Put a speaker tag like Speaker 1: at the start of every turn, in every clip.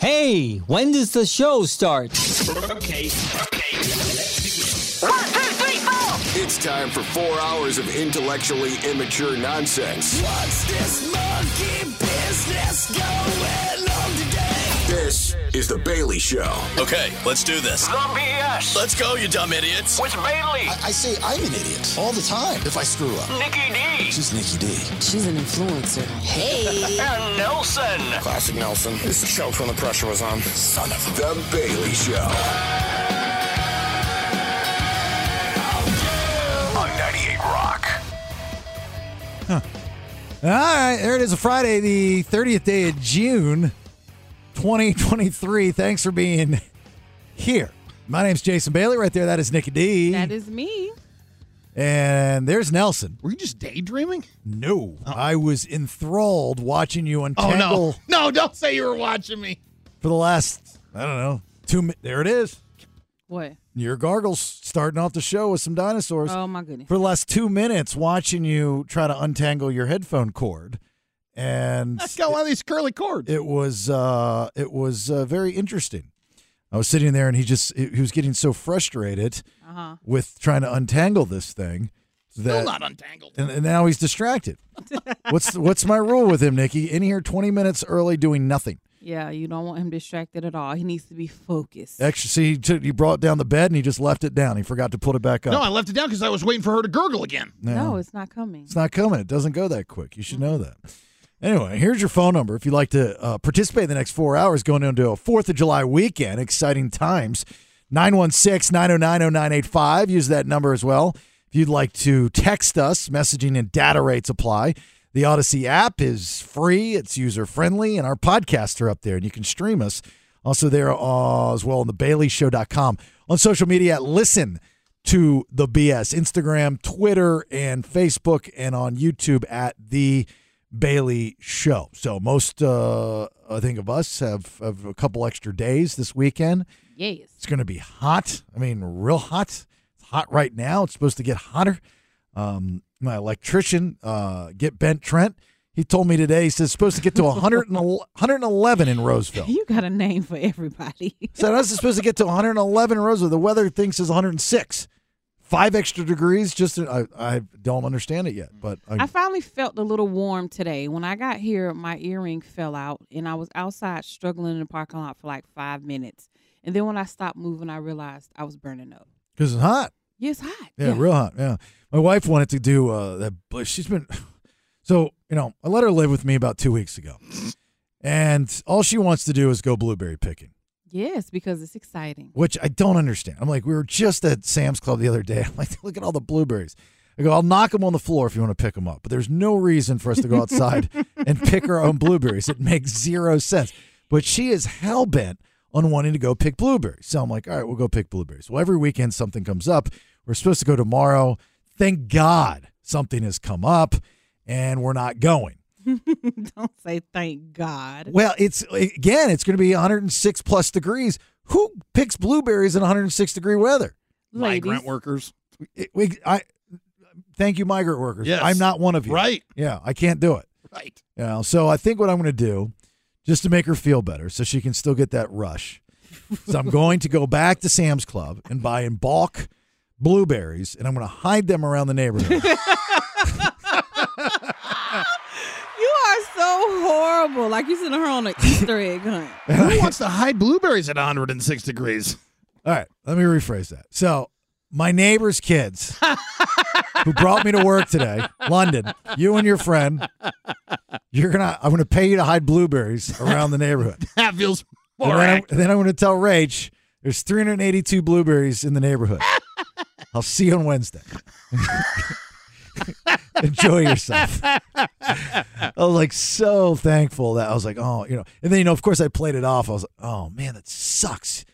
Speaker 1: Hey, when does the show start?
Speaker 2: Okay, okay.
Speaker 3: It's time for four hours of intellectually immature nonsense.
Speaker 4: What's this monkey business going on today?
Speaker 3: This is The Bailey Show.
Speaker 5: Okay, let's do this.
Speaker 2: The BS
Speaker 5: Let's go, you dumb idiots.
Speaker 2: with Bailey,
Speaker 4: I say I'm an idiot all the time if I screw up.
Speaker 2: Nikki D,
Speaker 4: She's Nikki D.
Speaker 6: She's an influencer. Hey.
Speaker 2: and Nelson.
Speaker 4: Classic Nelson. This choked when the pressure was on. Son of
Speaker 3: The Bailey Show.
Speaker 2: On 98 Rock.
Speaker 7: All right, there it is. A Friday, the 30th day of June, 2023. Thanks for being here. My name's Jason Bailey. Right there, that is Nikki D.
Speaker 8: That is me.
Speaker 7: and there's Nelson.
Speaker 9: Were you just daydreaming?
Speaker 7: No, I was enthralled watching you
Speaker 9: Oh
Speaker 7: untangle
Speaker 9: no! No, don't say you were watching me.
Speaker 7: for the last, I don't know, two minutes. There it is.
Speaker 8: What?
Speaker 7: Your gargles starting off the show with some dinosaurs.
Speaker 8: Oh my goodness.
Speaker 7: for the last two minutes, watching you try to untangle your headphone cord. And
Speaker 9: Let's got one of these curly cords.
Speaker 7: it was uh, it was uh, very interesting. I was sitting there, and he just he he was getting so frustrated
Speaker 8: Uh-huh.
Speaker 7: with trying to untangle this thing that
Speaker 9: Still not untangled.
Speaker 7: and, and now he's distracted. what's what's my rule with him, Nikki? In here twenty minutes early, doing nothing.
Speaker 8: Yeah, you don't want him distracted at all. He needs to be focused.
Speaker 7: Actually, see, he, took, he brought down the bed and he just left it down. He forgot to put it back up.
Speaker 9: No, I left it down because I was waiting for her to gurgle again.
Speaker 8: No, it's not coming.
Speaker 7: It's not coming. It doesn't go that quick. You should know that. Anyway, here's your phone number if you'd like to uh, participate in the next four hours going into a 4th of July weekend. Exciting times. 916 909 0985. Use that number as well. If you'd like to text us, messaging and data rates apply. The Odyssey app is free, it's user friendly, and our podcasts are up there, and you can stream us also there uh, as well on thebaileyshow.com. On social media, listen to the BS Instagram, Twitter, and Facebook, and on YouTube at the Bailey Show. So most, uh, I think, of us have, have a couple extra days this weekend.
Speaker 8: Yes.
Speaker 7: It's going to be hot. I mean, real hot. It's hot right now. It's supposed to get hotter. Um, my electrician, uh, get bent Trent. He told me today. He says it's supposed to get to 100 and el- 111 in Roseville.
Speaker 8: You got a name for everybody.
Speaker 7: So that's supposed to get to 111 in Roseville. The weather thing says 106. Five extra degrees. Just I, I don't understand it yet, but uh, I,
Speaker 8: I finally felt a little warm today. When I got here, my earring fell out and I was outside struggling in the parking lot for like five minutes. And then when I stopped moving, I realized I was burning up.
Speaker 7: because it's hot.
Speaker 8: Yeah, it's hot.
Speaker 7: Yeah, real hot. Yeah, my wife wanted to do uh, that. But she's been so you know. I let her live with me about two weeks ago, and all she wants to do is go blueberry picking,
Speaker 8: Yes, because it's exciting.
Speaker 7: which I don't understand. I'm like, we were just at Sam's Club the other day. I'm like, look at all the blueberries. I go, I'll knock them on the floor if you want to pick them up. But there's no reason for us to go outside and pick our own blueberries. It makes zero sense. But she is hell bent on wanting to go pick blueberries. So I'm like, all right, we'll go pick blueberries. Well, every weekend something comes up. We're supposed to go tomorrow. Thank God something has come up and we're not going.
Speaker 8: Don't say thank God.
Speaker 7: Well, it's again, it's going to be 106 plus degrees. Who picks blueberries in 106 degree weather?
Speaker 9: Migrant
Speaker 8: Ladies,
Speaker 9: workers.
Speaker 7: It- we- I thank you, migrant workers.
Speaker 9: Yes.
Speaker 7: I'm not one of you.
Speaker 9: Right.
Speaker 7: Yeah, I can't do it.
Speaker 9: Right.
Speaker 7: You know, so I think what I'm going to do, just to make her feel better, so she can still get that rush, is I'm going to go back to Sam's Club and buy in bulk blueberries, and I'm going to hide them around the neighborhood.
Speaker 8: you are so horrible. Like you sending her on an Easter egg hunt.
Speaker 9: Who wants to hide blueberries at 106 degrees?
Speaker 7: All right, let me rephrase that. So, my neighbor's kids who brought me to work today, London, you and your friend, you're going to I'm going to pay you to hide blueberries around the neighborhood.
Speaker 9: That feels more
Speaker 7: And then, I'm,
Speaker 9: accurate.
Speaker 7: and then I'm going to tell Rach there's 382 blueberries in the neighborhood. I'll see you on Wednesday. Enjoy yourself. I was like so thankful that I was like, oh, you know. And then, you know, of course, I played it off. I was like, oh, man, that sucks.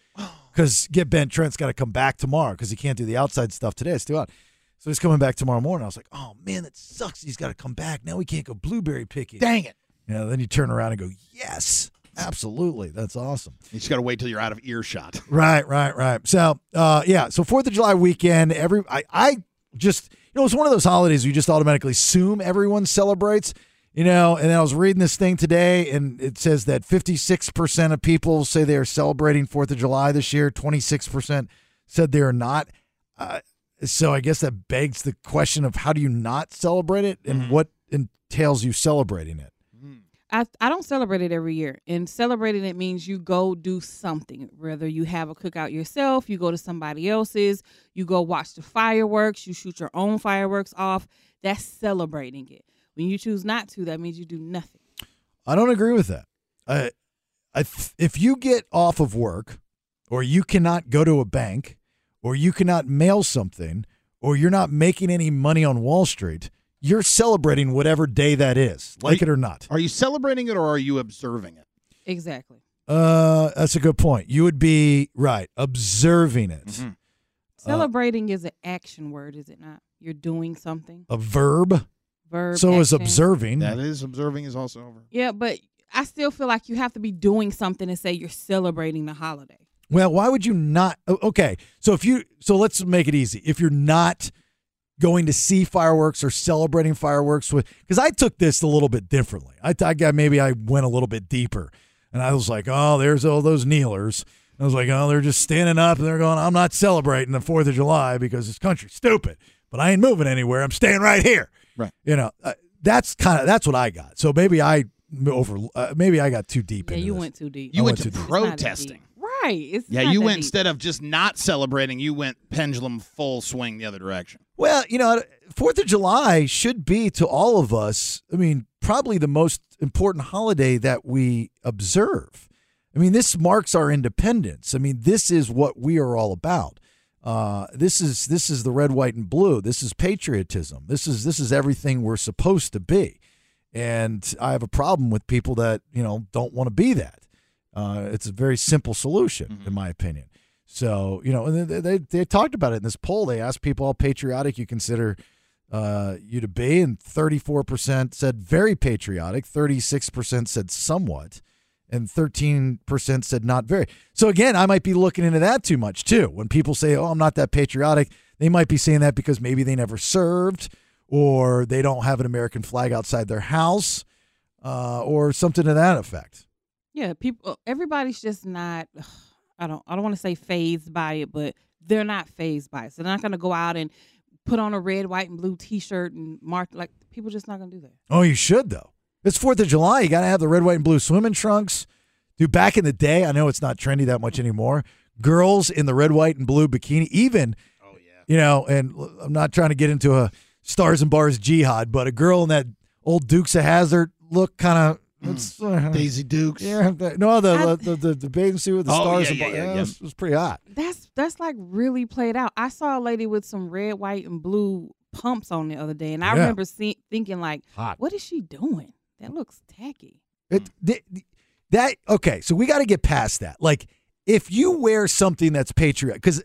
Speaker 7: Because get Ben Trent's got to come back tomorrow because he can't do the outside stuff today. It's too hot. So he's coming back tomorrow morning. I was like, oh, man, that sucks. He's got to come back. Now we can't go blueberry picking.
Speaker 9: Dang it.
Speaker 7: You know, then you turn around and go, yes, absolutely. That's awesome.
Speaker 9: You just got to wait till you're out of earshot.
Speaker 7: Right, right, right. So, uh, yeah. So Fourth of July weekend, every I, I just you know it's one of those holidays where you just automatically assume everyone celebrates. You know, and I was reading this thing today, and it says that 56% of people say they are celebrating 4th of July this year, 26% said they are not. Uh, so I guess that begs the question of how do you not celebrate it and what entails you celebrating it?
Speaker 8: I, I don't celebrate it every year. And celebrating it means you go do something, whether you have a cookout yourself, you go to somebody else's, you go watch the fireworks, you shoot your own fireworks off. That's celebrating it. When you choose not to, that means you do nothing.
Speaker 7: I don't agree with that. I, I th- if you get off of work, or you cannot go to a bank, or you cannot mail something, or you're not making any money on Wall Street, you're celebrating whatever day that is, like
Speaker 9: you-
Speaker 7: it or not.
Speaker 9: Are you celebrating it or are you observing it?
Speaker 8: Exactly.
Speaker 7: Uh, that's a good point. You would be right observing it.
Speaker 8: Uh, Celebrating is an action word, is it not? You're doing something.
Speaker 7: A verb.
Speaker 8: Verb.
Speaker 7: so is
Speaker 8: action.
Speaker 7: observing.
Speaker 9: That is observing is also over.
Speaker 8: Yeah, but I still feel like you have to be doing something to say you're celebrating the holiday.
Speaker 7: Well, why would you not? o- Okay, so if you so let's make it easy. If you're not going to see fireworks or celebrating fireworks with, because I took this a little bit differently. I thought I- maybe I went a little bit deeper, and I was like, oh, there's all those kneelers. I was like, oh, they're just standing up and they're going, I'm not celebrating the Fourth of July because this country's stupid, but I ain't moving anywhere. I'm staying right here.
Speaker 9: Right.
Speaker 7: You know, uh, that's kind of that's what I got. So maybe I over uh, maybe I got too deep.
Speaker 8: Yeah,
Speaker 7: into
Speaker 8: you
Speaker 7: this.
Speaker 8: went too deep.
Speaker 9: You
Speaker 7: I
Speaker 9: went,
Speaker 7: went
Speaker 9: to
Speaker 7: to-
Speaker 8: It's not that deep.
Speaker 9: protesting.
Speaker 8: Right. It's
Speaker 9: Yeah,
Speaker 8: not
Speaker 9: you
Speaker 8: that
Speaker 9: went
Speaker 8: deep.
Speaker 9: instead of just not celebrating, you went pendulum full swing the other direction.
Speaker 7: Well, you know, Fourth of July should be to all of us. I mean, probably the most important holiday that we observe. I mean, this marks our independence. I mean, this is what we are all about. Uh, this is this is the red, white, and blue. This is patriotism. This is this is everything we're supposed to be. And I have a problem with people that you know don't want to be that. Uh, it's a very simple solution, in my opinion. So you know, and they, they they talked about it in this poll. They asked people how patriotic you consider uh, you to be, and thirty four percent said very patriotic, thirty six percent said somewhat, and thirteen percent said not very. So again, I might be looking into that too much too. When people say, "Oh, I'm not that patriotic," they might be saying that because maybe they never served, or they don't have an American flag outside their house, uh, or something to that effect.
Speaker 8: Yeah, people. Everybody's just not. I don't. I don't want to say phased by it, but they're not phased by it. So they're not gonna go out and put on a red, white, and blue T-shirt and mark like people. Just not gonna do that.
Speaker 7: Oh, you should though. It's Fourth of July. You got to have the red, white, and blue swimming trunks. Dude, back in the day, I know it's not trendy that much anymore. Girls in the red, white, and blue bikini, even. Oh yeah. You know, and l- I'm not trying to get into a stars and bars jihad, but a girl in that old Dukes of Hazard look, kind
Speaker 9: Hmm.
Speaker 7: of.
Speaker 9: Daisy Dukes.
Speaker 7: Yeah, that- no, the,
Speaker 8: I-
Speaker 7: the the the bathing suit with the
Speaker 9: Oh, yeah,
Speaker 7: stars and
Speaker 9: yeah,
Speaker 7: bars.
Speaker 9: yeah, yeah.
Speaker 7: It, was, it was pretty hot.
Speaker 8: That's that's like really played out. I saw a lady with some red, white, and blue pumps on the other day, and I
Speaker 7: Yeah.
Speaker 8: remember see, thinking like,
Speaker 7: Hot.
Speaker 8: "What is she doing? That looks tacky."
Speaker 7: It, th- th- that okay, so we got to get past that. Like, if you wear something that's patriotic, because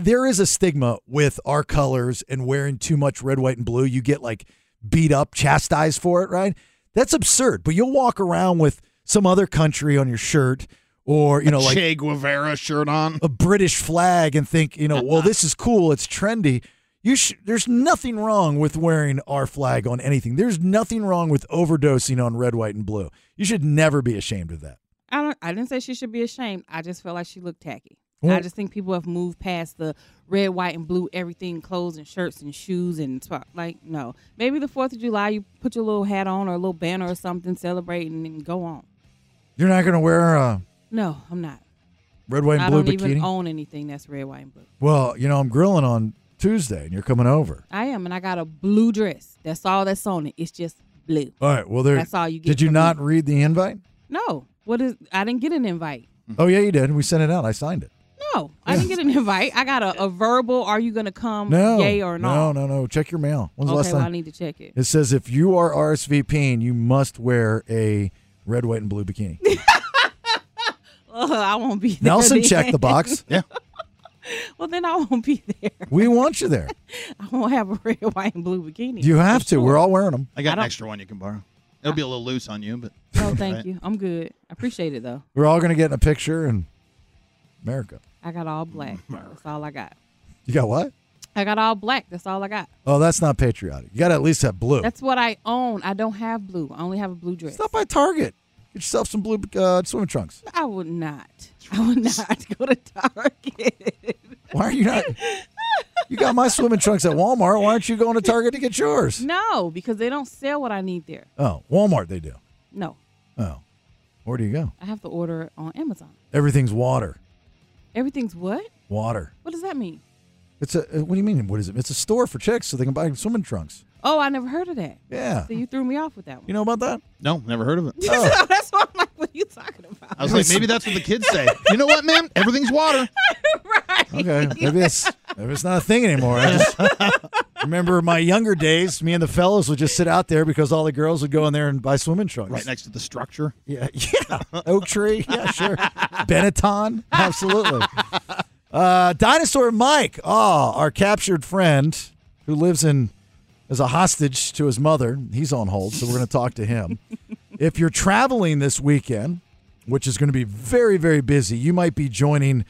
Speaker 7: there is a stigma with our colors and wearing too much red, white, and blue, you get like beat up, chastised for it, right? That's absurd. But you'll walk around with some other country on your shirt, or you know, like
Speaker 9: che Guevara shirt on.
Speaker 7: a British flag and think, you know,
Speaker 8: Uh-huh.
Speaker 7: well, this is cool, it's trendy. You sh- there's nothing wrong with wearing our flag on anything. There's nothing wrong with overdosing on red, white, and blue. You should never be ashamed of that.
Speaker 8: I don't. I didn't say she should be ashamed. I just felt like she looked tacky.
Speaker 7: Well-
Speaker 8: I just think people have moved past the red, white, and blue everything, clothes and shirts and shoes and swa- like no. Maybe the Fourth of July, you put your little hat on or a little banner or something, celebrate and then go on.
Speaker 7: You're not going to wear a
Speaker 8: No, I'm not.
Speaker 7: red, white, and
Speaker 8: I
Speaker 7: blue
Speaker 8: don't
Speaker 7: bikini.
Speaker 8: even own anything that's red, white, and blue.
Speaker 7: well, you know, I'm grilling on Tuesday, and you're coming over.
Speaker 8: I am, and I got a blue dress. That's all that's on it. It's just blue.
Speaker 7: All right. Well, there.
Speaker 8: That's all you get
Speaker 7: Did you
Speaker 8: from
Speaker 7: not
Speaker 8: me. Mm-hmm.
Speaker 7: read the invite?
Speaker 8: No, what is? I didn't get an invite.
Speaker 7: Oh yeah, you did. We sent it out. I signed it.
Speaker 8: No, I didn't get an invite. I got a, a verbal. Are you gonna come?
Speaker 7: No.
Speaker 8: Mm, Yay or
Speaker 7: no? No,
Speaker 8: no?
Speaker 7: no, Check your mail. When's the
Speaker 8: Okay,
Speaker 7: last
Speaker 8: well, I
Speaker 7: time?
Speaker 8: need to check it.
Speaker 7: It says if you are RSVPing, you must wear a red, white, and blue bikini.
Speaker 8: Ugh, Uh, I won't be there.
Speaker 7: Nelson
Speaker 8: then.
Speaker 7: checked the box.
Speaker 9: Yeah.
Speaker 8: Well, then I won't be there.
Speaker 7: We want you there.
Speaker 8: I won't have a red, white, and blue bikini.
Speaker 7: You have to. We're all wearing them.
Speaker 9: I got an extra one you can borrow. It'll be a little loose on you, but
Speaker 8: No, Oh, thank you. I'm good. I appreciate it though.
Speaker 7: We're all going to get in a picture in America.
Speaker 8: I got all black. That's all I got.
Speaker 7: You got what?
Speaker 8: I got all black. That's all I got.
Speaker 7: Oh, that's not patriotic. You got to at least have blue.
Speaker 8: That's what I own. I don't have blue. I only have a blue dress.
Speaker 7: Stop by Target. Get yourself some blue uh, swimming trunks.
Speaker 8: I would not. I would not go to Target.
Speaker 7: Why are you not? You got my swimming trunks at Walmart. Why aren't you going to Target to get yours?
Speaker 8: no, because they don't sell what I need there.
Speaker 7: Oh, Walmart they do.
Speaker 8: No,
Speaker 7: Oh, where do you go?
Speaker 8: I have to order it on Amazon.
Speaker 7: Everything's water.
Speaker 8: Everything's what?
Speaker 7: Water.
Speaker 8: What does that mean?
Speaker 7: It's a. uh, What do you mean? What is it? It's a store for chicks so they can buy swimming trunks.
Speaker 8: Oh, I never heard of that.
Speaker 7: Yeah.
Speaker 8: So you threw me off with that one.
Speaker 7: You know about that?
Speaker 9: No, never heard of it.
Speaker 8: So that's why I'm like, what are you talking
Speaker 9: I
Speaker 8: about?
Speaker 9: was like, maybe that's what the kids say. You know what, ma'am? Everything's water.
Speaker 8: right.
Speaker 7: Okay, maybe it's maybe it's not a thing anymore. I just remember my younger days. Me and the fellows would just sit out there because all the girls would go in there and buy swimming trunks.
Speaker 9: Right next to the structure.
Speaker 7: Yeah, yeah. Oak tree. Yeah, sure. Benetton. Absolutely. Uh, Dinosaur Mike. Oh, our captured friend who lives in as a hostage to his mother. He's on hold, so we're going to talk to him. if you're traveling this weekend, which is going to be very, very busy, you might be joining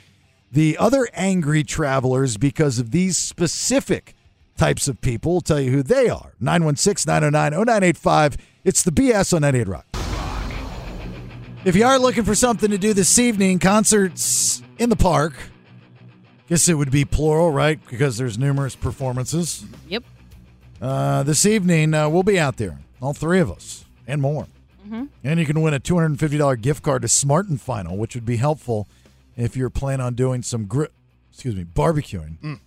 Speaker 7: the other angry travelers because of these specific types of people. We'll tell you who they are. 916 909 0985. It's the BS on 98 Rock. If you are looking for something to do this evening, concerts in the park. Guess it would be plural, right? Because there's numerous performances.
Speaker 8: Yep.
Speaker 7: Uh, this evening, uh, we'll be out there, all three of us, and more.
Speaker 8: Mm-hmm.
Speaker 7: And you can win a $250 gift card to Smart and Final, which would be helpful if you're planning on doing some gri- excuse me, barbecuing.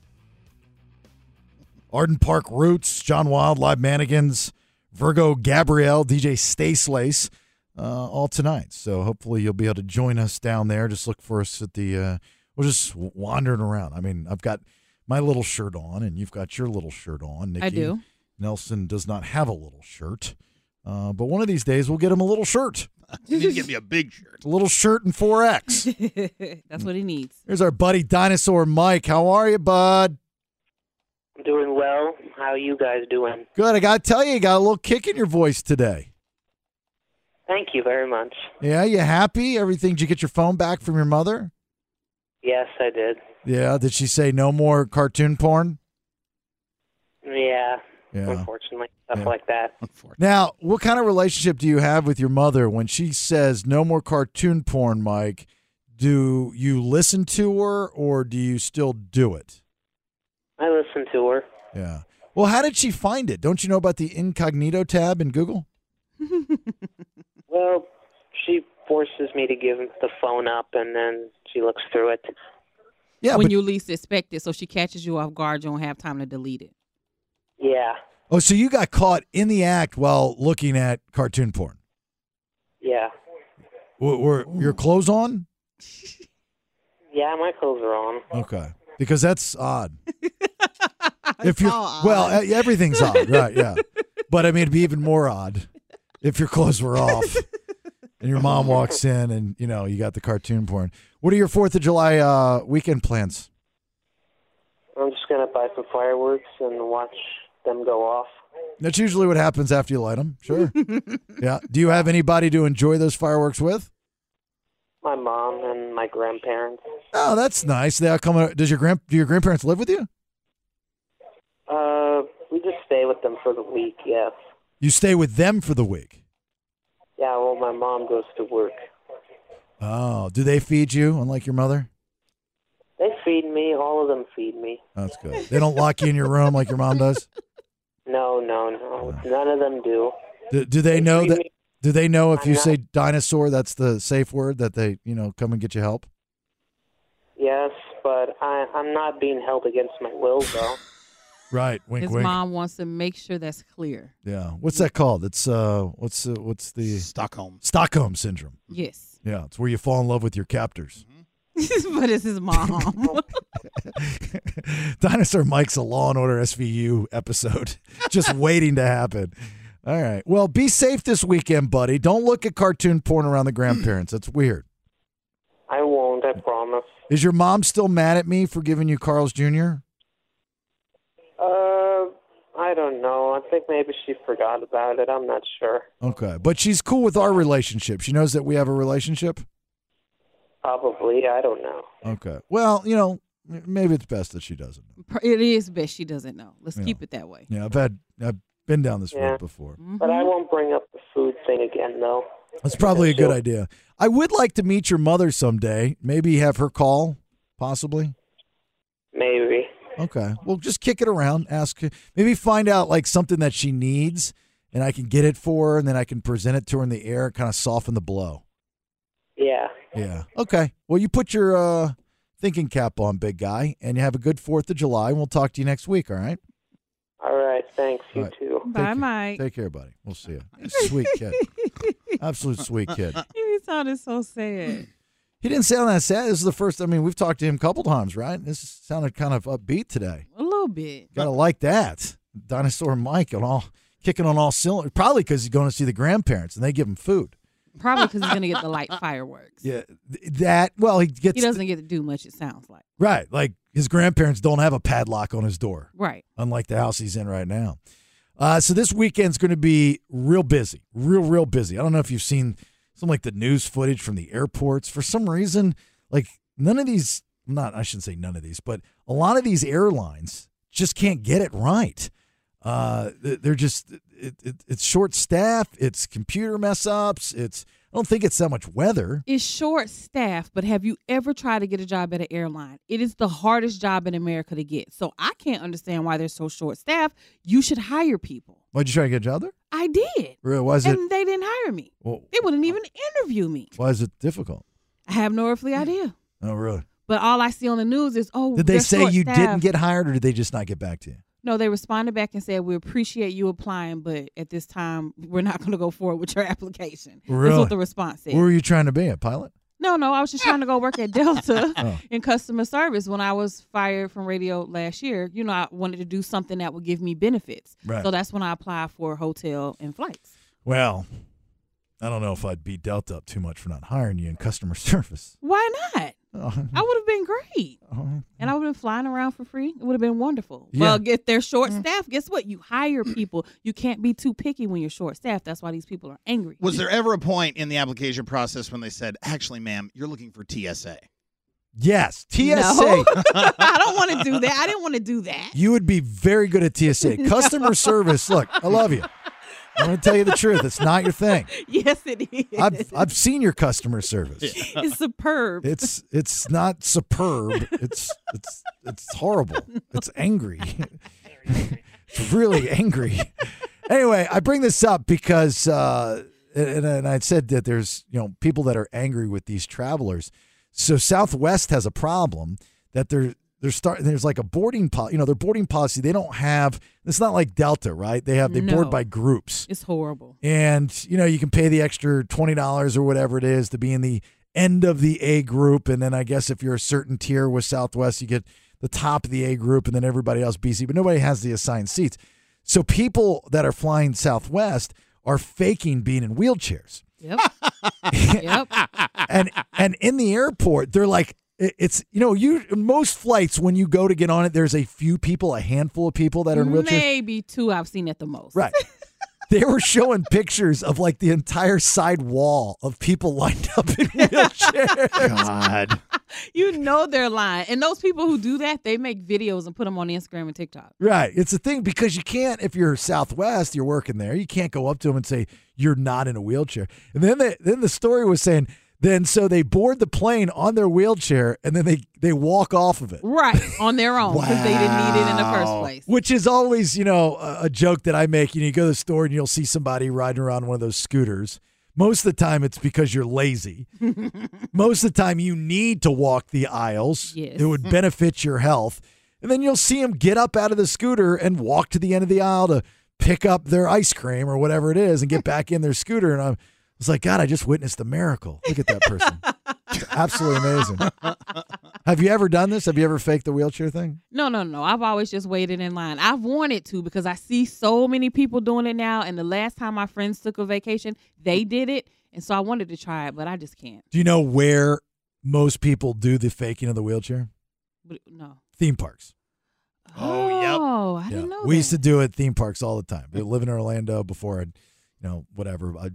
Speaker 7: Arden Park Roots, John Wild, Live Mannequins, Virgo Gabrielle, DJ Stacelace, uh, all tonight. So hopefully you'll be able to join us down there. Just look for us at the, uh, we're just wandering around. I mean, I've got my little shirt on, and you've got your little shirt on, Nikki.
Speaker 8: I do.
Speaker 7: Nelson does not have a little shirt. Uh, but one of these days, we'll get him a little shirt.
Speaker 9: You need to give me a big shirt.
Speaker 7: A little shirt and 4X.
Speaker 8: That's what he needs.
Speaker 7: Here's our buddy Dinosaur Mike. How are you, bud?
Speaker 10: I'm doing well. How are you guys doing?
Speaker 7: Good. I got to tell you, you got a little kick in your voice today.
Speaker 10: Thank you very much.
Speaker 7: Yeah, you happy? Everything? Did you get your phone back from your mother?
Speaker 10: Yes, I did.
Speaker 7: Yeah. Did she say no more cartoon porn?
Speaker 10: Yeah,
Speaker 7: Yeah.
Speaker 10: unfortunately, stuff
Speaker 7: Yeah.
Speaker 10: like that.
Speaker 7: Now, what kind of relationship do you have with your mother when she says no more cartoon porn, Mike? Do you listen to her or do you still do it?
Speaker 10: I listened to her.
Speaker 7: Yeah. Well, how did she find it? Don't you know about the incognito tab in Google?
Speaker 10: Well, she forces me to give the phone up, and then she looks through it.
Speaker 7: Yeah,
Speaker 8: when
Speaker 7: but
Speaker 8: you least expect it, so she catches you off guard, you don't have time to delete it.
Speaker 10: Yeah,
Speaker 7: oh, so you got caught in the act while looking at cartoon porn.
Speaker 10: yeah,
Speaker 7: Were, were your clothes on?
Speaker 10: yeah. My clothes are on.
Speaker 7: Okay, because that's odd. if
Speaker 8: It's
Speaker 7: you're
Speaker 8: all odd.
Speaker 7: well, e- everything's odd, right? Yeah, but I mean, it'd be even more odd if your clothes were off and your mom walks in and you know you got the cartoon porn. What are your Fourth of July uh, weekend plans?
Speaker 10: I'm just gonna buy some fireworks and watch them go off.
Speaker 7: That's usually what happens after you light them. Sure. yeah. Do you have anybody to enjoy those fireworks with?
Speaker 10: My mom and my grandparents.
Speaker 7: Oh, that's nice. They all come. Does your grand do your grandparents live with you?
Speaker 10: Uh, we just stay with them for the week. Yes.
Speaker 7: You stay with them for the week.
Speaker 10: Yeah. Well, my mom goes to work.
Speaker 7: Oh, do they feed you? Unlike your mother.
Speaker 10: They feed me. All of them feed me.
Speaker 7: That's good. They don't lock you in your room like your mom does.
Speaker 10: No, no, no. None of them do.
Speaker 7: Do, do they know that? Do they know if
Speaker 10: I'm
Speaker 7: you
Speaker 10: not-
Speaker 7: say dinosaur, that's the safe word that they you know come and get you help?
Speaker 10: Yes, but I, I'm not being held against my will, though.
Speaker 7: Right. Wink,
Speaker 8: His
Speaker 7: wink.
Speaker 8: mom wants to make sure that's clear.
Speaker 7: Yeah. What's that called? It's uh, what's uh, what's the
Speaker 9: Stockholm.
Speaker 7: Stockholm syndrome?
Speaker 8: Yes.
Speaker 7: Yeah, it's where you fall in love with your captors.
Speaker 8: but it's his mom.
Speaker 7: Dinosaur Mike's a Law and Order SVU episode just waiting to happen. All right. Well, be safe this weekend, buddy. Don't look at cartoon porn around the grandparents. That's weird.
Speaker 10: I won't, I promise.
Speaker 7: Is your mom still mad at me for giving you Carl's Jr.?
Speaker 10: Uh, I don't know. I think maybe she forgot about it. I'm not sure.
Speaker 7: Okay. But she's cool with our relationship. She knows that we have a relationship.
Speaker 10: Probably. I don't know.
Speaker 7: Okay. Well, you know, M- Maybe it's best that she doesn't. know.
Speaker 8: Per- It is best she doesn't know. Let's
Speaker 7: Yeah.
Speaker 8: keep it that way.
Speaker 7: Yeah, I've had I've been down this road before.
Speaker 10: But I won't bring up the food thing again, though.
Speaker 7: That's probably a good idea. I would like to meet your mother someday. Maybe have her call, possibly.
Speaker 10: Maybe.
Speaker 7: Okay. Well, just kick it around. Ask maybe find out like something that she needs, and I can get it for her, and then I can present it to her in the air, kind of soften the blow.
Speaker 10: Yeah.
Speaker 7: Yeah. Okay. Well, you put your uh, thinking cap on, big guy, and you have a good Fourth of July. And we'll talk to you next week. All right.
Speaker 10: All right. Thanks. You
Speaker 7: All right.
Speaker 10: too.
Speaker 8: Bye,
Speaker 7: Take care.
Speaker 8: Mike.
Speaker 7: Take care, buddy. We'll see you. Sweet kid. Absolute sweet kid.
Speaker 8: You sounded so sad.
Speaker 7: He didn't sound that sad. This is the first. I mean, we've talked to him a couple times, right? This sounded kind of upbeat today.
Speaker 8: A little bit.
Speaker 7: Gotta like that. Dinosaur Mike and all kicking on all cylinders. Probably because he's going to see the grandparents and they give him food.
Speaker 8: Probably because he's gonna get the light fireworks.
Speaker 7: Yeah, th- that. Well, he gets
Speaker 8: He doesn't get to do much. It sounds like
Speaker 7: right. Like his grandparents don't have a padlock on his door.
Speaker 8: right.
Speaker 7: unlike the house he's in right now. Uh, so this weekend's going to be real busy, real, real busy. I don't know if you've seen some like the news footage from the airports. For some reason, like none of these, not I shouldn't say none of these, but a lot of these airlines just can't get it right. Uh, th- they're just it, it, it's short staff, it's computer mess ups, it's I don't think it's that much weather.
Speaker 8: It's short staffed, but have you ever tried to get a job at an airline? It is the hardest job in America to get. So I can't understand why they're so short staffed. You should hire people.
Speaker 7: Why'd you try to get a job there?
Speaker 8: I did.
Speaker 7: Really, why is it?
Speaker 8: And they didn't hire me.
Speaker 7: Well,
Speaker 8: They wouldn't even interview me.
Speaker 7: why is it difficult?
Speaker 8: I have no earthly idea.
Speaker 7: Oh, really?
Speaker 8: But all I see on the news is, oh,
Speaker 7: Did they
Speaker 8: they're
Speaker 7: say you didn't
Speaker 8: short-staffed.
Speaker 7: get hired, or did they just not get back to you?
Speaker 8: No, they responded back and said, "We appreciate you applying, but at this time, we're not going to go forward with your application." That's
Speaker 7: Really?
Speaker 8: what the response said.
Speaker 7: Where were you trying to be? A pilot?
Speaker 8: No, no, I was just trying to go work at Delta
Speaker 7: Oh.
Speaker 8: in customer service when I was fired from radio last year. You know, I wanted to do something that would give me benefits.
Speaker 7: Right.
Speaker 8: So that's when I applied for hotel and flights.
Speaker 7: Well, I don't know if I'd beat Delta up too much for not hiring you in customer service.
Speaker 8: Why not?
Speaker 7: Oh,
Speaker 8: I would have been great.
Speaker 7: oh,
Speaker 8: And I would have been flying around for free. It would have been wonderful.
Speaker 7: Yeah.
Speaker 8: Well, get their short staff. Guess what? You hire people. You can't be too picky when you're short staffed. That's why these people are angry.
Speaker 9: Was there ever a point in the application process when they said, "Actually, ma'am, you're looking for TSA"?
Speaker 7: yes, TSA.
Speaker 8: I don't want to do that. I didn't want to do that.
Speaker 7: You would be very good at TSA. Customer service. Look, I love you. I'm going to tell you the truth. It's not your thing.
Speaker 8: Yes, it is.
Speaker 7: I've I've seen your customer service.
Speaker 8: it's superb.
Speaker 7: It's it's not superb. It's it's it's horrible. It's angry. It's really angry. Anyway, I bring this up because uh, and, and I said that there's you know people that are angry with these travelers. So Southwest has a problem that they're they're starting. There's like a boarding policy. You know, their boarding policy. They don't have. It's not like Delta, right? They have they board
Speaker 8: No.
Speaker 7: by groups
Speaker 8: It's horrible.
Speaker 7: and you know you can pay the extra $20 or whatever it is to be in the end of the A group and then I guess if you're a certain tier with Southwest you get the top of the A group and then everybody else BC but nobody has the assigned seats. So people that are flying Southwest are faking being in wheelchairs.
Speaker 8: Yep. yep.
Speaker 7: And and in the airport they're like it- it's you know you most flights when you go to get on it there's a few people a handful of people that are in wheelchairs.
Speaker 8: Maybe two I've seen at the most.
Speaker 7: Right. They were showing pictures of like the entire side wall of people lined up in wheelchairs.
Speaker 9: God,
Speaker 8: You know they're lying. And those people who do that, they make videos and put them on Instagram and TikTok.
Speaker 7: right. It's a thing because you can't, if you're Southwest, you're working there, you can't go up to them and say, you're not in a wheelchair. And then the, then the story was saying, then so they board the plane on their wheelchair and then they, they walk off of it.
Speaker 8: Right. On their own. Because they didn't need it in the first place.
Speaker 7: Which is always, you know, a, a joke that I make. You, know, you go to the store and you'll see somebody riding around one of those scooters. Most of the time, it's because you're lazy. Most of the time, you need to walk the aisles.
Speaker 8: Yes.
Speaker 7: It would benefit your health. And then you'll see them get up out of the scooter and walk to the end of the aisle to pick up their ice cream or whatever it is and get back in their scooter. And I'm, it's like, God, I just witnessed a miracle. Look at that person. It's absolutely amazing. Have you ever done this? Have you ever faked the wheelchair thing?
Speaker 8: No, no, no. I've always just waited in line. I've wanted to because I see so many people doing it now. And the last time my friends took a vacation, they did it. And so I wanted to try it, but I just can't.
Speaker 7: Do you know where most people do the faking of the wheelchair?
Speaker 8: But no.
Speaker 7: Theme parks.
Speaker 9: Oh, yep.
Speaker 8: Oh, I didn't know.
Speaker 7: we used to
Speaker 8: that.
Speaker 7: do it at theme parks all the time. We live in Orlando before, and you know, whatever. I,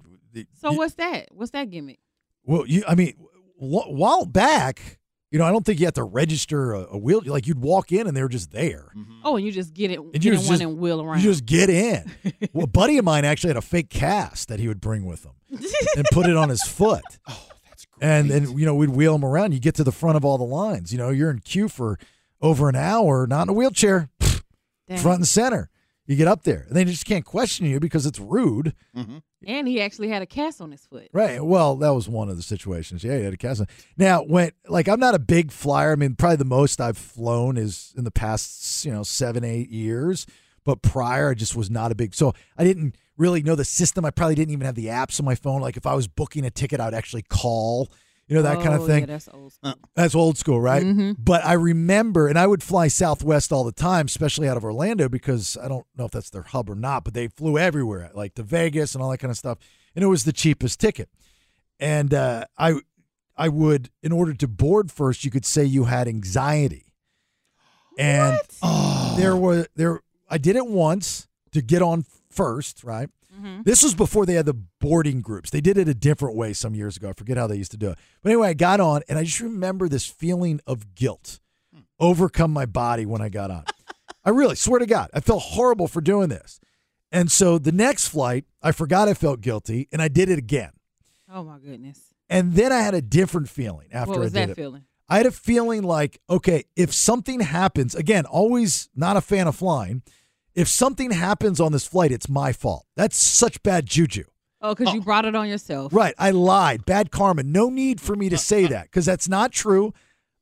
Speaker 8: So
Speaker 7: you-
Speaker 8: what's that? What's that gimmick?
Speaker 7: Well, you. I mean, wh- while back, You know, I don't think you have to register a, a wheel. Like you'd walk in and they were just there.
Speaker 8: Oh, and you just get it,
Speaker 7: And
Speaker 8: get
Speaker 7: you
Speaker 8: in
Speaker 7: was
Speaker 8: one
Speaker 7: just-
Speaker 8: and wheel around.
Speaker 7: You just get in. well, a buddy of mine actually had a fake cast that he would bring with him and put it on his foot. Oh, that's great. And then, you know, we'd wheel him around. You get to the front of all the lines. You know, you're in queue for over an hour, not in a wheelchair, Pfft,
Speaker 8: Dang.
Speaker 7: front and center. You get up there and they just can't question you because it's rude.
Speaker 8: and he actually had a cast on his foot.
Speaker 7: Right. Well, that was one of the situations. Yeah, you had a cast on. Now, when like I'm not a big flyer. I mean, probably the most I've flown is in the past, you know, seven, eight years. But prior, I just was not a big. So I didn't really know the system. I probably didn't even have the apps on my phone. Like if I was booking a ticket, I would actually call. You know that kind
Speaker 8: Oh,
Speaker 7: of thing. Uh.
Speaker 8: Yeah, that's old school.
Speaker 7: That's old school, right? But I remember, and I would fly Southwest all the time, especially out of Orlando, because I don't know if that's their hub or not, but they flew everywhere, like to Vegas and all that kind of stuff. And it was the cheapest ticket. And uh, I, I would, in order to board first, you could say you had anxiety. And there were there, I did it once to get on first, right? This was before they had the boarding groups. They did it a different way some years ago. I forget how they used to do it. But anyway, I got on and I just remember this feeling of guilt overcome my body when I got on. I really swear to God, I felt horrible for doing this. And so the next flight, I forgot I felt guilty and I did it again.
Speaker 8: Oh my goodness.
Speaker 7: And then I had a different feeling after
Speaker 8: What was
Speaker 7: I did
Speaker 8: that
Speaker 7: it.
Speaker 8: feeling?
Speaker 7: I had a feeling like, okay, if something happens, again, always not a fan of flying. If something happens on this flight, it's my fault. That's such bad juju.
Speaker 8: Oh, because you brought it on yourself.
Speaker 7: Right. I lied. Bad karma. No need for me
Speaker 9: Uh,
Speaker 7: to say that because that's not true.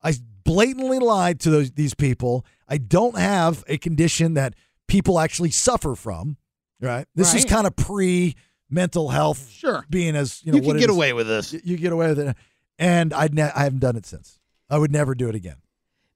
Speaker 7: I blatantly lied to those, these people. I don't have a condition that people actually suffer from. Right. This is
Speaker 8: Right.
Speaker 7: kind of pre mental health.
Speaker 9: Sure.
Speaker 7: Being as, you
Speaker 9: You,
Speaker 7: know,
Speaker 9: can
Speaker 7: what it
Speaker 9: get
Speaker 7: is.
Speaker 9: away with this.
Speaker 7: You get away with it. And I'd ne- I haven't done it since. I would never do it again.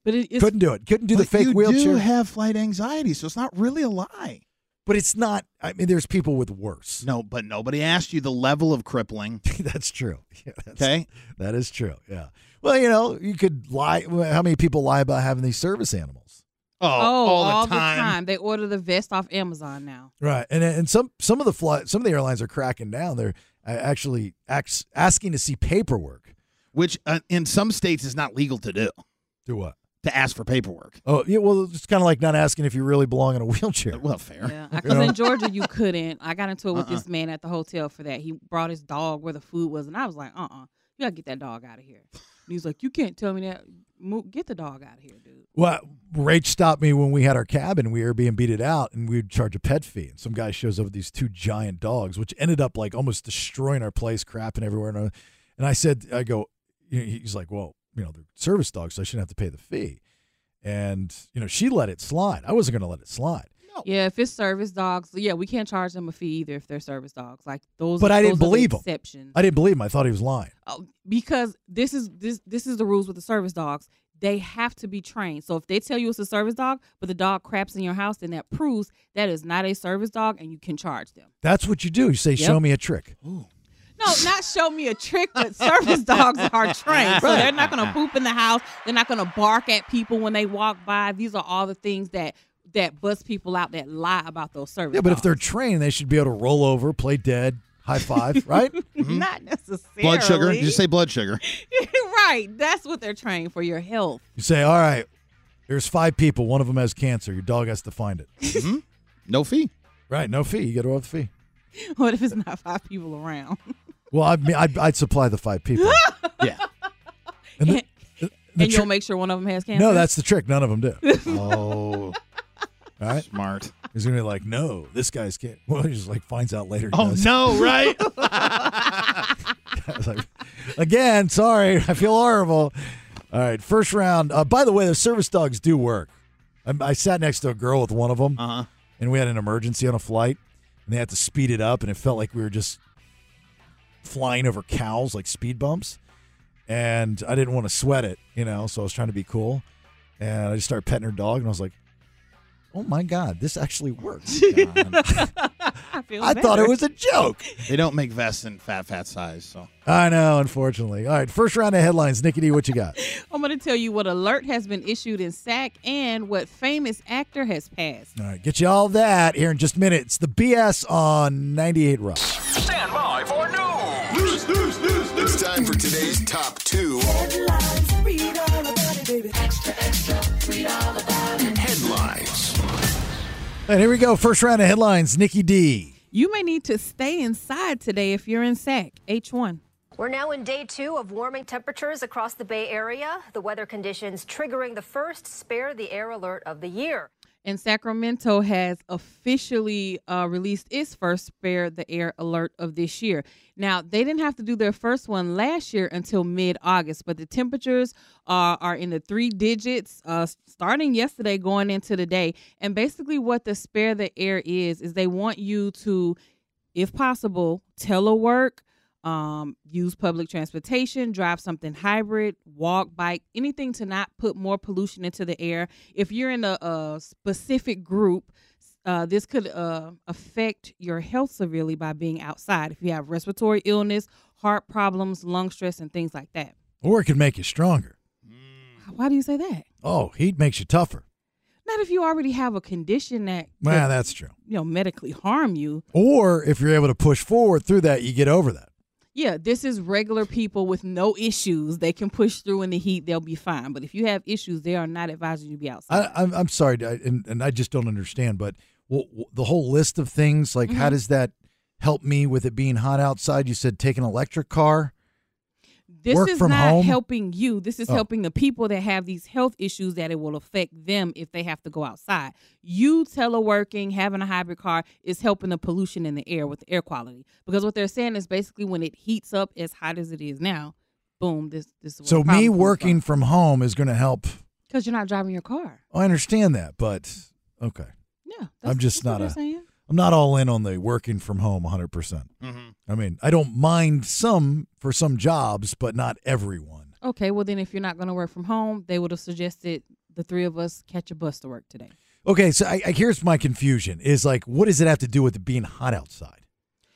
Speaker 8: But it, it's
Speaker 7: Couldn't do it. Couldn't do the
Speaker 9: But
Speaker 7: fake
Speaker 9: you
Speaker 7: wheelchair.
Speaker 9: do have flight anxiety, so it's not really a lie.
Speaker 7: but it's not. I mean, there's people with worse.
Speaker 9: No, but nobody asked you the level of crippling.
Speaker 7: that's true. Yeah, that's,
Speaker 9: Okay.
Speaker 7: That is true. Yeah. Well, you know, you could lie. well, How many people lie about having these service animals?
Speaker 9: Oh,
Speaker 8: oh,
Speaker 9: all, the time.
Speaker 8: They order the vest off Amazon now.
Speaker 7: Right. And and some some of the fly, some of the airlines are cracking down. They're uh, actually ax, asking to see paperwork.
Speaker 9: Which uh, in some states is not legal to do,
Speaker 7: Do what?
Speaker 9: to ask for paperwork.
Speaker 7: Oh, yeah. Well, it's kind of like not asking if you really belong in a wheelchair.
Speaker 9: Well, fair.
Speaker 8: Yeah, because in Georgia you couldn't. I got into it
Speaker 7: Uh-uh.
Speaker 8: with this man at the hotel for that. He brought his dog where the food was, and I was like, "Uh, uh you gotta get that dog out of here." And he's like, "You can't tell me that. Mo- get the dog out of here, dude."
Speaker 7: Well, Rach stopped me when we had our cabin. We Airbnb'd it out, and we would charge a pet fee. And some guy shows up with these two giant dogs, which ended up like almost destroying our place, crapping everywhere. And I, and I said, I go, you know, he's like, well, you know, they're service dogs, so I shouldn't have to pay the fee. And you know, she let it slide. I wasn't going to let it slide.
Speaker 8: Yeah, if it's service dogs, yeah, we can't charge them a fee either if they're service dogs. Like those,
Speaker 7: But I didn't
Speaker 8: those are the
Speaker 7: believe 'em.
Speaker 8: exceptions.
Speaker 7: I didn't believe him. I thought he was lying.
Speaker 8: Oh, because this is this this is the rules with the service dogs. They have to be trained. So if they tell you it's a service dog, but the dog craps in your house, then that proves that is not a service dog, and you can charge them.
Speaker 7: That's what you do. You say, show
Speaker 8: Yep.
Speaker 7: me a trick.
Speaker 8: No, not show me a trick, but service dogs are trained. So they're not going to poop in the house. They're not going to bark at people when they walk by. These are all the things that that bust people out that lie about those service
Speaker 7: Yeah, but if they're
Speaker 8: dogs.
Speaker 7: trained, they should be able to roll over, play dead, high five, right?
Speaker 8: not necessarily
Speaker 9: Mm-hmm. Blood sugar. Did you say blood sugar?
Speaker 8: right. That's what they're trained for your health.
Speaker 7: You say, all right, there's five people. One of them has cancer. Your dog has to find it.
Speaker 9: No fee.
Speaker 7: Right, no fee. You get off the fee.
Speaker 8: What if it's not five people around?
Speaker 7: Well, I mean, I'd, I'd supply the five people.
Speaker 9: Yeah.
Speaker 7: And the- the
Speaker 8: and you'll
Speaker 7: tri-
Speaker 8: make sure one of them has cancer.
Speaker 7: no, that's the trick. None of them do. All
Speaker 9: Oh,
Speaker 7: right,
Speaker 9: smart.
Speaker 7: he's gonna be like, no, this guy's kid. Well, he just like finds out later. he
Speaker 9: Oh
Speaker 7: does.
Speaker 9: no, right?
Speaker 7: I was like, Again, sorry, I feel horrible. All right, first round. Uh, by the way, the service dogs do work. I, I sat next to a girl with one of them,
Speaker 9: Uh-huh.
Speaker 7: and we had an emergency on a flight, and they had to speed it up, and it felt like we were just flying over cows like speed bumps. And I didn't want to sweat it, you know, so I was trying to be cool. And I just started petting her dog, and I was like, oh my God, this actually works.
Speaker 8: I, feel
Speaker 7: I thought
Speaker 8: better.
Speaker 7: it was a joke.
Speaker 9: they don't make vests in fat, fat size. So
Speaker 7: I know, unfortunately. All right, first round of headlines. Nikki D, what you got?
Speaker 8: I'm going to tell you what alert has been issued in SAC and what famous actor has passed.
Speaker 7: All right, get you all that here in just a minute. It's the BS on 98 Rock.
Speaker 2: Stand by for news.
Speaker 3: It's time for today's top two.
Speaker 4: Headlines read all
Speaker 7: And here we go. First round of headlines. Nikki D.
Speaker 8: You may need to stay inside today if you're in SAC. H1.
Speaker 11: We're now in day two of warming temperatures across the Bay Area. The weather conditions triggering the first spare the air alert of the year.
Speaker 8: And Sacramento has officially uh, released its first Spare the Air alert of this year. Now, they didn't have to do their first one last year until mid August, but the temperatures uh, are in the three digits uh, starting yesterday, going into today. And basically, what the Spare the Air is, is they want you to, if possible, telework. Um, use public transportation, drive something hybrid, walk, bike, anything to not put more pollution into the air. If you're in a, a specific group, uh, this could uh, affect your health severely by being outside. If you have respiratory illness, heart problems, lung stress, and things like that.
Speaker 7: Or it could make you stronger. Hmm.
Speaker 8: Why do you say that?
Speaker 7: Oh, heat makes you tougher.
Speaker 8: Not if you already have a condition that
Speaker 7: Well, that's true.
Speaker 8: you know medically harm you.
Speaker 7: Or if you're able to push forward through that, you get over that.
Speaker 8: Yeah, this is regular people with no issues. They can push through in the heat; they'll be fine. But if you have issues, they are not advising you to be outside.
Speaker 7: I, I'm, I'm sorry, I, and, and I just don't understand. But w- w- the whole list of things, like how does that help me with it being hot outside? You said take an electric car.
Speaker 8: this
Speaker 7: work
Speaker 8: is
Speaker 7: from
Speaker 8: not
Speaker 7: home?
Speaker 8: helping you. This is
Speaker 7: Oh.
Speaker 8: helping the people that have these health issues that it will affect them if they have to go outside. You teleworking, having a hybrid car is helping the pollution in the air with the air quality. Because what they're saying is basically when it heats up as hot as it is now, boom, this this is where
Speaker 7: So me
Speaker 8: the problem comes
Speaker 7: working from home is going to help.
Speaker 8: because you're not driving your car.
Speaker 7: I understand that, but okay,
Speaker 8: Yeah,
Speaker 7: I'm just not
Speaker 8: what
Speaker 7: a.
Speaker 8: they're saying.
Speaker 7: I'm not all in on the working from home 100. percent I mean, I don't mind some for some jobs, but not everyone.
Speaker 8: Okay, well then, if you're not going to work from home, they would have suggested the three of us catch a bus to work today.
Speaker 7: Okay, so I, I, here's my confusion: is like, what does it have to do with it being hot outside?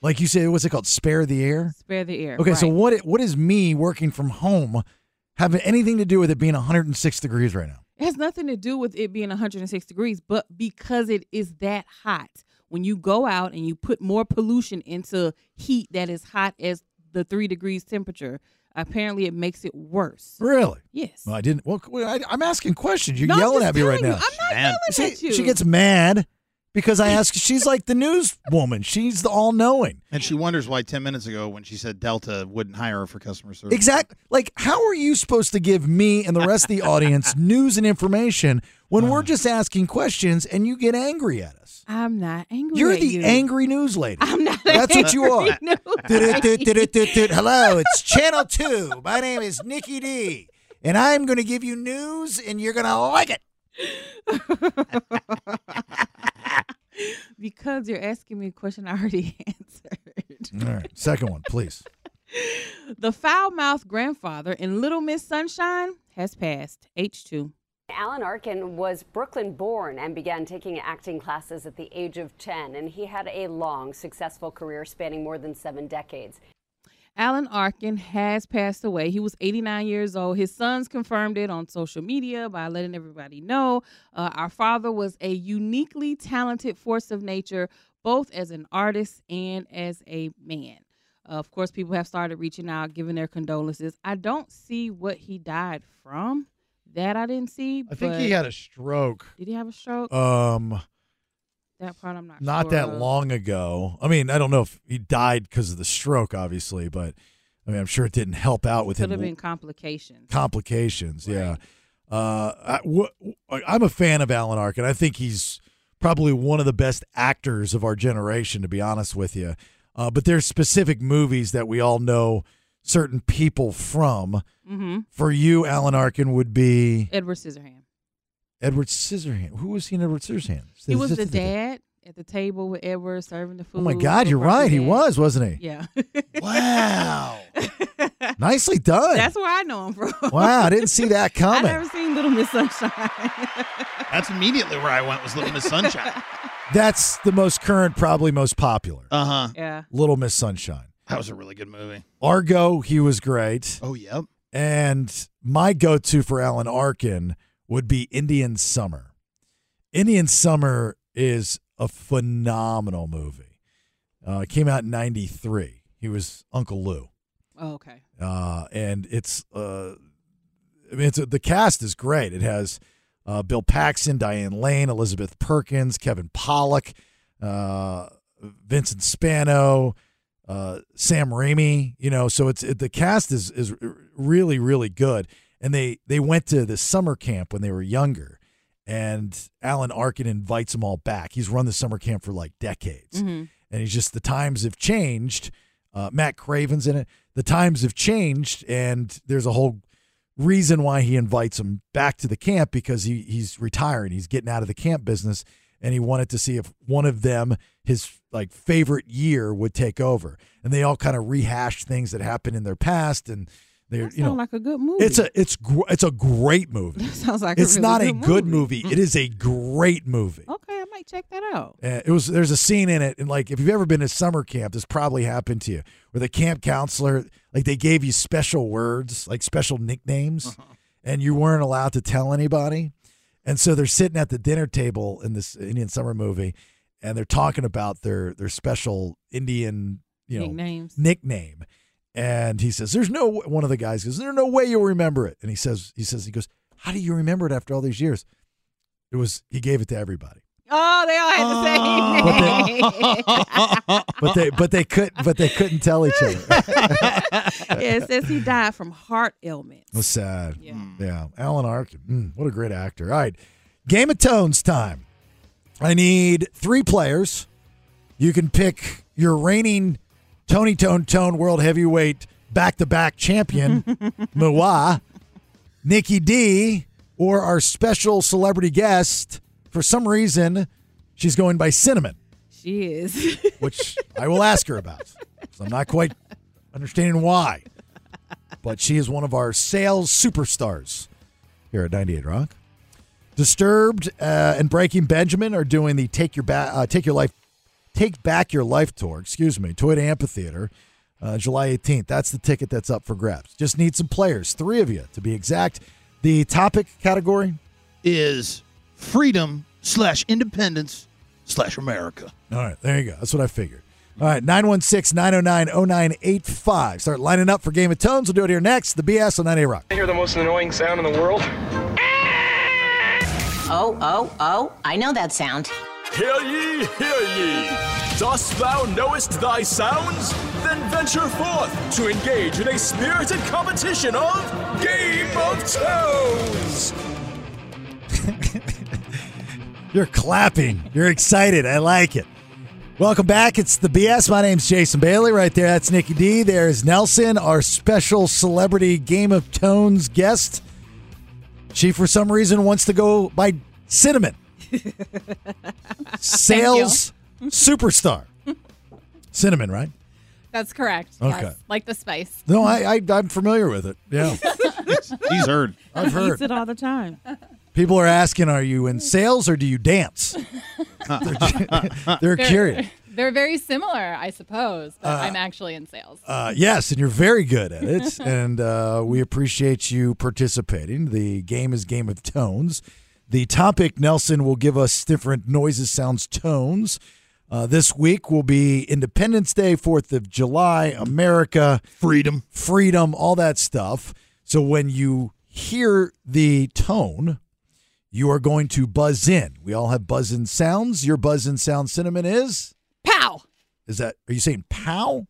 Speaker 7: Like you said, what's it called? Spare the air.
Speaker 8: Spare the air.
Speaker 7: Okay, so
Speaker 8: right.
Speaker 7: what what is me working from home having anything to do with it being 106 degrees right now?
Speaker 8: It has nothing to do with it being 106 degrees, but because it is that hot, when you go out and you put more pollution into heat that is hot as the three degrees temperature, apparently it makes it worse.
Speaker 7: Really?
Speaker 8: Yes.
Speaker 7: Well, I didn't. Well, I, I'm asking questions. You're
Speaker 8: No, I'm
Speaker 7: yelling
Speaker 8: just
Speaker 7: at me right
Speaker 8: telling you.
Speaker 7: now.
Speaker 8: I'm not
Speaker 9: Man.
Speaker 8: yelling
Speaker 7: she,
Speaker 8: at you.
Speaker 7: she gets mad because I ask. She's like the news woman. She's the all knowing.
Speaker 9: And she wonders why 10 minutes ago when she said Delta wouldn't hire her for customer service.
Speaker 7: Exactly. Like, how are you supposed to give me and the rest of the audience news and information when
Speaker 8: Mm.
Speaker 7: we're just asking questions and you get angry at us?
Speaker 8: I'm not angry.
Speaker 7: You're
Speaker 8: at
Speaker 7: the
Speaker 8: you.
Speaker 7: angry news lady.
Speaker 8: I'm not.
Speaker 7: That's what you
Speaker 8: angry,
Speaker 7: are.
Speaker 8: no.
Speaker 7: Du-du-du-du-du-du-du. Hello, it's Channel 2. My name is Nikki D. And I'm going to give you news, and you're going to like it.
Speaker 8: because you're asking me a question I already answered.
Speaker 7: All right. Second one, please.
Speaker 8: The foul mouthed grandfather in Little Miss Sunshine has passed. H2.
Speaker 12: Alan Arkin was Brooklyn born and began taking acting classes at the age of 10, and he had a long, successful career spanning more than seven decades.
Speaker 8: Alan Arkin has passed away. He was 89 years old. His sons confirmed it on social media by letting everybody know. Uh, our father was a uniquely talented force of nature, both as an artist and as a man. Uh, of course, people have started reaching out, giving their condolences. I don't see what he died from. That I didn't see.
Speaker 7: I think
Speaker 8: but-
Speaker 7: he had a stroke.
Speaker 8: Did he have a stroke?
Speaker 7: Um,
Speaker 8: that part I'm not.
Speaker 7: not
Speaker 8: sure
Speaker 7: that
Speaker 8: of.
Speaker 7: long ago. I mean, I don't know if he died because of the stroke, obviously, but I mean, I'm sure it didn't help out with
Speaker 8: Could
Speaker 7: him
Speaker 8: have been complications.
Speaker 7: complications. Yeah. Uh, I, wh- I- I'm a fan of Alan Arkin. I think he's probably one of the best actors of our generation, to be honest with you. Uh, but there's specific movies that we all know certain people from.
Speaker 8: Mm-hmm.
Speaker 7: For you, Alan Arkin would be
Speaker 8: Edward Scissorhand.
Speaker 7: Edward Scissorhands. Who was he in Edward Scissorhands?
Speaker 8: He was the dad at the table with Edward serving the food.
Speaker 7: Oh my God, you're
Speaker 8: Little brother
Speaker 7: right. He
Speaker 8: dad.
Speaker 7: was, wasn't he?
Speaker 8: Yeah.
Speaker 7: Wow. Nicely done.
Speaker 8: That's where I know him from.
Speaker 7: wow, I didn't see that
Speaker 8: I
Speaker 7: coming.
Speaker 8: never seen Little Miss Sunshine.
Speaker 9: That's immediately where I went was Little Miss Sunshine.
Speaker 7: That's the most current, probably most popular.
Speaker 9: Uh huh.
Speaker 8: yeah.
Speaker 7: Little Miss Sunshine.
Speaker 9: That was a really good movie.
Speaker 7: Argo, he was great.
Speaker 9: Oh, yep.
Speaker 7: And my go to for Alan Arkin would be Indian Summer. Indian Summer is a phenomenal movie. Uh, it came out in 93. He was Uncle Lou.
Speaker 8: Oh, okay.
Speaker 7: uh, and it's uh, I mean, it's the cast is great. It has uh, Bill Paxton, Diane Lane, Elizabeth Perkins, Kevin Pollock, uh, Vincent Spano, uh, Sam Raimi. You know, so it's it, the cast is is really really good, and they they went to this summer camp when they were younger, and Alan Arkin invites them all back. He's run the summer camp for like decades,
Speaker 4: Mhm.
Speaker 7: and he's just the times have changed. Uh, Matt Craven's in it. The times have changed, and there's a whole reason why he invites him back to the camp because he he's retiring. He's getting out of the camp business, and he wanted to see if one of them, his like favorite year, would take over. And they all kind of rehash things that happened in their past, and they're you know
Speaker 8: Sound like a good movie.
Speaker 7: it's a it's gr- it's a great movie.
Speaker 8: sounds like a
Speaker 7: it's
Speaker 8: really
Speaker 7: not
Speaker 8: good
Speaker 7: a good movie. It is a great movie.
Speaker 8: okay. I might check that out.
Speaker 7: Uh, it was there's a scene in it, and like if you've ever been to summer camp, this probably happened to you, where the camp counselor like they gave you special words, like special nicknames, and you weren't allowed to tell anybody. And so they're sitting at the dinner table in this Indian summer movie, and they're talking about their their special Indian you know
Speaker 8: Nicknames.
Speaker 7: nickname. And he says, "There's no." w-" One of the guys goes, "There's no way you'll remember it." And he says, "He says he goes, how do you remember it after all these years?" It was he gave it to everybody.
Speaker 8: Oh, they all had the
Speaker 7: Oh.
Speaker 8: same name.
Speaker 7: but they but they could but they couldn't tell each other.
Speaker 8: yeah, it says he died from heart ailment.
Speaker 7: It was sad. Yeah. Alan Arkin. Mm, what a great actor. All right. Game of Tones time. I need three players. You can pick your reigning Tony Tone Tone World Heavyweight back to back champion, Mua, Nikki D, or our special celebrity guest. For some reason, she's going by Cinnamon.
Speaker 8: She is.
Speaker 7: which I will ask her about. So I'm not quite understanding why, but she is one of our sales superstars here at 98 Rock. Disturbed uh, and Breaking Benjamin are doing the Take Your Back, uh, Take Your Life, Take Back Your Life tour. Excuse me, Toyota Amphitheater, uh, July 18th. That's the ticket that's up for grabs. Just need some players, three of you to be exact. The topic category
Speaker 9: is freedom slash independence slash America.
Speaker 7: All right, there you go. That's what I figured. All right, 916 909 0985. Start lining up for Game of Tones. We'll do it here next. The BS on 98 Rock.
Speaker 13: I hear the most annoying sound in the world.
Speaker 6: Oh, oh, oh, I know that sound.
Speaker 14: Hear ye, hear ye! Dost thou knowest thy sounds? Then venture forth to engage in a spirited competition of Game of Tones!
Speaker 7: You're clapping. You're excited. I like it. Welcome back. It's the BS. My name's Jason Bailey. Right there, that's Nikki D. There's Nelson, our special celebrity Game of Tones guest. She, for some reason, wants to go by Cinnamon. Sales superstar. Cinnamon, right?
Speaker 15: That's correct.
Speaker 7: Okay.
Speaker 15: Yes. Like the spice.
Speaker 7: No, I, I I'm familiar with it. Yeah, he's heard. I've
Speaker 8: He
Speaker 7: heard.
Speaker 8: eats it all the time.
Speaker 7: People are asking, "Are you in sales or do you dance?" they're they're curious.
Speaker 15: They're very similar, I suppose, but
Speaker 7: Uh,
Speaker 15: I'm actually in sales.
Speaker 7: Uh, yes, and you're very good at it, and uh, we appreciate you participating. The game is game of tones. The topic Nelson will give us different noises, sounds, tones. Uh, this week will be Independence Day, Fourth of July, America, freedom, freedom, all that stuff. So when you hear the tone, you are going to buzz in. We all have buzz in sounds. Your buzz in sound cinnamon is
Speaker 15: Pow!
Speaker 7: is that? Are you saying pow?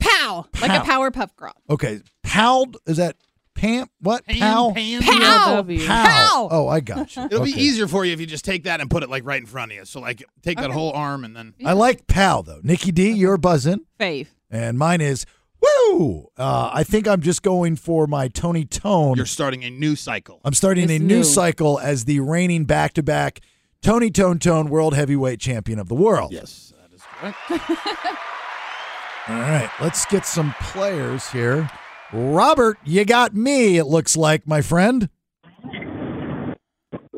Speaker 15: Pow! Like a
Speaker 7: Pow.
Speaker 15: Powerpuff Girl.
Speaker 7: Okay, powd is that pam? What
Speaker 9: Pam,
Speaker 7: pow?
Speaker 9: pam,
Speaker 15: Pow!
Speaker 9: PLW.
Speaker 7: Pow.
Speaker 9: Pow.
Speaker 7: Oh, I got you.
Speaker 9: It'll be
Speaker 7: Okay.
Speaker 9: easier for you if you just take that and put it like right in front of you. So like take that whole arm and then
Speaker 7: I like pow though. Nikki D,
Speaker 9: Uh-huh.
Speaker 7: you're buzzing,
Speaker 8: Faith.
Speaker 7: and mine is woo. Uh, I think I'm just going for my Tony Tone.
Speaker 9: you're starting a new cycle.
Speaker 7: I'm starting a
Speaker 9: It's
Speaker 7: new,
Speaker 9: new.
Speaker 7: cycle as the reigning back-to-back Tony Tone Tone World Heavyweight Champion of the world.
Speaker 9: Yes.
Speaker 7: All right, let's get some players here. Robert, you got me. It looks like my friend.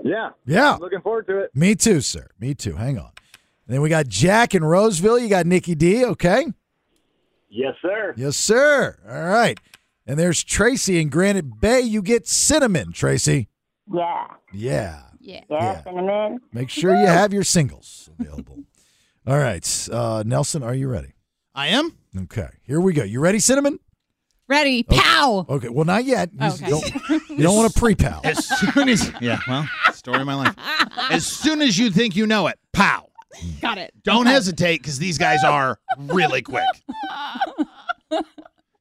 Speaker 16: Yeah.
Speaker 7: Yeah.
Speaker 16: I'm looking forward to it.
Speaker 7: Me too, sir. Me too. Hang on. And then we got Jack in Roseville. You got Nikki D. Okay.
Speaker 16: Yes, sir.
Speaker 7: Yes, sir. All right. And there's Tracy in Granite Bay. You get cinnamon, Tracy.
Speaker 17: Yeah.
Speaker 7: Yeah.
Speaker 17: Yeah.
Speaker 7: Yeah.
Speaker 17: cinnamon.
Speaker 7: Make sure you have your singles available. All right. Uh, Nelson, are you ready?
Speaker 9: I am.
Speaker 7: Okay. Here we go. You ready, cinnamon?
Speaker 15: Ready.
Speaker 8: Oh.
Speaker 7: Okay.
Speaker 15: Pow!
Speaker 7: Okay. Well, not yet. You
Speaker 15: Okay.
Speaker 7: don't, you don't want to pre-pal.
Speaker 9: As soon as yeah, well, it's Story of my life. As soon as you think you know it, pow.
Speaker 15: Got it.
Speaker 9: Don't hesitate because these guys are really quick.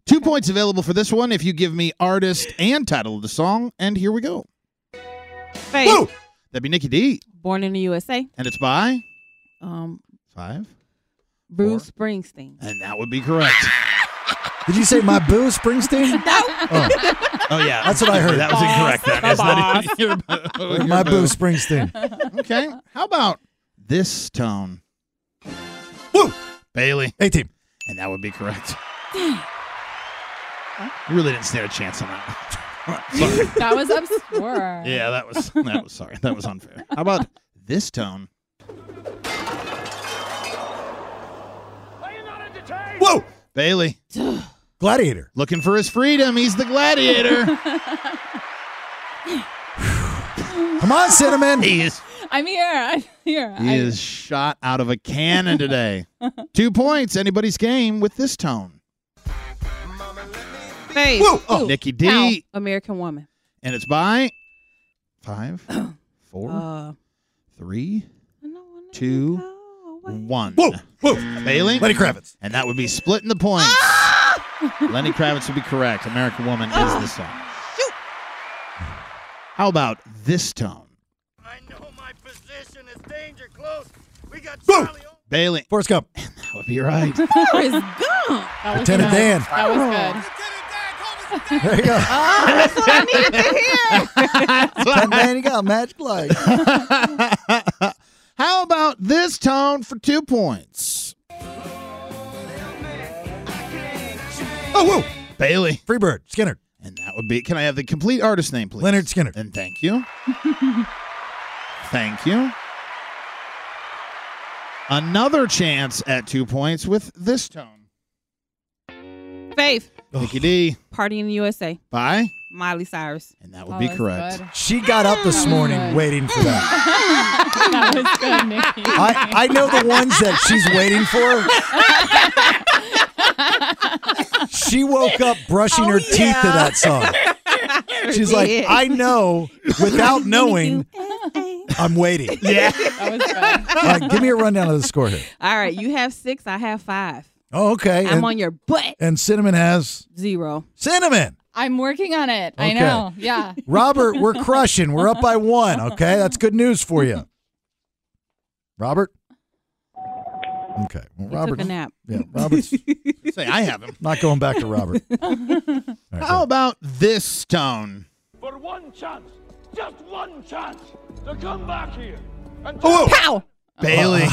Speaker 9: Two points available for this one if you give me artist and title of the song. And here we go.
Speaker 8: Faith.
Speaker 9: That'd be Nikki D.
Speaker 8: Born in the USA.
Speaker 9: And it's by
Speaker 8: Um,
Speaker 9: five.
Speaker 8: Bruce Springsteen.
Speaker 9: And that would be correct.
Speaker 7: Did you say my boo, Springsteen?
Speaker 9: Oh. oh, yeah.
Speaker 7: That's what I heard.
Speaker 9: That was incorrect. That is not even your boo.
Speaker 7: my
Speaker 9: Your
Speaker 7: boo, Springsteen.
Speaker 9: Okay. How about this tone?
Speaker 7: Woo!
Speaker 9: Bailey.
Speaker 7: 18.
Speaker 9: And that would be correct. You really didn't stand a chance on that. Sorry.
Speaker 15: That was obscure.
Speaker 9: Yeah, that was that was sorry. That was unfair. How about this tone? Whoa! Bailey.
Speaker 7: Gladiator.
Speaker 9: Looking for his freedom. He's the gladiator.
Speaker 7: Come on, Cinnamon.
Speaker 9: He is
Speaker 15: I'm here. I'm here.
Speaker 9: he
Speaker 15: I-
Speaker 9: is shot out of a cannon today. Two points, anybody's game with this tone.
Speaker 8: Faith.
Speaker 9: Whoa! Oh, Nikki D.
Speaker 8: How? American Woman.
Speaker 9: And it's by five, four,
Speaker 8: Uh,
Speaker 9: three, two, one.
Speaker 7: Whoa!
Speaker 9: Bailey?
Speaker 7: Lenny Kravitz.
Speaker 9: And that would be splitting the points. Lenny Kravitz would be correct. American Woman is the song. How about this tone? I know my position is danger close. We got Bailey.
Speaker 7: Forrest Gump.
Speaker 9: That would be right.
Speaker 8: Forrest Gump.
Speaker 15: That was
Speaker 7: Lieutenant
Speaker 15: good.
Speaker 7: Dan.
Speaker 15: That was good.
Speaker 7: There you go.
Speaker 8: Oh, That's what I needed to hear.
Speaker 7: Ten man, you got a magic light.
Speaker 9: How about this tone for two points?
Speaker 7: Oh, whoa.
Speaker 9: Bailey.
Speaker 7: Freebird. Skinner.
Speaker 9: And that would be. Can I have the complete artist name, please?
Speaker 7: Leonard Skinner.
Speaker 9: And thank you. thank you. Another chance at two points with this tone.
Speaker 8: Faith.
Speaker 9: Nikki D.
Speaker 8: Party in the USA.
Speaker 9: Bye.
Speaker 8: Miley Cyrus.
Speaker 9: And that
Speaker 15: That
Speaker 9: would be
Speaker 15: was
Speaker 9: correct.
Speaker 15: good.
Speaker 7: She got up this morning waiting for that.
Speaker 15: Oh That was good, Nikki.
Speaker 7: I, I know the ones that she's waiting for. She woke up
Speaker 15: Oh,
Speaker 7: brushing her teeth to that song. She's like, I know without knowing I'm waiting.
Speaker 9: Yeah.
Speaker 15: that was good.
Speaker 7: All right, give me a rundown of the score here.
Speaker 8: All right, you have six. I have five.
Speaker 7: Oh, okay.
Speaker 8: I'm
Speaker 7: And,
Speaker 8: on your butt.
Speaker 7: and Cinnamon has
Speaker 8: Zero.
Speaker 7: Cinnamon.
Speaker 15: I'm working on it. I
Speaker 7: Okay.
Speaker 15: know. Yeah.
Speaker 7: Robert, we're crushing. We're up by one. Okay, that's good news for you. Robert. Okay, well,
Speaker 8: We
Speaker 7: Robert.
Speaker 8: took a nap.
Speaker 7: Yeah, Robert's
Speaker 9: Say I have him.
Speaker 7: not going back to Robert.
Speaker 9: How about this tone?
Speaker 13: For one chance, just one chance to come back here. And
Speaker 15: Pow.
Speaker 9: Bailey.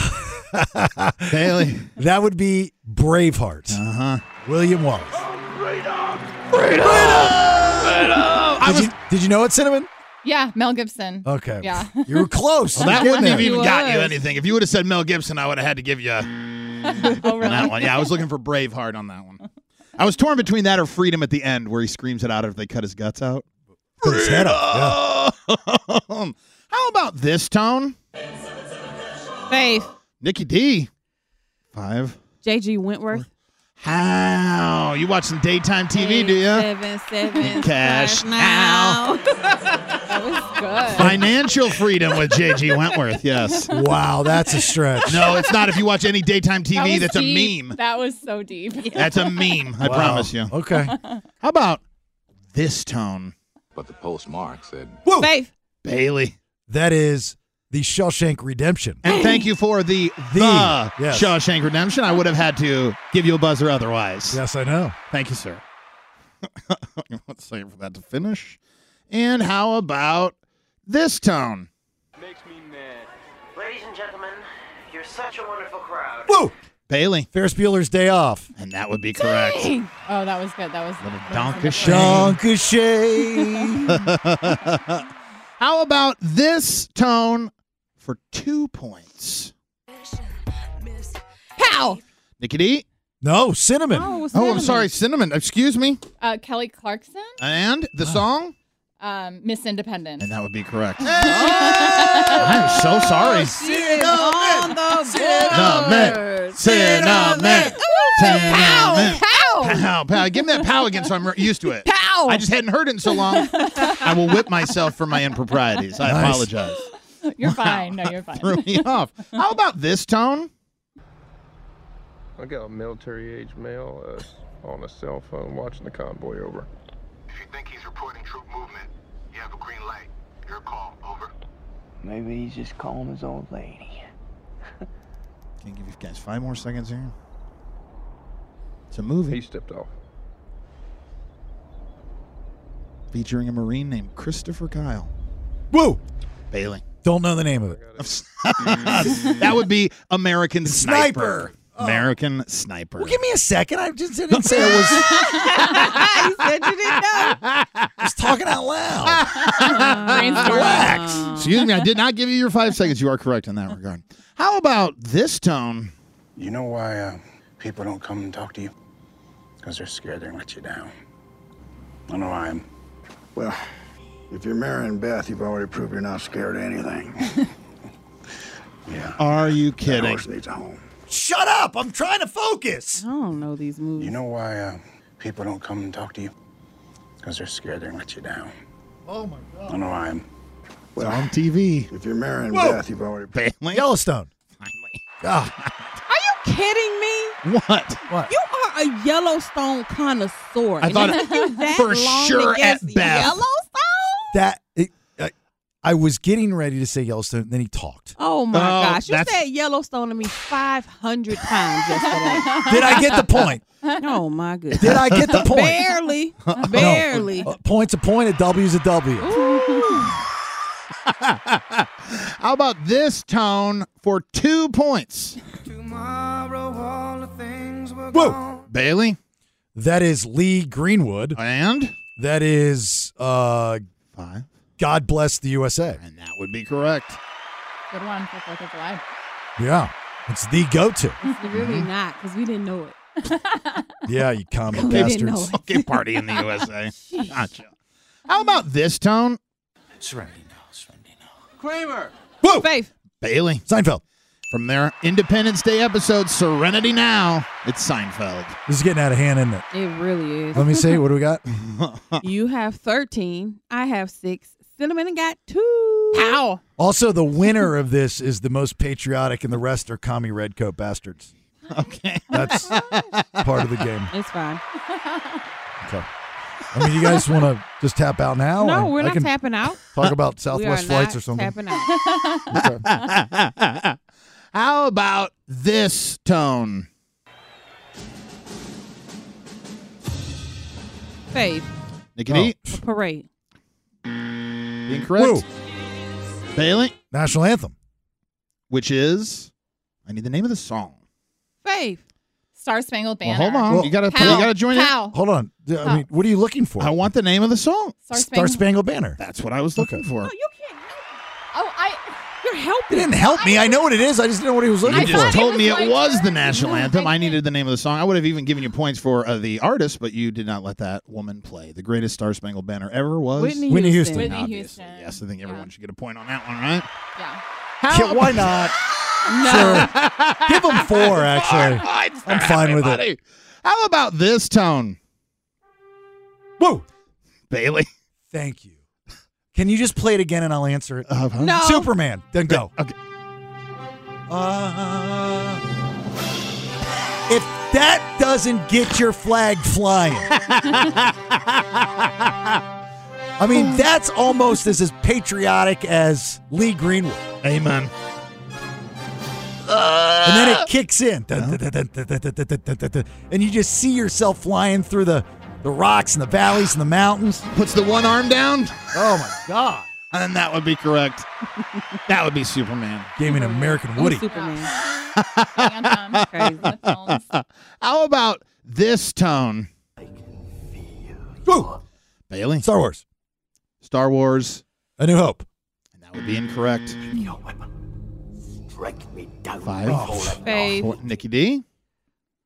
Speaker 9: Bailey.
Speaker 7: That would be Braveheart.
Speaker 9: Uh huh.
Speaker 7: William Wallace.
Speaker 9: I
Speaker 7: Did
Speaker 9: was
Speaker 7: you did you know it, Cinnamon?
Speaker 15: Yeah. Mel Gibson.
Speaker 7: Okay.
Speaker 15: Yeah.
Speaker 7: You were close.
Speaker 9: Well, that
Speaker 7: You're
Speaker 9: wouldn't
Speaker 7: getting
Speaker 9: have
Speaker 7: there.
Speaker 9: even got you
Speaker 15: was.
Speaker 9: anything. If you would have said Mel Gibson, I would have had to give you a,
Speaker 15: Oh,
Speaker 9: on that
Speaker 15: really?
Speaker 9: one. Yeah, I was looking for Braveheart on that one. I was torn between that or Freedom at the end, where he screams it out if they cut his guts out.
Speaker 7: Put his head up.
Speaker 9: How about this tone?
Speaker 8: Faith.
Speaker 9: Nikki D. Five.
Speaker 8: J.G. Wentworth.
Speaker 9: How? You watching daytime TV, do you?
Speaker 8: Seven, seven.
Speaker 9: Cash
Speaker 8: five now.
Speaker 15: That was good.
Speaker 9: Financial freedom with J.G. Wentworth, yes.
Speaker 7: Yeah. Wow, that's a stretch.
Speaker 9: No, it's not. If you watch any daytime
Speaker 15: That
Speaker 9: TV,
Speaker 15: was
Speaker 9: that's a
Speaker 15: deep.
Speaker 9: meme.
Speaker 15: That was so deep.
Speaker 9: That's a meme, I
Speaker 7: Wow.
Speaker 9: promise you.
Speaker 7: Okay.
Speaker 9: How about this tone?
Speaker 17: But the postmark said
Speaker 8: Faith.
Speaker 9: Bailey.
Speaker 7: That is the Shawshank Redemption.
Speaker 9: And thank you for the the,
Speaker 7: The, yes.
Speaker 9: Shawshank Redemption. I would have had to give you a buzzer otherwise.
Speaker 7: Yes, I know.
Speaker 9: Thank you, sir. Let's say for that to finish. And how about this tone?
Speaker 13: Makes me mad. Ladies and gentlemen, you're such a wonderful crowd.
Speaker 7: Whoa.
Speaker 9: Bailey.
Speaker 7: Ferris Bueller's Day Off.
Speaker 9: And that would be correct.
Speaker 15: Oh, that was good. That was
Speaker 9: Little
Speaker 15: that was
Speaker 9: donka
Speaker 15: wonderful.
Speaker 9: shot.
Speaker 7: Shunkushay.
Speaker 9: How about this tone for two points?
Speaker 15: Pow.
Speaker 9: Nikki D.
Speaker 7: no, Cinnamon.
Speaker 8: Oh,
Speaker 9: Oh, I'm
Speaker 8: cinnamon.
Speaker 9: sorry, Cinnamon. Excuse me.
Speaker 15: Uh, Kelly Clarkson.
Speaker 9: And the song?
Speaker 15: Um, Miss Independent.
Speaker 9: And that would be correct. I'm so sorry.
Speaker 8: She is on the
Speaker 9: Cinnamon. Cinnamon. Cinnamon. Pow, pow. Give me that pow again so I'm used to it. Pow.
Speaker 8: No.
Speaker 9: I just hadn't heard it in so long. I will whip myself for my improprieties. I
Speaker 15: Nice.
Speaker 9: apologize.
Speaker 15: You're fine. No, you're fine.
Speaker 9: Threw me off. How about this tone?
Speaker 18: I got a military age male uh, on a cell phone watching the convoy over.
Speaker 13: Maybe he's just calling his old lady.
Speaker 9: Can I give you guys five more seconds here? It's a movie.
Speaker 18: He stepped off.
Speaker 9: Featuring a Marine named Christopher Kyle.
Speaker 7: Whoa!
Speaker 9: Bailey.
Speaker 7: Don't know the name of it.
Speaker 9: that would be American Sniper. Oh.
Speaker 7: Sniper.
Speaker 9: American Sniper.
Speaker 7: Well, give me a second. I just didn't say it was.
Speaker 4: you said you didn't know.
Speaker 7: Just talking out loud.
Speaker 9: Relax. Excuse me, Ah. I did not give you your five seconds. You are correct in that regard. How about this tone?
Speaker 19: You know why uh, people don't come and talk to you? Because they're scared they're going to let you down. I know I am. Well, if you're marrying Beth, you've already proved you're not scared of anything.
Speaker 9: Are you
Speaker 19: That
Speaker 9: kidding?
Speaker 19: horse needs a home.
Speaker 7: Shut up! I'm trying to focus.
Speaker 8: I don't know these movies.
Speaker 19: You know why uh, people don't come and talk to you? Because they're scared they're going to let you down.
Speaker 7: Oh my
Speaker 19: I know I am.
Speaker 9: It's on TV.
Speaker 19: If you're marrying
Speaker 7: Whoa.
Speaker 19: Beth, you've already proved
Speaker 7: Yellowstone.
Speaker 8: Are you kidding me?
Speaker 9: What?
Speaker 8: You are a Yellowstone connoisseur.
Speaker 7: I
Speaker 8: and
Speaker 7: thought
Speaker 8: it
Speaker 7: it-
Speaker 8: took you that
Speaker 7: for
Speaker 8: long
Speaker 7: sure
Speaker 8: to guess
Speaker 7: at best.
Speaker 8: Yellowstone.
Speaker 7: That it, I, I was getting ready to say Yellowstone, then he talked.
Speaker 8: Oh my
Speaker 7: Oh,
Speaker 8: gosh! You
Speaker 7: that's-
Speaker 8: said Yellowstone to me five hundred times yesterday.
Speaker 7: Did I get the point?
Speaker 8: Oh my goodness!
Speaker 7: Did I get the point? Oh,
Speaker 8: Barely, barely.
Speaker 7: No. Uh, point's a point. A W's a W.
Speaker 9: How about this tone for two points?
Speaker 7: Whoa,
Speaker 9: Bailey.
Speaker 7: That is Lee Greenwood.
Speaker 9: And
Speaker 7: that is uh,
Speaker 9: Five.
Speaker 7: God bless the USA.
Speaker 9: And that would be correct.
Speaker 15: Good one for Fourth of July.
Speaker 7: Yeah, it's the go-to.
Speaker 8: It's really
Speaker 7: Mm-hmm.
Speaker 8: not because we didn't know it.
Speaker 7: Yeah, you common
Speaker 9: We didn't
Speaker 7: bastards.
Speaker 9: know it. Okay, party in the USA. Gotcha. How about this tone?
Speaker 8: Kramer.
Speaker 9: Whoa!
Speaker 8: Faith.
Speaker 9: Bailey.
Speaker 7: Seinfeld.
Speaker 9: From their Independence Day episode, Serenity Now, it's Seinfeld.
Speaker 7: This is getting out of hand, isn't it?
Speaker 8: It really is.
Speaker 7: Let me see. What do we got?
Speaker 8: You have thirteen. I have six. Cinnamon got two. How?
Speaker 7: Also, the winner of this is the most patriotic, and the rest are commie redcoat bastards.
Speaker 9: Okay.
Speaker 7: That's part of the game.
Speaker 8: It's fine.
Speaker 7: Okay. I mean, you guys want to just tap out now?
Speaker 8: no,
Speaker 7: Or
Speaker 8: we're
Speaker 7: Oh, I
Speaker 8: not
Speaker 7: can
Speaker 8: tapping out.
Speaker 7: Talk about
Speaker 8: We are
Speaker 7: Southwest flights
Speaker 8: not
Speaker 7: or something.
Speaker 8: Tapping out.
Speaker 9: How about this tone?
Speaker 8: Faith.
Speaker 7: Oh.
Speaker 9: Nikki
Speaker 8: A parade.
Speaker 9: D, incorrect. Bailey.
Speaker 7: National anthem.
Speaker 9: Which is, I need the name of the song.
Speaker 8: Faith.
Speaker 15: Star Spangled
Speaker 9: Well,
Speaker 15: Banner.
Speaker 9: hold on. you gotta,
Speaker 15: How?
Speaker 9: you gotta join
Speaker 15: How?
Speaker 9: in.
Speaker 7: Hold on. D- I mean, what are you looking for?
Speaker 9: I want the name of the song.
Speaker 15: Star
Speaker 7: Star
Speaker 15: Spangled-
Speaker 7: Spangled Banner.
Speaker 9: That's what I was looking for.
Speaker 15: Oh, I. You're
Speaker 7: It
Speaker 15: helping.
Speaker 7: didn't help me. I know what it is. I just didn't know what he was looking
Speaker 9: You
Speaker 7: for.
Speaker 9: just told me it
Speaker 15: like-
Speaker 9: was the national anthem. I needed the name of the song. I would have even given you points for uh, the artist, but you did not let that woman play. The greatest Star Spangled Banner ever was
Speaker 7: Whitney Whitney Houston. Houston.
Speaker 15: Whitney
Speaker 9: Obviously,
Speaker 15: Houston.
Speaker 9: yes. I think everyone should get a point on that one, right?
Speaker 15: Yeah.
Speaker 7: Yeah, why not? Sure. Give him four, actually. I'm fine with it.
Speaker 9: How about this tone?
Speaker 7: Whoa,
Speaker 9: Bailey.
Speaker 7: Thank you. Can you just play it again and I'll answer it?
Speaker 8: No.
Speaker 7: Superman. Then go. Uh,
Speaker 9: Okay.
Speaker 7: If that doesn't get your flag flying, I mean, that's almost as, as patriotic as Lee Greenwood.
Speaker 9: Amen.
Speaker 7: and then it kicks in. Dun, dun, dun, dun, dun, dun, dun, dun, dun, dun, dun. And you just see yourself flying through the, the rocks and the valleys and the mountains.
Speaker 9: Puts the one arm down.
Speaker 7: Oh, my God.
Speaker 9: And that would be correct. that would be Superman.
Speaker 7: Gave me an American Woody.
Speaker 8: Superman.
Speaker 15: Anthem.
Speaker 8: Crazy.
Speaker 9: How about this tone?
Speaker 7: Woo!
Speaker 9: Bailey.
Speaker 7: Star Wars.
Speaker 9: Star Wars.
Speaker 7: A New Hope.
Speaker 9: That would be incorrect.
Speaker 4: Strike me down.
Speaker 9: Five.
Speaker 7: Oh,
Speaker 8: Faith.
Speaker 9: Four- Nikki D.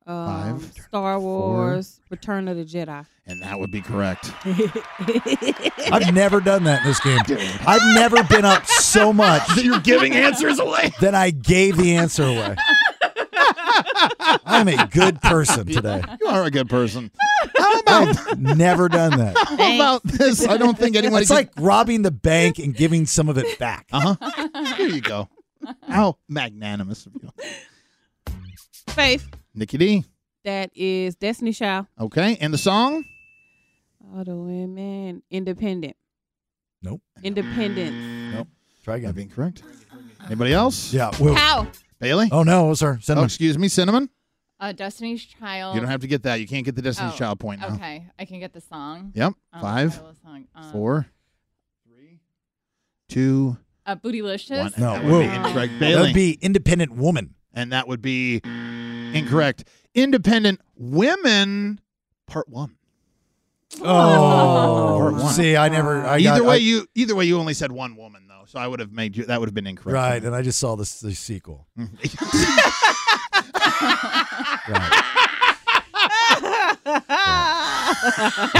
Speaker 8: Um,
Speaker 9: Five,
Speaker 8: Star Wars, Return of the Jedi.
Speaker 9: And that would be correct.
Speaker 7: I've never done that in this game. I've never been up so much
Speaker 9: You're giving answers away.
Speaker 7: than I gave the answer away. I'm a good person today.
Speaker 9: You are a good person.
Speaker 7: I've never done that.
Speaker 9: How about this? I don't think anyone.
Speaker 7: It's like robbing the bank and giving some of it back.
Speaker 9: Uh huh. Here you go. How magnanimous of you,
Speaker 8: Faith.
Speaker 9: Nikki D.
Speaker 8: That is Destiny Child.
Speaker 9: Okay, and the song.
Speaker 8: All the women independent.
Speaker 7: Nope.
Speaker 8: Independent.
Speaker 9: Nope.
Speaker 7: Try again.
Speaker 9: That'd be incorrect. Anybody else?
Speaker 7: Yeah. Will.
Speaker 15: How?
Speaker 9: Bailey.
Speaker 7: Oh no, it was her.
Speaker 9: Oh,
Speaker 7: Cinnamon.
Speaker 9: excuse me, cinnamon.
Speaker 15: Uh, Destiny's Child.
Speaker 9: You don't have to get that. You can't get the Destiny's
Speaker 15: Oh,
Speaker 9: Child point now.
Speaker 15: Okay, I can get the song.
Speaker 9: Yep.
Speaker 15: I don't know the
Speaker 9: Five,
Speaker 15: title of the song. Um,
Speaker 9: four, two,
Speaker 15: Uh, Bootylicious.
Speaker 9: one.
Speaker 7: No,
Speaker 9: that would be
Speaker 7: whoa.
Speaker 9: incorrect.
Speaker 7: That
Speaker 9: Bailey.
Speaker 7: would be independent woman.
Speaker 9: and that would be incorrect. Independent women, part one.
Speaker 7: Oh,
Speaker 9: Part one.
Speaker 7: see, I never. I
Speaker 9: either
Speaker 7: got-
Speaker 9: way,
Speaker 7: I-
Speaker 9: you either way you only said one woman though, so I would have made you that would have been incorrect.
Speaker 7: right, Mm-hmm. and I just saw this the sequel.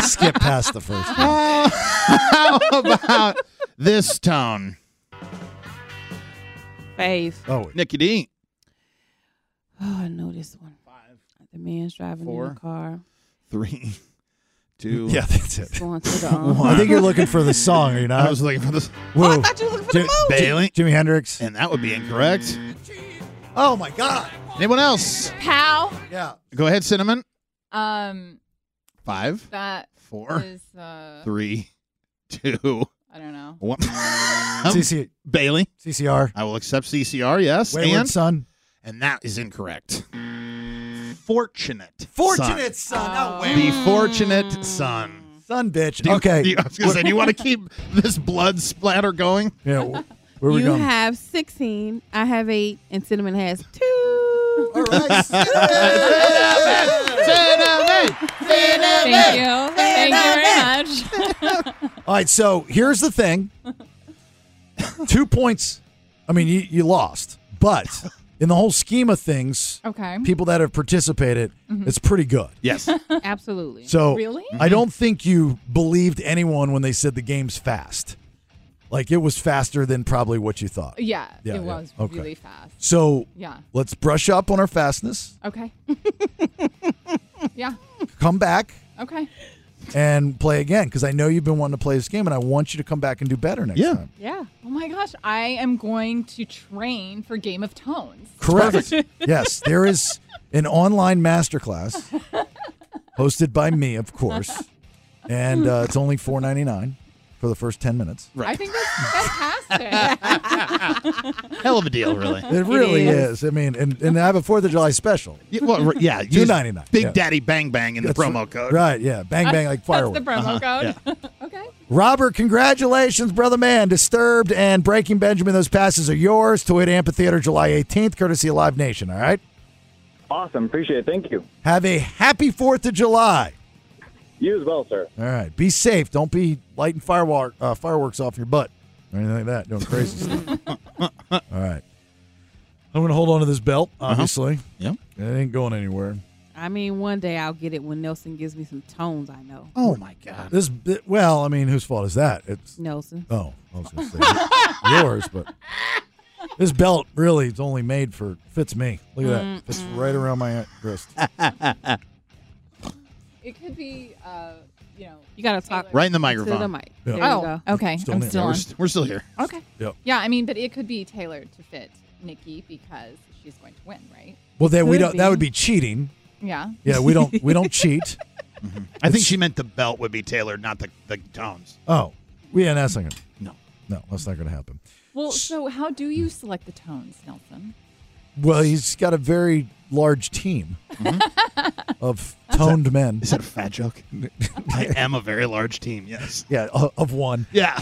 Speaker 7: Skip past the first. one.
Speaker 9: How about this tone,
Speaker 8: Faith.
Speaker 7: Oh,
Speaker 9: Nikki D?
Speaker 8: Oh, I know this one. Five. The man's driving in
Speaker 9: Four.
Speaker 8: the car.
Speaker 9: Three, two.
Speaker 7: yeah, that's it.
Speaker 8: He's going to the. Um,
Speaker 7: I think you're looking for the song, are you not?
Speaker 9: I was looking for this.
Speaker 7: Whoa.
Speaker 8: I thought you were looking for the
Speaker 7: Jim-
Speaker 8: movie.
Speaker 9: Bailey,
Speaker 7: Jimi Hendrix.
Speaker 9: and that would be incorrect.
Speaker 7: Oh my God.
Speaker 9: Anyone else?
Speaker 15: How?
Speaker 7: Yeah.
Speaker 9: Go ahead, cinnamon.
Speaker 15: Um,
Speaker 9: Five,
Speaker 15: that
Speaker 9: four,
Speaker 15: is, uh,
Speaker 9: three, two,
Speaker 15: I don't know.
Speaker 9: one.
Speaker 7: CC,
Speaker 9: Bailey,
Speaker 7: CCR.
Speaker 9: I will accept CCR. Yes,
Speaker 7: Wayward
Speaker 9: and
Speaker 7: son.
Speaker 9: and that is incorrect. Fortunate,
Speaker 7: Fortunate
Speaker 8: Oh.
Speaker 7: son.
Speaker 9: son.
Speaker 7: not wayward
Speaker 9: the fortunate son.
Speaker 7: son, bitch.
Speaker 9: Do you-
Speaker 7: okay.
Speaker 9: do you- I was gonna say, do you want to keep this blood splatter going?
Speaker 7: yeah. wh- Where we
Speaker 8: you
Speaker 7: going?
Speaker 8: have 16. I have 8. And Cinnamon has 2.
Speaker 7: All right.
Speaker 15: Thank you. Thank you very much.
Speaker 7: All right. So here's the thing. Two points. I mean, you, you lost, but in the whole scheme of things,
Speaker 15: Okay. Mm-hmm.
Speaker 7: people that have participated, it's pretty good.
Speaker 9: Yes.
Speaker 8: Absolutely.
Speaker 7: So
Speaker 15: Really?
Speaker 7: I don't think you believed anyone when they said the game's fast. Like it was faster than probably what you thought.
Speaker 15: Yeah,
Speaker 7: Yeah, yeah.
Speaker 15: it was
Speaker 7: Okay.
Speaker 15: really fast.
Speaker 7: So
Speaker 15: Yeah.
Speaker 7: let's brush up on our fastness,
Speaker 15: Okay. yeah.
Speaker 7: come back
Speaker 15: Okay.
Speaker 7: and play again because I know you've been wanting to play this game and I want you to come back and do better next
Speaker 9: Yeah.
Speaker 7: time.
Speaker 8: Yeah.
Speaker 15: Oh my gosh, I am going to train for Game of Tones.
Speaker 7: Correct. yes, there is an online masterclass hosted by me, of course, and uh, it's only four ninety nine for the first ten minutes.
Speaker 15: I think that's fantastic.
Speaker 9: Hell of a deal, really.
Speaker 7: It really
Speaker 8: is.
Speaker 7: is. I mean, and, and I have a Fourth of July special.
Speaker 9: Yeah, well, r- yeah. use
Speaker 7: 299,
Speaker 9: Big
Speaker 7: yeah.
Speaker 9: Daddy Bang Bang in the promo code.
Speaker 7: Right? Yeah. Bang bang like
Speaker 15: that's the
Speaker 7: fireworks. Uh-huh.
Speaker 15: promo code. okay.
Speaker 7: Robert, congratulations, brother man. Disturbed and Breaking Benjamin, those passes are yours. To hit Amphitheater July 18th, courtesy of Live Nation. All right.
Speaker 16: Awesome. Appreciate it. Thank you.
Speaker 7: Have a happy 4th of July.
Speaker 16: You as well, sir.
Speaker 7: All right. Be safe. Don't be lighting firewar- uh, fireworks off your butt or anything like that. Doing crazy stuff. All right. Uh-huh. I'm going to hold on to this belt, obviously.
Speaker 9: Yep.
Speaker 7: It ain't going anywhere.
Speaker 8: I mean, one day I'll get it when Nelson gives me some tones I know.
Speaker 9: Oh my God.
Speaker 7: This, well, I mean, whose fault is that? It's
Speaker 8: Nelson.
Speaker 7: Oh, I was going to say yours, but this belt really is only made for fits me. Look at that. Fits right around my wrist.
Speaker 15: It could be, uh, you know.
Speaker 8: You got to talk
Speaker 9: Right in the
Speaker 8: to the
Speaker 9: microphone.
Speaker 8: mic.
Speaker 7: Yeah.
Speaker 8: There you
Speaker 15: Oh,
Speaker 8: go.
Speaker 15: okay.
Speaker 7: Still
Speaker 15: I'm
Speaker 7: there.
Speaker 15: still
Speaker 9: We're,
Speaker 15: on.
Speaker 9: st- we're still here.
Speaker 15: Okay.
Speaker 7: Yep.
Speaker 15: Yeah, I mean, but it could be tailored to fit Nikki because she's going to win, right?
Speaker 7: Well, then we
Speaker 8: Could
Speaker 7: don't. That
Speaker 8: be.
Speaker 7: would be cheating.
Speaker 15: Yeah.
Speaker 7: Yeah, we don't. We don't cheat.
Speaker 9: I think she meant the belt would be tailored, not the, the tones.
Speaker 7: Oh, we yeah, that's not gonna.
Speaker 9: No.
Speaker 7: No, that's not gonna happen.
Speaker 15: Well, so how do you select the tones, Nelson?
Speaker 7: Well, he's got a very large team of toned men.
Speaker 9: Is that a fat joke? I am a very large team, yes.
Speaker 7: Yeah, o- of one.
Speaker 9: Yeah.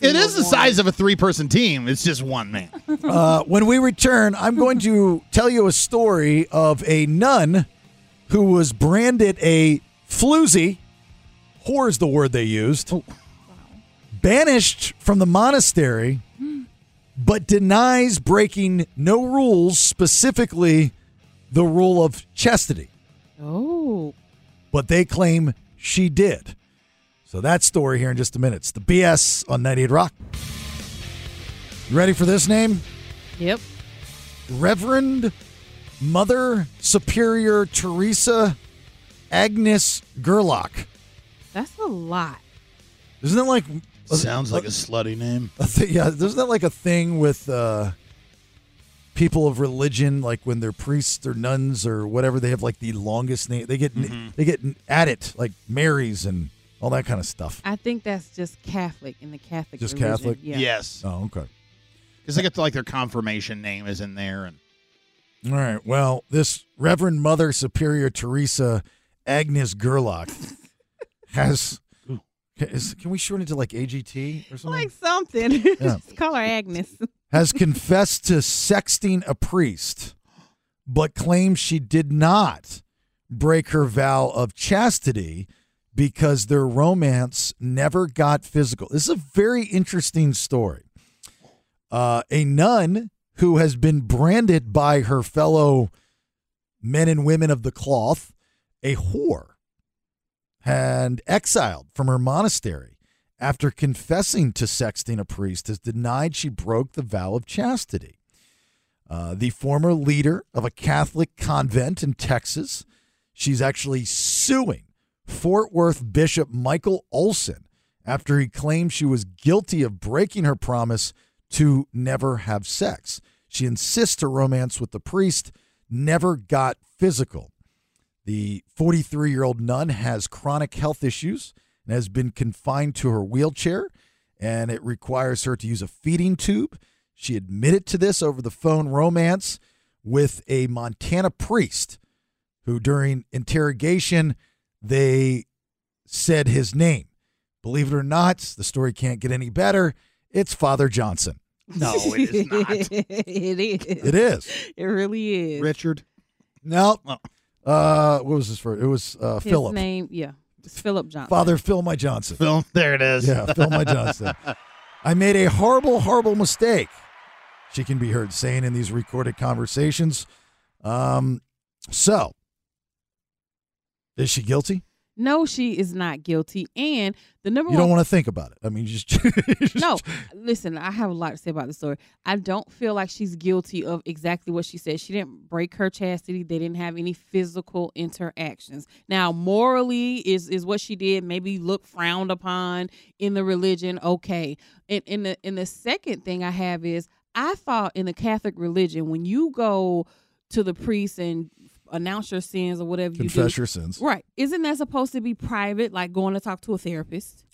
Speaker 9: it is the size of a three person team. It's just one man.
Speaker 7: Uh, when we return, I'm going to tell you a story of a nun who was branded a floozy. Whore is the word they used.
Speaker 9: Oh.
Speaker 7: Banished from the monastery, but denies breaking no rules, specifically the rule of chastity.
Speaker 8: Oh,
Speaker 7: But they claim she did. So that story here in just a minute. It's the BS on 98 Rock. You ready for this name?
Speaker 8: yep.
Speaker 7: Reverend Mother Superior Teresa Agnes Gerlach.
Speaker 8: That's a lot.
Speaker 7: Isn't that like
Speaker 9: Sounds like a slutty name.
Speaker 7: a thi- yeah, isn't that like a thing with uh, people of religion? Like when they're priests or nuns or whatever, they have like the longest name. They get
Speaker 9: Mm-hmm.
Speaker 8: Mhm.
Speaker 7: they get at it like Marys and all that kind of stuff.
Speaker 8: I think that's just Catholic in the Catholic.
Speaker 7: Just
Speaker 8: religion.
Speaker 7: Catholic?
Speaker 8: Yeah.
Speaker 9: Yes.
Speaker 7: Oh, okay.
Speaker 9: Because they get to, like their confirmation name is in there, and
Speaker 7: All right. Well, this Reverend Mother Superior Teresa Agnes Gerlach has. Is, can we shorten it to like AGT or something?
Speaker 8: Like something.
Speaker 7: Yeah.
Speaker 8: just call her Agnes.
Speaker 7: has confessed to sexting a priest, but claims she did not break her vow of chastity because their romance never got physical. This is a very interesting story. Uh, a nun who has been branded by her fellow men and women of the cloth a whore and exiled from her monastery after confessing to sexting a priest has denied she broke the vow of chastity. Uh, the former leader of a Catholic convent in Texas, she's actually suing Fort Worth Bishop Michael Olson after he claimed she was guilty of breaking her promise to never have sex. She insists her romance with the priest never got physical. The 43 year old nun has chronic health issues and has been confined to her wheelchair, and it requires her to use a feeding tube. She admitted to this over the phone romance with a Montana priest who, during interrogation, they said his name. Believe it or not, the story can't get any better. It's Father Johnson.
Speaker 9: No, it is not.
Speaker 8: it is.
Speaker 7: It is.
Speaker 8: It really is.
Speaker 9: Richard.
Speaker 7: No. Uh, what was this for? It was uh,
Speaker 8: His
Speaker 7: Philip.
Speaker 8: name, yeah. It's Philip Johnson.
Speaker 7: Father Phil My Johnson.
Speaker 9: Phil, there it is.
Speaker 7: Yeah, Phil My Johnson. I made a horrible, horrible mistake. She can be heard saying in these recorded conversations. Um, so, is she guilty?
Speaker 8: No, she is not guilty. And the number
Speaker 7: You
Speaker 8: one
Speaker 7: don't want to think about it. I mean, you just
Speaker 8: no, listen, I have a lot to say about the story. I don't feel like she's guilty of exactly what she said. She didn't break her chastity. They didn't have any physical interactions. Now, morally is is what she did. Maybe look frowned upon in the religion. Okay. And in the in the second thing I have is I thought in the Catholic religion when you go to the priest and announce your sins or whatever you do,
Speaker 7: confess your sins.
Speaker 8: right? Isn't that supposed to be private, like going to talk to a therapist?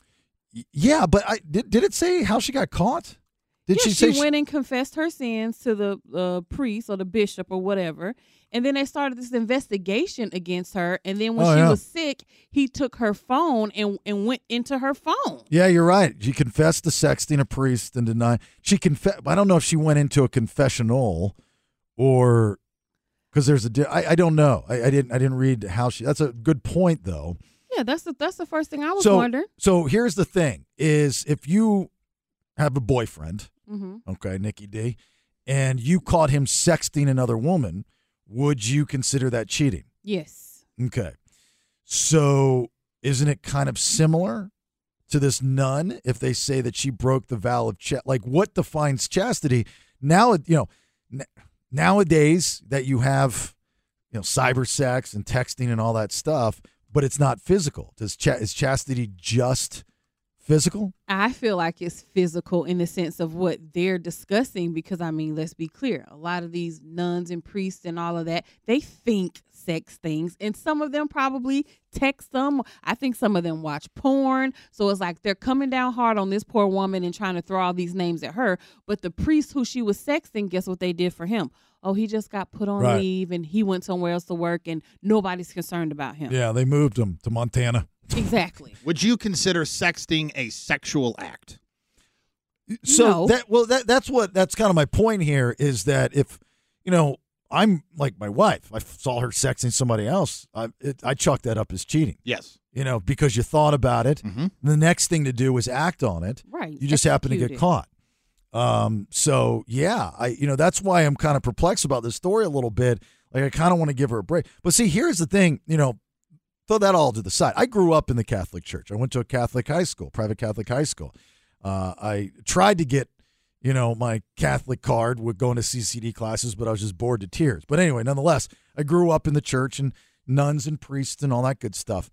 Speaker 7: Yeah, but I did. Did it say how she got caught? Did
Speaker 8: yeah,
Speaker 7: she say?
Speaker 8: went and confessed her sins to the uh, priest or the bishop or whatever, and then they started this investigation against her. And then when
Speaker 7: Oh,
Speaker 8: she
Speaker 7: yeah.
Speaker 8: was sick, he took her phone and and went into her phone.
Speaker 7: yeah, you're right. She confessed to sexting a priest and denied. She confessed. I don't know if she went into a confessional or because there's a. Di- I, I don't know. I, I didn't. I didn't read how she. That's a good point though.
Speaker 8: Yeah, that's the that's the first thing I was
Speaker 7: so,
Speaker 8: wondering.
Speaker 7: So here's the thing: is if you have a boyfriend,
Speaker 8: Mhm.
Speaker 7: okay, Nikki D, and you caught him sexting another woman, would you consider that cheating?
Speaker 8: Yes,
Speaker 7: Okay, so isn't it kind of similar to this nun if they say that she broke the vow of chastity? Like, what defines chastity? Now, it- you know, n- nowadays that you have, you know, cyber sex and texting and all that stuff, but it's not physical. Does cha- is chastity just physical?
Speaker 8: I feel like it's physical in the sense of what they're discussing because I mean, let's be clear. A lot of these nuns and priests and all of that, they think sex things and some of them probably text them. I think some of them watch porn. So it's like they're coming down hard on this poor woman and trying to throw all these names at her, but the priest who she was sexting, guess what they did for him? Oh, he just got put on
Speaker 7: Right.
Speaker 8: leave and he went somewhere else to work and nobody's concerned about him.
Speaker 7: Yeah, they moved him to Montana.
Speaker 8: Exactly.
Speaker 9: Would you consider sexting a sexual act?
Speaker 7: so
Speaker 9: No.
Speaker 7: that well that that's what that's kind of my point here is that if you know I'm like my wife, I saw her sexing somebody else. I it, I chalk that up as cheating.
Speaker 9: Yes.
Speaker 7: You know because you thought about it. The next thing to do was act on it.
Speaker 8: Right,
Speaker 7: You just happen to get
Speaker 8: execute it.
Speaker 7: caught. Um. So yeah, I you know that's why I'm kind of perplexed about this story a little bit. Like I kind of want to give her a break. But see, here's the thing. You know, throw that all to the side. I grew up in the Catholic Church. I went to a Catholic high school, private Catholic high school. Uh, I tried to get you know, my Catholic card with going to CCD classes, but I was just bored to tears. But anyway, nonetheless, I grew up in the church and nuns and priests and all that good stuff.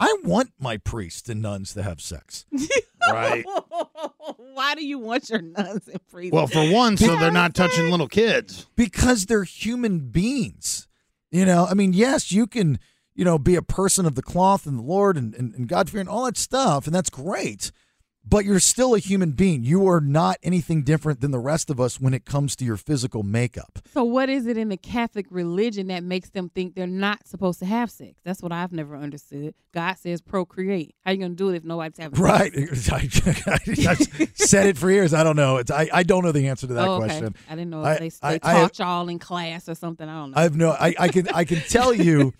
Speaker 7: I want my priests and nuns to have sex. right.
Speaker 8: Why do you want your nuns and priests?
Speaker 9: Well, for one, so they're not touching little kids.
Speaker 7: Because they're human beings. You know, I mean, yes, you can, you know, be a person of the cloth and the Lord and, and, and God fear and all that stuff, and that's great. But you're still a human being. You are not anything different than the rest of us when it comes to your physical makeup.
Speaker 8: So, what is it in the Catholic religion that makes them think they're not supposed to have sex? That's what I've never understood. God says procreate. How you gonna do it if nobody's having sex?
Speaker 7: Right. I, I, I've said it for years. I don't know. It's I, I don't know the answer to that
Speaker 8: Oh, okay.
Speaker 7: question.
Speaker 8: I didn't know
Speaker 7: I-
Speaker 8: if they,
Speaker 7: I-
Speaker 8: they
Speaker 7: I have-
Speaker 8: taught y'all in class or something. I don't know.
Speaker 7: I have no. I, I can I can tell you,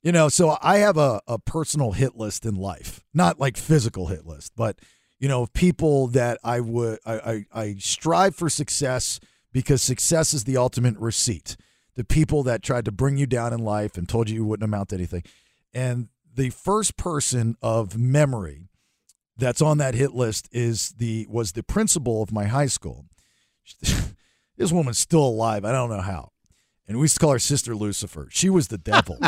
Speaker 7: you know. So I have a a personal hit list in life, not like physical hit list, but you know, people that I would I I, I strive for success because success is the ultimate receipt. The people that tried to bring you down in life and told you you wouldn't amount to anything, and the first person of memory that's on that hit list is the was the principal of my high school. this woman's still alive. I don't know how. And we used to call her Sister Lucifer. She was the devil.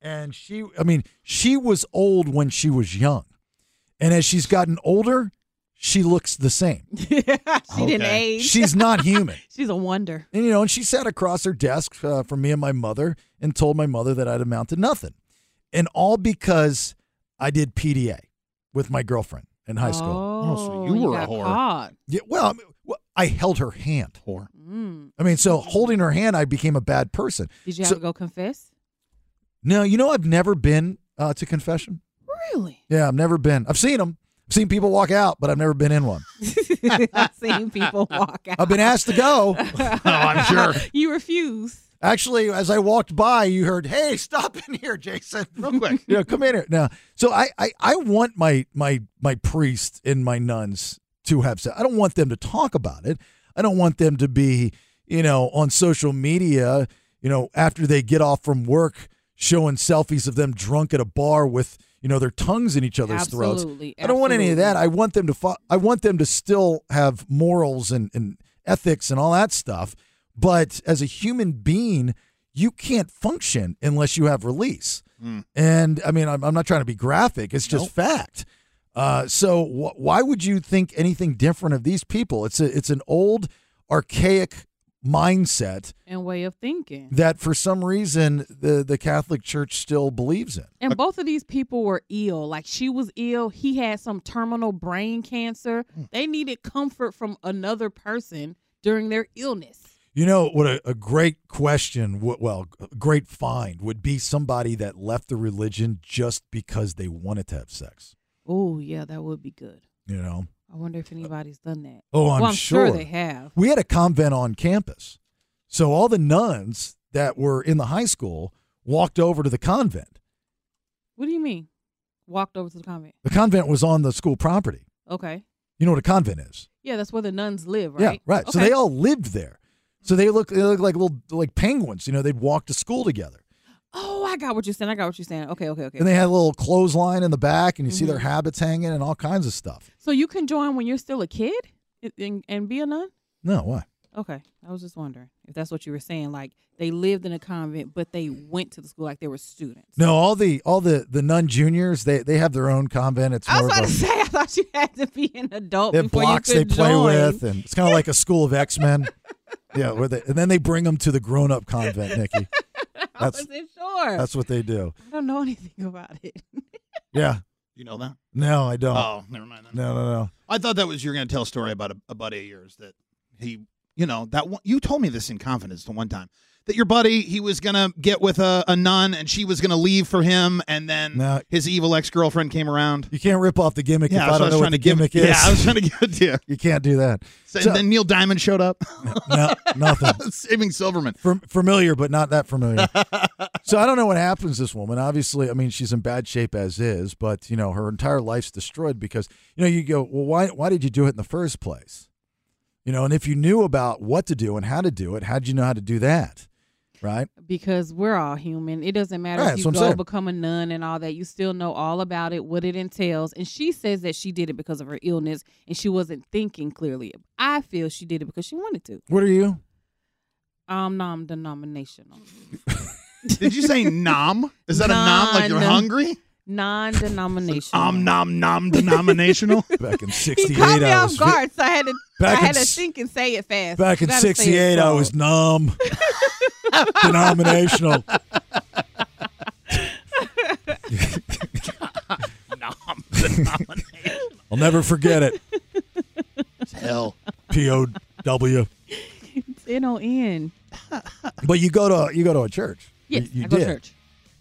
Speaker 7: and she, I mean, she was old when she was young. And as she's gotten older, she looks the same.
Speaker 8: she didn't age.
Speaker 7: She's not human.
Speaker 8: She's a wonder.
Speaker 7: And, you know, and she sat across her desk uh, from me and my mother and told my mother that I'd amount to nothing. And all because I did PDA with my girlfriend in high school.
Speaker 8: Oh, so you you were a got whore. caught.
Speaker 7: Yeah, well, I, mean, well, I held her hand.
Speaker 9: Whore.
Speaker 8: Mm.
Speaker 7: I mean, so holding her hand, I became a bad person.
Speaker 8: Did you have
Speaker 7: So-
Speaker 8: to go confess?
Speaker 7: No, you know, I've never been uh, to confession.
Speaker 8: Really?
Speaker 7: Yeah, I've never been. I've seen them. I've seen people walk out, but I've never been in one.
Speaker 8: I've seen people walk out.
Speaker 7: I've been asked to go.
Speaker 8: oh,
Speaker 7: I'm sure.
Speaker 8: You refuse.
Speaker 7: Actually, as I walked by, you heard, "Hey, stop in here, Jason, real quick. you know, come in here now." So I, I, I want my my my priest and my nuns to have sex. I don't want them to talk about it. I don't want them to be, you know, on social media. You know, after they get off from work, showing selfies of them drunk at a bar with you know their tongues in each other's
Speaker 8: Absolutely,
Speaker 7: throats. I don't want any of that. I want them to. Fo- I want them to still have morals and, and ethics and all that stuff. But as a human being, you can't function unless you have release. And I mean, I'm, I'm not trying to be graphic. It's just fact. Uh, so wh- why would you think anything different of these people? It's a, it's an old, archaic mindset
Speaker 8: And way of thinking.
Speaker 7: that for some reason the the Catholic Church still believes in.
Speaker 8: And both of these people were ill. Like she was ill. He had some terminal brain cancer.
Speaker 7: Hmm.
Speaker 8: They needed comfort from another person during their illness.
Speaker 7: You know what a, a great question, wh- well, a great find would be somebody that left the religion just because they wanted to have sex.
Speaker 8: Oh, yeah, that would be good.
Speaker 7: You know.
Speaker 8: I wonder if anybody's done that.
Speaker 7: Uh, Oh, I'm,
Speaker 8: Well, I'm
Speaker 7: sure.
Speaker 8: sure they have.
Speaker 7: We had a convent on campus, so all the nuns that were in the high school walked over to the convent.
Speaker 8: What do you mean? Walked over to the convent.
Speaker 7: The convent was on the school property.
Speaker 8: Okay.
Speaker 7: You know what a convent is?
Speaker 8: Yeah, that's where the nuns live,
Speaker 7: Yeah,
Speaker 8: right?
Speaker 7: right. So
Speaker 8: Okay.
Speaker 7: they all lived there. So they look they look like little like penguins. You know, they'd walk to school together.
Speaker 8: Oh, I got what you're saying. I got what you're saying. Okay, okay, okay.
Speaker 7: And they had a little clothesline in the back, and you see
Speaker 8: Mhm.
Speaker 7: their habits hanging and all kinds of stuff.
Speaker 8: so you can join when you're still a kid and- and, and be a nun?
Speaker 7: No, why?
Speaker 8: Okay. I was just wondering if that's what you were saying. Like they lived in a convent, but they went to the school like they were students.
Speaker 7: No, all the all the the nun juniors they they have their own convent. It's
Speaker 8: I
Speaker 7: more
Speaker 8: was about
Speaker 7: of
Speaker 8: to
Speaker 7: a,
Speaker 8: say, I thought you had to be an adult
Speaker 7: they have
Speaker 8: before
Speaker 7: blocks
Speaker 8: you
Speaker 7: they
Speaker 8: could
Speaker 7: play
Speaker 8: join.
Speaker 7: with, and it's kind of like a school of X Men. yeah, where they, and then they bring them to the grown up convent, Nikki.
Speaker 8: I
Speaker 7: That's
Speaker 8: wasn't sure.
Speaker 7: that's what they do.
Speaker 8: I don't know anything about it.
Speaker 7: Yeah.
Speaker 9: You know that?
Speaker 7: No, I don't.
Speaker 9: Oh, never mind. Then.
Speaker 7: No, no, no.
Speaker 9: I thought that was you were going to tell a story about a, a buddy of yours that he, you know, that one, you told me this in confidence the one time that your buddy he was going to get with a, a nun and she was going to leave for him and then
Speaker 7: No.
Speaker 9: his evil ex girlfriend came around.
Speaker 7: You can't rip off the gimmick
Speaker 9: Yeah,
Speaker 7: if
Speaker 9: that's
Speaker 7: I
Speaker 9: what I
Speaker 7: don't
Speaker 9: was
Speaker 7: know what
Speaker 9: trying
Speaker 7: the
Speaker 9: to give-
Speaker 7: gimmick is.
Speaker 9: Yeah, I was trying to give it to you.
Speaker 7: You can't do that.
Speaker 9: So,
Speaker 7: So-
Speaker 9: then Neil Diamond showed up,
Speaker 7: no, nothing.
Speaker 9: saving Silverman.
Speaker 7: Fam- familiar, but not that familiar. so I don't know what happens to this woman. Obviously, I mean, she's in bad shape as is, but you know, her entire life's destroyed because you know, you go, well, why why did you do it in the first place? You know, and if you knew about what to do and how to do it, how did you know how to do that? Right.
Speaker 8: because we're all human. It doesn't matter
Speaker 7: Right,
Speaker 8: if
Speaker 7: that's
Speaker 8: you
Speaker 7: what I'm
Speaker 8: go
Speaker 7: saying.
Speaker 8: become a nun and all that. You still know all about it, what it entails. And she says that she did it because of her illness and she wasn't thinking clearly. I feel she did it because she wanted to.
Speaker 7: What are you?
Speaker 8: Um, nom denominational.
Speaker 9: Did you say nom? Is that a nom? Like you're
Speaker 8: Non-
Speaker 9: hungry?
Speaker 8: Non-denominational.
Speaker 9: Om nom nom denominational.
Speaker 7: Back in
Speaker 8: he caught me off guard, so I had to.
Speaker 7: Back
Speaker 8: I had
Speaker 7: in
Speaker 8: to
Speaker 7: s-
Speaker 8: think and say it fast.
Speaker 7: Back
Speaker 8: You
Speaker 7: in
Speaker 8: gotta say it
Speaker 7: '68, I
Speaker 8: slow.
Speaker 7: was numb, denominational.
Speaker 9: nom denominational.
Speaker 7: I'll never forget it.
Speaker 9: Hell.
Speaker 7: P O W.
Speaker 8: It don't end.
Speaker 7: But you go to you go to a church.
Speaker 8: Yes,
Speaker 7: you, you
Speaker 8: I go
Speaker 7: did.
Speaker 8: to church.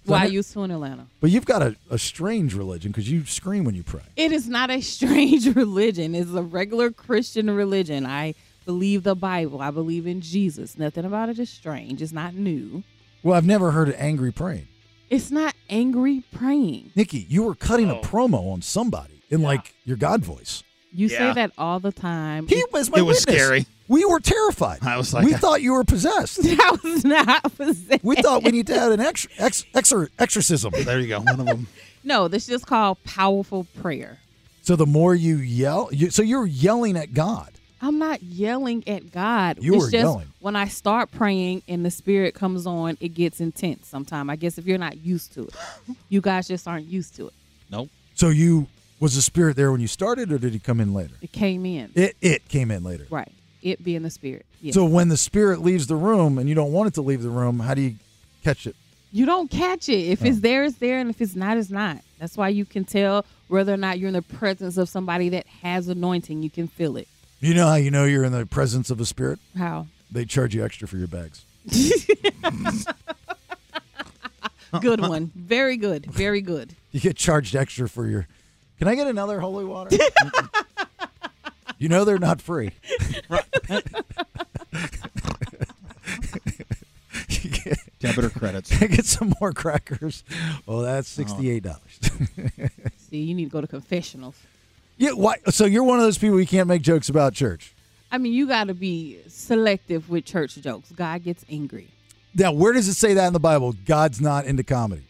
Speaker 7: So
Speaker 8: Why
Speaker 7: I
Speaker 8: I
Speaker 7: ne-
Speaker 8: used to in Atlanta.
Speaker 7: But you've got a, a strange religion because you scream when you pray.
Speaker 8: It is not a strange religion. It's a regular Christian religion. I believe the Bible. I believe in Jesus. Nothing about it is strange. It's not new.
Speaker 7: Well, I've never heard of angry praying.
Speaker 8: It's not angry praying.
Speaker 7: Nikki, you were cutting a promo on somebody in like your God voice.
Speaker 8: You
Speaker 7: Yeah.
Speaker 8: say that all the time.
Speaker 7: He was my witness. We were terrified. I was
Speaker 9: like-
Speaker 7: we thought you were possessed.
Speaker 8: I was not possessed.
Speaker 7: We thought we need to add an ex- ex- exor- exorcism.
Speaker 9: There you go. One of them.
Speaker 8: No, this is called powerful prayer.
Speaker 7: So the more you yell, you, so you're yelling at God.
Speaker 8: I'm not yelling at God.
Speaker 7: You
Speaker 8: it's
Speaker 7: were
Speaker 8: just
Speaker 7: yelling.
Speaker 8: when I start praying and the spirit comes on, it gets intense sometime. I guess if you're not used to it. You guys just aren't used to it.
Speaker 9: Nope.
Speaker 7: So you was the spirit there when you started, or did he come in later?
Speaker 8: It came in.
Speaker 7: It it came in later.
Speaker 8: Right. It being the spirit. Yes.
Speaker 7: So when the spirit leaves the room and you don't want it to leave the room, how do you catch it?
Speaker 8: you don't catch it. If
Speaker 7: Oh.
Speaker 8: it's there, it's there, and if it's not, it's not. That's why you can tell whether or not you're in the presence of somebody that has anointing. You can feel it.
Speaker 7: You know how you know you're in the presence of a spirit?
Speaker 8: How?
Speaker 7: They charge you extra for your bags.
Speaker 8: Good one. Very good. Very good.
Speaker 7: You get charged extra for your. Can I get another holy water? you know they're not free. You get-
Speaker 9: Debit or credits.
Speaker 7: get some more crackers. Oh, that's sixty-eight dollars.
Speaker 8: See, you need to go to confessionals.
Speaker 7: yeah, why? So you're one of those people you can't make jokes about church.
Speaker 8: I mean, you got to be selective with church jokes. God gets angry.
Speaker 7: Now, where does it say that in the Bible? God's not into comedy.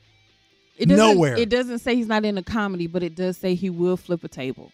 Speaker 8: It doesn't,
Speaker 7: Nowhere.
Speaker 8: It doesn't say he's not in a comedy, but it does say he will flip a table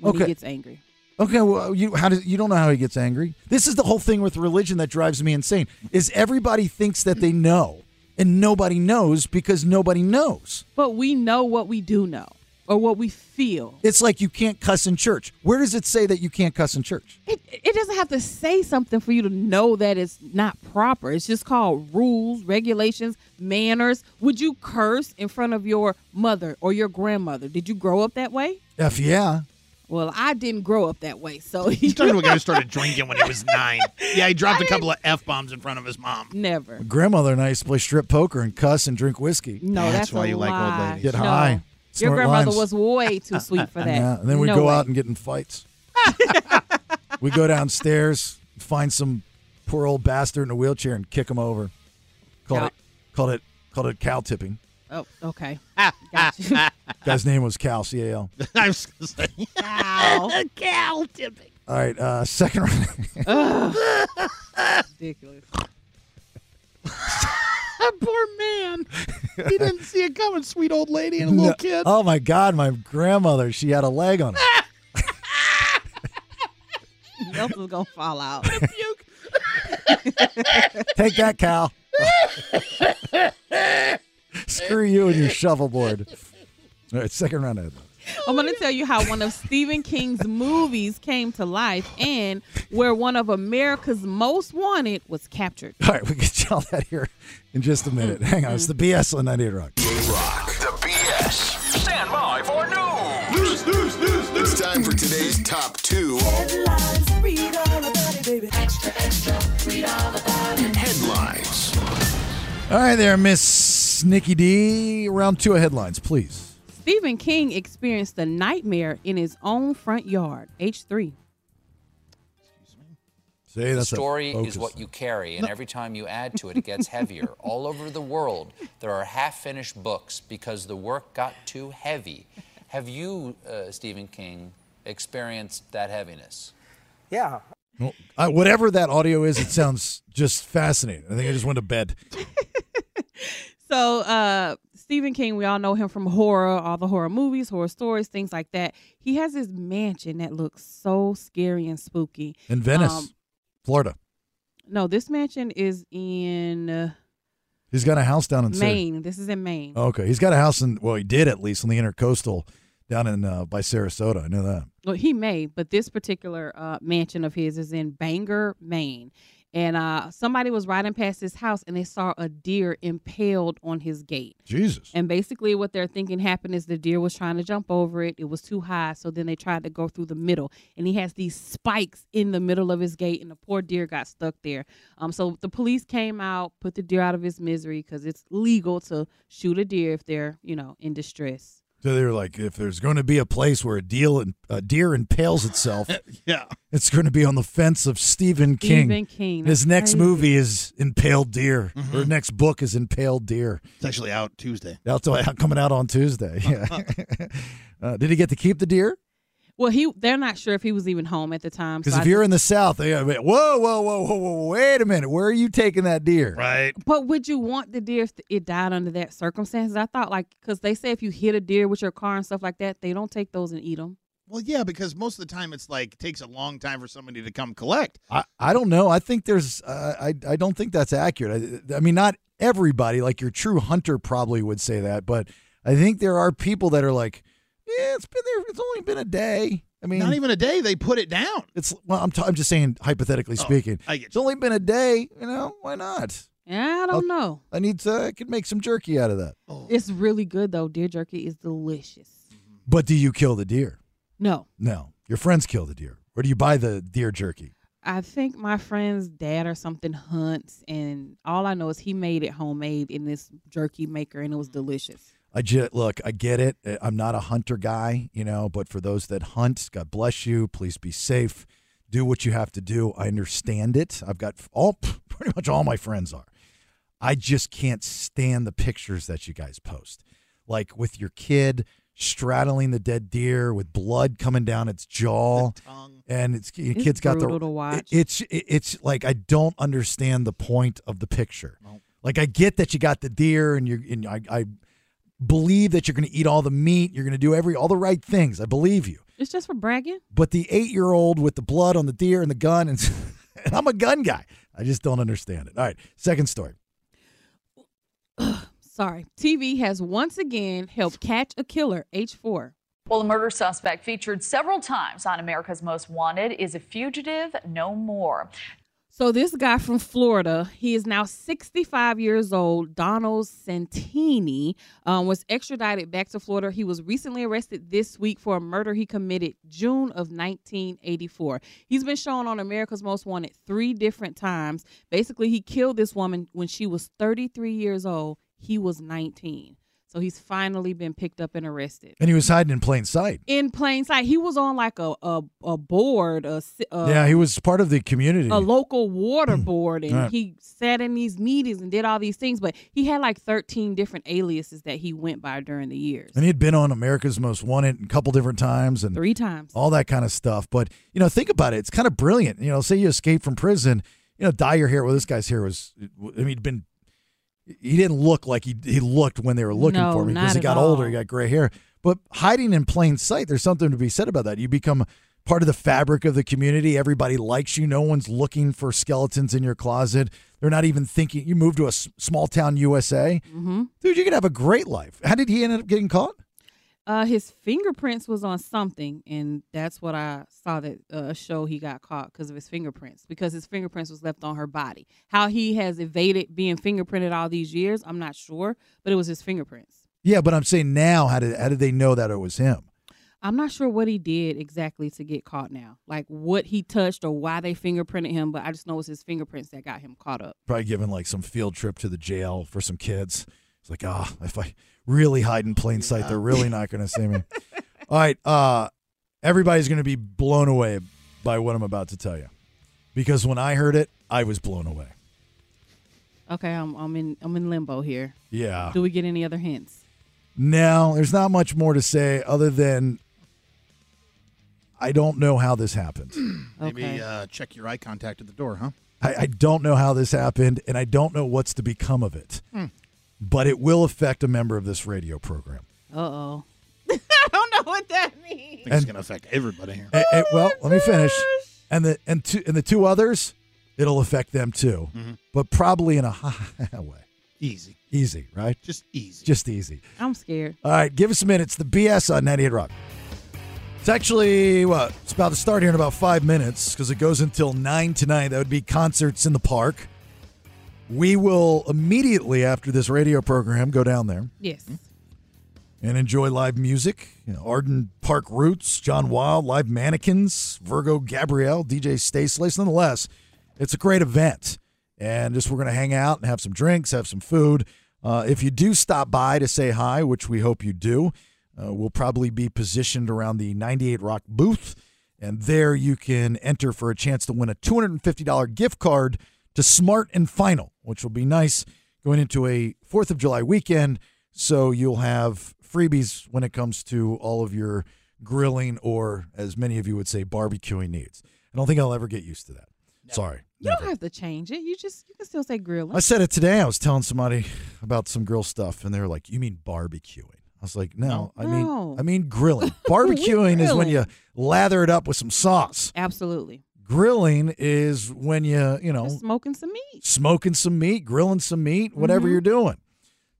Speaker 8: when
Speaker 7: Okay.
Speaker 8: he gets angry.
Speaker 7: Okay, well, you how does you don't know how he gets angry? This is the whole thing with religion that drives me insane. Is everybody thinks that they know, and nobody knows because nobody knows.
Speaker 8: But we know what we do know or what we feel.
Speaker 7: It's like you can't cuss in church. Where does it say that you can't cuss in church?
Speaker 8: It, it doesn't have to say something for you to know that it's not proper. It's just called rules, regulations, manners. Would you curse in front of your mother or your grandmother? Did you grow up that way?
Speaker 7: F yeah.
Speaker 8: Well, I didn't grow up that way, so
Speaker 9: He's talking to a guy who started drinking when he was nine. Yeah, he dropped a couple of f bombs in front of his mom.
Speaker 8: never.
Speaker 7: Grandmother and I used to play strip poker and cuss and drink whiskey.
Speaker 8: No, that's,
Speaker 9: why
Speaker 8: a
Speaker 9: you like old
Speaker 8: lie.
Speaker 9: ladies.
Speaker 7: Get
Speaker 8: No.
Speaker 7: high.
Speaker 8: Your
Speaker 7: snort
Speaker 8: grandmother
Speaker 7: lines.
Speaker 8: was way too sweet for that.
Speaker 7: Yeah, and then we
Speaker 8: No
Speaker 7: go
Speaker 8: way.
Speaker 7: out and get in fights. we go downstairs, find some poor old bastard in a wheelchair, and kick him over. Called
Speaker 8: Cow-
Speaker 7: it, called it, called it cow tipping.
Speaker 8: Oh, okay. Got you.
Speaker 7: Guy's name was Cal C A L.
Speaker 9: I was gonna say.
Speaker 8: Ow. Cow tipping.
Speaker 7: All right, uh, second round.
Speaker 8: Ugh. Ridiculous.
Speaker 9: That poor man. He didn't see it coming, sweet old lady and a
Speaker 7: No-
Speaker 9: little kid.
Speaker 7: Oh my God, my grandmother, she had a leg on her.
Speaker 8: Nelson's gonna fall out.
Speaker 7: Take that, Cal. Screw you and your shovelboard. All right, second round. Ed.
Speaker 8: I'm going to tell you how one of Stephen King's movies came to life and where one of America's most wanted was captured.
Speaker 7: All right, we can tell that here in just a minute. Hang on, it's the BS on 98 Rock.
Speaker 2: Rock. The BS. Stand by for news.
Speaker 3: News, news, news, news. It's time for today's top two. Headlines. Read all about it, baby. Extra, extra. Read all about it. Headlines.
Speaker 7: All right, there, Miss Nikki D. Round two of headlines, please.
Speaker 8: Stephen King experienced a nightmare in his own front yard, H3.
Speaker 7: Say
Speaker 20: The
Speaker 7: that's a
Speaker 20: story is
Speaker 7: focus.
Speaker 20: what you carry, and every time you add to it, it gets heavier. All over the world, there are half finished books because the work got too heavy. Have you, uh, Stephen King, experienced that heaviness?
Speaker 21: Yeah.
Speaker 7: Well, I, whatever that audio is, it sounds just fascinating. I think I just went to bed.
Speaker 8: So uh Stephen King, we all know him from horror, all the horror movies, horror stories, things like that. He has this mansion that looks so scary and spooky.
Speaker 7: In Venice,
Speaker 8: Um,
Speaker 7: Florida.
Speaker 8: no, this mansion is in uh,
Speaker 7: He's got a house down in Sarah-
Speaker 8: Maine. This is in Maine.
Speaker 7: Okay, he's got a house in. Well, he did at least in the intercoastal down in uh, by Sarasota. I know that.
Speaker 8: Well, he may, but this particular uh, mansion of his is in Bangor, Maine. And uh, somebody was riding past his house and they saw a deer impaled on his gate.
Speaker 7: Jesus.
Speaker 8: And basically, what they're thinking happened is the deer was trying to jump over it. It was too high. So then they tried to go through the middle. And he has these spikes in the middle of his gate, and the poor deer got stuck there. Um, so the police came out, put the deer out of his misery because it's legal to shoot a deer if they're, you know, in distress.
Speaker 7: So they were like, if there's going to be a place where a deal and a deer impales itself,
Speaker 9: yeah,
Speaker 7: it's going to be on the fence of Stephen King.
Speaker 8: Stephen King,
Speaker 7: His
Speaker 8: that's
Speaker 7: next
Speaker 8: crazy.
Speaker 7: movie is Impaled Deer. Her next book is Impaled Deer.
Speaker 9: It's actually out Tuesday.
Speaker 7: That's why- coming out on Tuesday. Yeah. uh, did he get to keep the deer?
Speaker 8: Well, he they're not sure if he was even home at the time.
Speaker 7: Because
Speaker 8: so
Speaker 7: if
Speaker 8: I-
Speaker 7: you're in the South, they, whoa, whoa, whoa, whoa, whoa, wait a minute. Where are you taking that deer?
Speaker 9: Right.
Speaker 8: But would you want the deer if it died under that circumstances? I thought like because they say if you hit a deer with your car and stuff like that, they don't take those and eat them.
Speaker 9: Well, yeah, because most of the time it's like takes a long time for somebody to come collect.
Speaker 7: I, I don't know. I think there's, uh, I, I don't think that's accurate. I, I mean, not everybody, like your true hunter probably would say that, but I think there are people that are like, yeah, it's been there. It's only been a day. I mean,
Speaker 9: Not even a day they put it down.
Speaker 7: it's, well, I'm, t- I'm just saying, hypothetically speaking,
Speaker 9: Oh, I get
Speaker 7: it's only been a day, you know, why not?
Speaker 8: Yeah, I don't know.
Speaker 7: I need to, I could make some jerky out of that.
Speaker 8: It's really good though. Deer jerky is delicious.
Speaker 7: But do you kill the deer?
Speaker 8: No,
Speaker 7: No. Your friends kill the deer. Or do you buy the deer jerky?
Speaker 8: I think my friend's dad or something hunts, and all I know is he made it homemade in this jerky maker, and it was delicious.
Speaker 7: I just look, I get it. Uh, I'm not a hunter guy, you know, but for those that hunt, God bless you. Please be safe. Do what you have to do. I understand it. I've got all pretty much all my friends are. I just can't stand the pictures that you guys post. Like with your kid straddling the dead deer with blood coming down its jaw and it's your
Speaker 8: It's
Speaker 7: kid's got the
Speaker 8: brutal to watch.
Speaker 7: it- it's it- it's like I don't understand the point of the picture. Like I get that you got the deer and you and I, I believe that you're going to eat all the meat, you're going to do every all the right things. I believe you.
Speaker 8: It's just for bragging.
Speaker 7: But the 8-year-old with the blood on the deer and the gun and, and I'm a gun guy. I just don't understand it. All right, second story.
Speaker 8: Sorry, TV has once again helped catch a killer, H four.
Speaker 21: Well, a murder suspect featured several times on America's Most Wanted is a fugitive no more.
Speaker 8: So this guy from Florida, he is now 65 years old. Donald Santini um, was extradited back to Florida. He was recently arrested this week for a murder he committed June of 1984. He's been shown on America's Most Wanted three different times. Basically, he killed this woman when she was 33 years old. He was 19. So he's finally been picked up and arrested
Speaker 7: And he was hiding in plain sight.
Speaker 8: in plain sight. He was on like a a, a board, a, si- a
Speaker 7: yeah, he was part of the community.
Speaker 8: Uh, a local water board and
Speaker 7: Mm. Right.
Speaker 8: he sat in these meetings and did all these things but he had like 13 different aliases that he went by during the years
Speaker 7: and he had been on America's Most Wanted a couple different times and
Speaker 8: three times
Speaker 7: all that kind of stuff. But you know, think about it. It's kind of brilliant. You know, say you escape from prison, you know, dye your hair. Well, this guy's hair was. I mean, he'd been. He didn't look like he he looked when they were looking
Speaker 8: No,
Speaker 7: for him
Speaker 8: not
Speaker 7: because he
Speaker 8: at
Speaker 7: got
Speaker 8: all.
Speaker 7: older. He got gray hair. But hiding in plain sight, there's something to be said about that. You become part of the fabric of the community. Everybody likes you. No one's looking for skeletons in your closet. They're not even thinking. You move to a s- small town USA,
Speaker 8: Mm-hmm.
Speaker 7: dude. You could have a great life. How did he end up getting caught?
Speaker 8: uh his fingerprints was on something and that's what i saw that uh show he got caught because of his fingerprints because his fingerprints was left on her body how he has evaded being fingerprinted all these years i'm not sure but it was his fingerprints
Speaker 7: Yeah, but I'm saying now, how did how did they know that it was him?
Speaker 8: I'm not sure what he did exactly to get caught now. Like what he touched or why they fingerprinted him, but I just know it's his fingerprints that got him caught up.
Speaker 7: probably given like some field trip to the jail for some kids. It's like, ah, if I really hide in plain sight, they're really not going to see me. All right, uh, everybody's going to be blown away by what I'm about to tell you, because when I heard it, I was blown away.
Speaker 8: Okay, I'm I'm in I'm in limbo here.
Speaker 7: Yeah.
Speaker 8: Do we get any other hints?
Speaker 7: Now, there's not much more to say other than I don't know how this happened.
Speaker 8: Mm.
Speaker 9: Maybe uh, check your eye contact at the door, huh?
Speaker 7: I, I don't know how this happened, and I don't know what's to become of it.
Speaker 8: Hmm.
Speaker 7: But it will affect a member of this radio program.
Speaker 8: Uh oh. I don't know what that means.
Speaker 9: I think it's going to affect everybody here.
Speaker 7: A- a- well, let me finish. And the and two and the two others, it'll affect them too,
Speaker 9: Mhm.
Speaker 7: but probably in a ha way.
Speaker 9: Easy.
Speaker 7: Easy, right?
Speaker 9: Just easy.
Speaker 7: Just easy.
Speaker 8: I'm scared.
Speaker 7: All right, give us a minute. It's the BS on 98 Rock. It's actually what it's about to start here in about five minutes because it goes until nine tonight. That would be concerts in the park. We will immediately after this radio program go down there
Speaker 8: Yes.
Speaker 7: and enjoy live music. You know, Arden Park Roots, John Wild, Live Mannequins, Virgo Gabrielle, DJ Stay Slace. Nonetheless, it's a great event. And just we're going to hang out and have some drinks, have some food. Uh, if you do stop by to say hi, which we hope you do, uh, we'll probably be positioned around the 98 Rock booth. And there you can enter for a chance to win a $250 gift card to Smart and Final, which will be nice going into a 4th of July weekend. So you'll have freebies when it comes to all of your grilling or, as many of you would say, barbecuing needs. I don't think I'll ever get used to that. Sorry.
Speaker 8: You don't have to change it. You just you can still say grilling.
Speaker 7: I said it today. I was telling somebody about some grill stuff, and they were like, "You mean barbecuing?" I was like, "No, I mean,
Speaker 8: Oh. No.
Speaker 7: I mean grilling. Barbecuing is when you lather it up with some sauce.
Speaker 8: Absolutely.
Speaker 7: Grilling is when you, you know,
Speaker 8: Just smoking some meat.
Speaker 7: smoking some meat, grilling some meat, whatever
Speaker 8: Mhm.
Speaker 7: you're doing."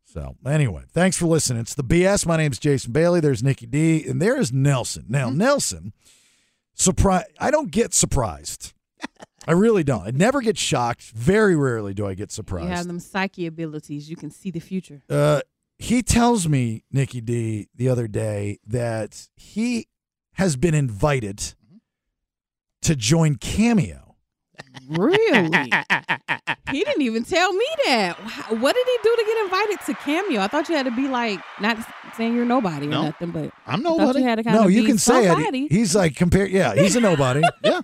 Speaker 7: So anyway, thanks for listening. It's the BS. My name's Jason Bailey. There's Nikki D, and there is Nelson. Now
Speaker 8: Mm-hmm.
Speaker 7: Nelson, surprise! I don't get surprised. I really don't. I never get shocked. Very rarely do I get surprised.
Speaker 8: You have them psyche abilities. You can see the future.
Speaker 7: Uh, he tells me, Nikki D, the other day that he has been invited
Speaker 8: Mm-hmm.
Speaker 7: to join Cameo.
Speaker 8: Really? he didn't even tell me that. Wh- What did he do to get invited to cameo? I thought you had to be like not saying you're nobody or
Speaker 7: No.
Speaker 8: nothing, but
Speaker 9: I'm
Speaker 8: I thought You had to kind
Speaker 7: no,
Speaker 8: of
Speaker 7: you
Speaker 8: be
Speaker 7: can say
Speaker 8: somebody.
Speaker 7: it. He's like compare. Yeah, he's a nobody. yeah.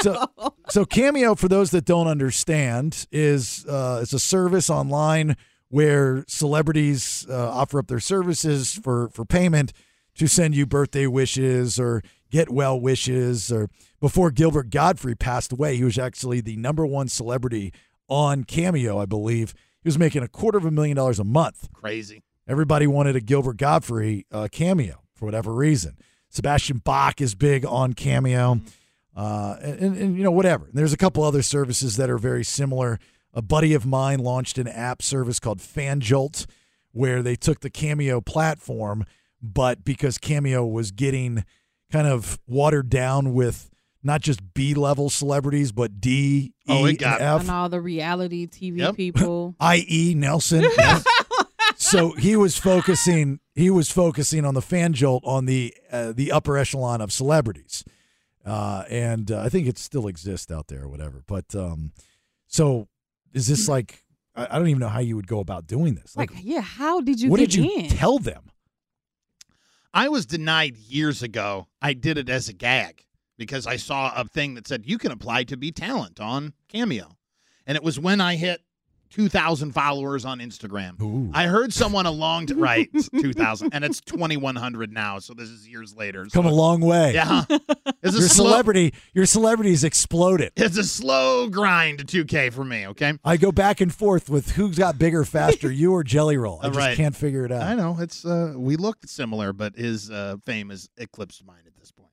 Speaker 7: So, so Cameo, for those that don't understand, is uh, it's a service online where celebrities uh, offer up their services for for payment to send you birthday wishes or get well wishes. Or before Gilbert Godfrey passed away, he was actually the number one celebrity on Cameo, I believe. He was making a quarter of a million dollars a month.
Speaker 9: Crazy.
Speaker 7: Everybody wanted a Gilbert Godfrey uh, cameo for whatever reason. Sebastian Bach is big on cameo, uh, and, and, and, you know whatever. And there's a couple other services that are very similar. A buddy of mine launched an app service called FanJolt, where they took the cameo platform, but because cameo was getting kind of watered down with not just B level celebrities, but D, E,
Speaker 8: Oh,
Speaker 7: and F
Speaker 8: on all the reality TV people.
Speaker 7: i.e. E Nelson. so he was focusing he was focusing on the fan jolt on the uh, the upper echelon of celebrities. Uh, and uh, I think it still exists out there or whatever. But um, so is this like I, I don't even know how you would go about doing this.
Speaker 8: Like, yeah, how did you
Speaker 7: what
Speaker 8: get
Speaker 7: did you
Speaker 8: in?
Speaker 7: tell them?
Speaker 9: I was denied years ago. I did it as a gag because I saw a thing that said you can apply to be talent on Cameo. And it was when I hit 2,000 followers on Instagram. I heard someone along to right, 2,000, and it's 2,100 now. So this is years later.
Speaker 7: Come a long way.
Speaker 9: Yeah. It's a
Speaker 7: your
Speaker 9: slow-
Speaker 7: celebrity your celebrities exploded.
Speaker 9: It's a slow grind to 2K for me, okay?
Speaker 7: I go back and forth with who's got bigger, faster, you or Jelly Roll. I
Speaker 9: All
Speaker 7: just
Speaker 9: Uh, right.
Speaker 7: can't figure it out.
Speaker 9: I know it's uh, we looked similar, but his uh, fame has eclipsed mine at this point.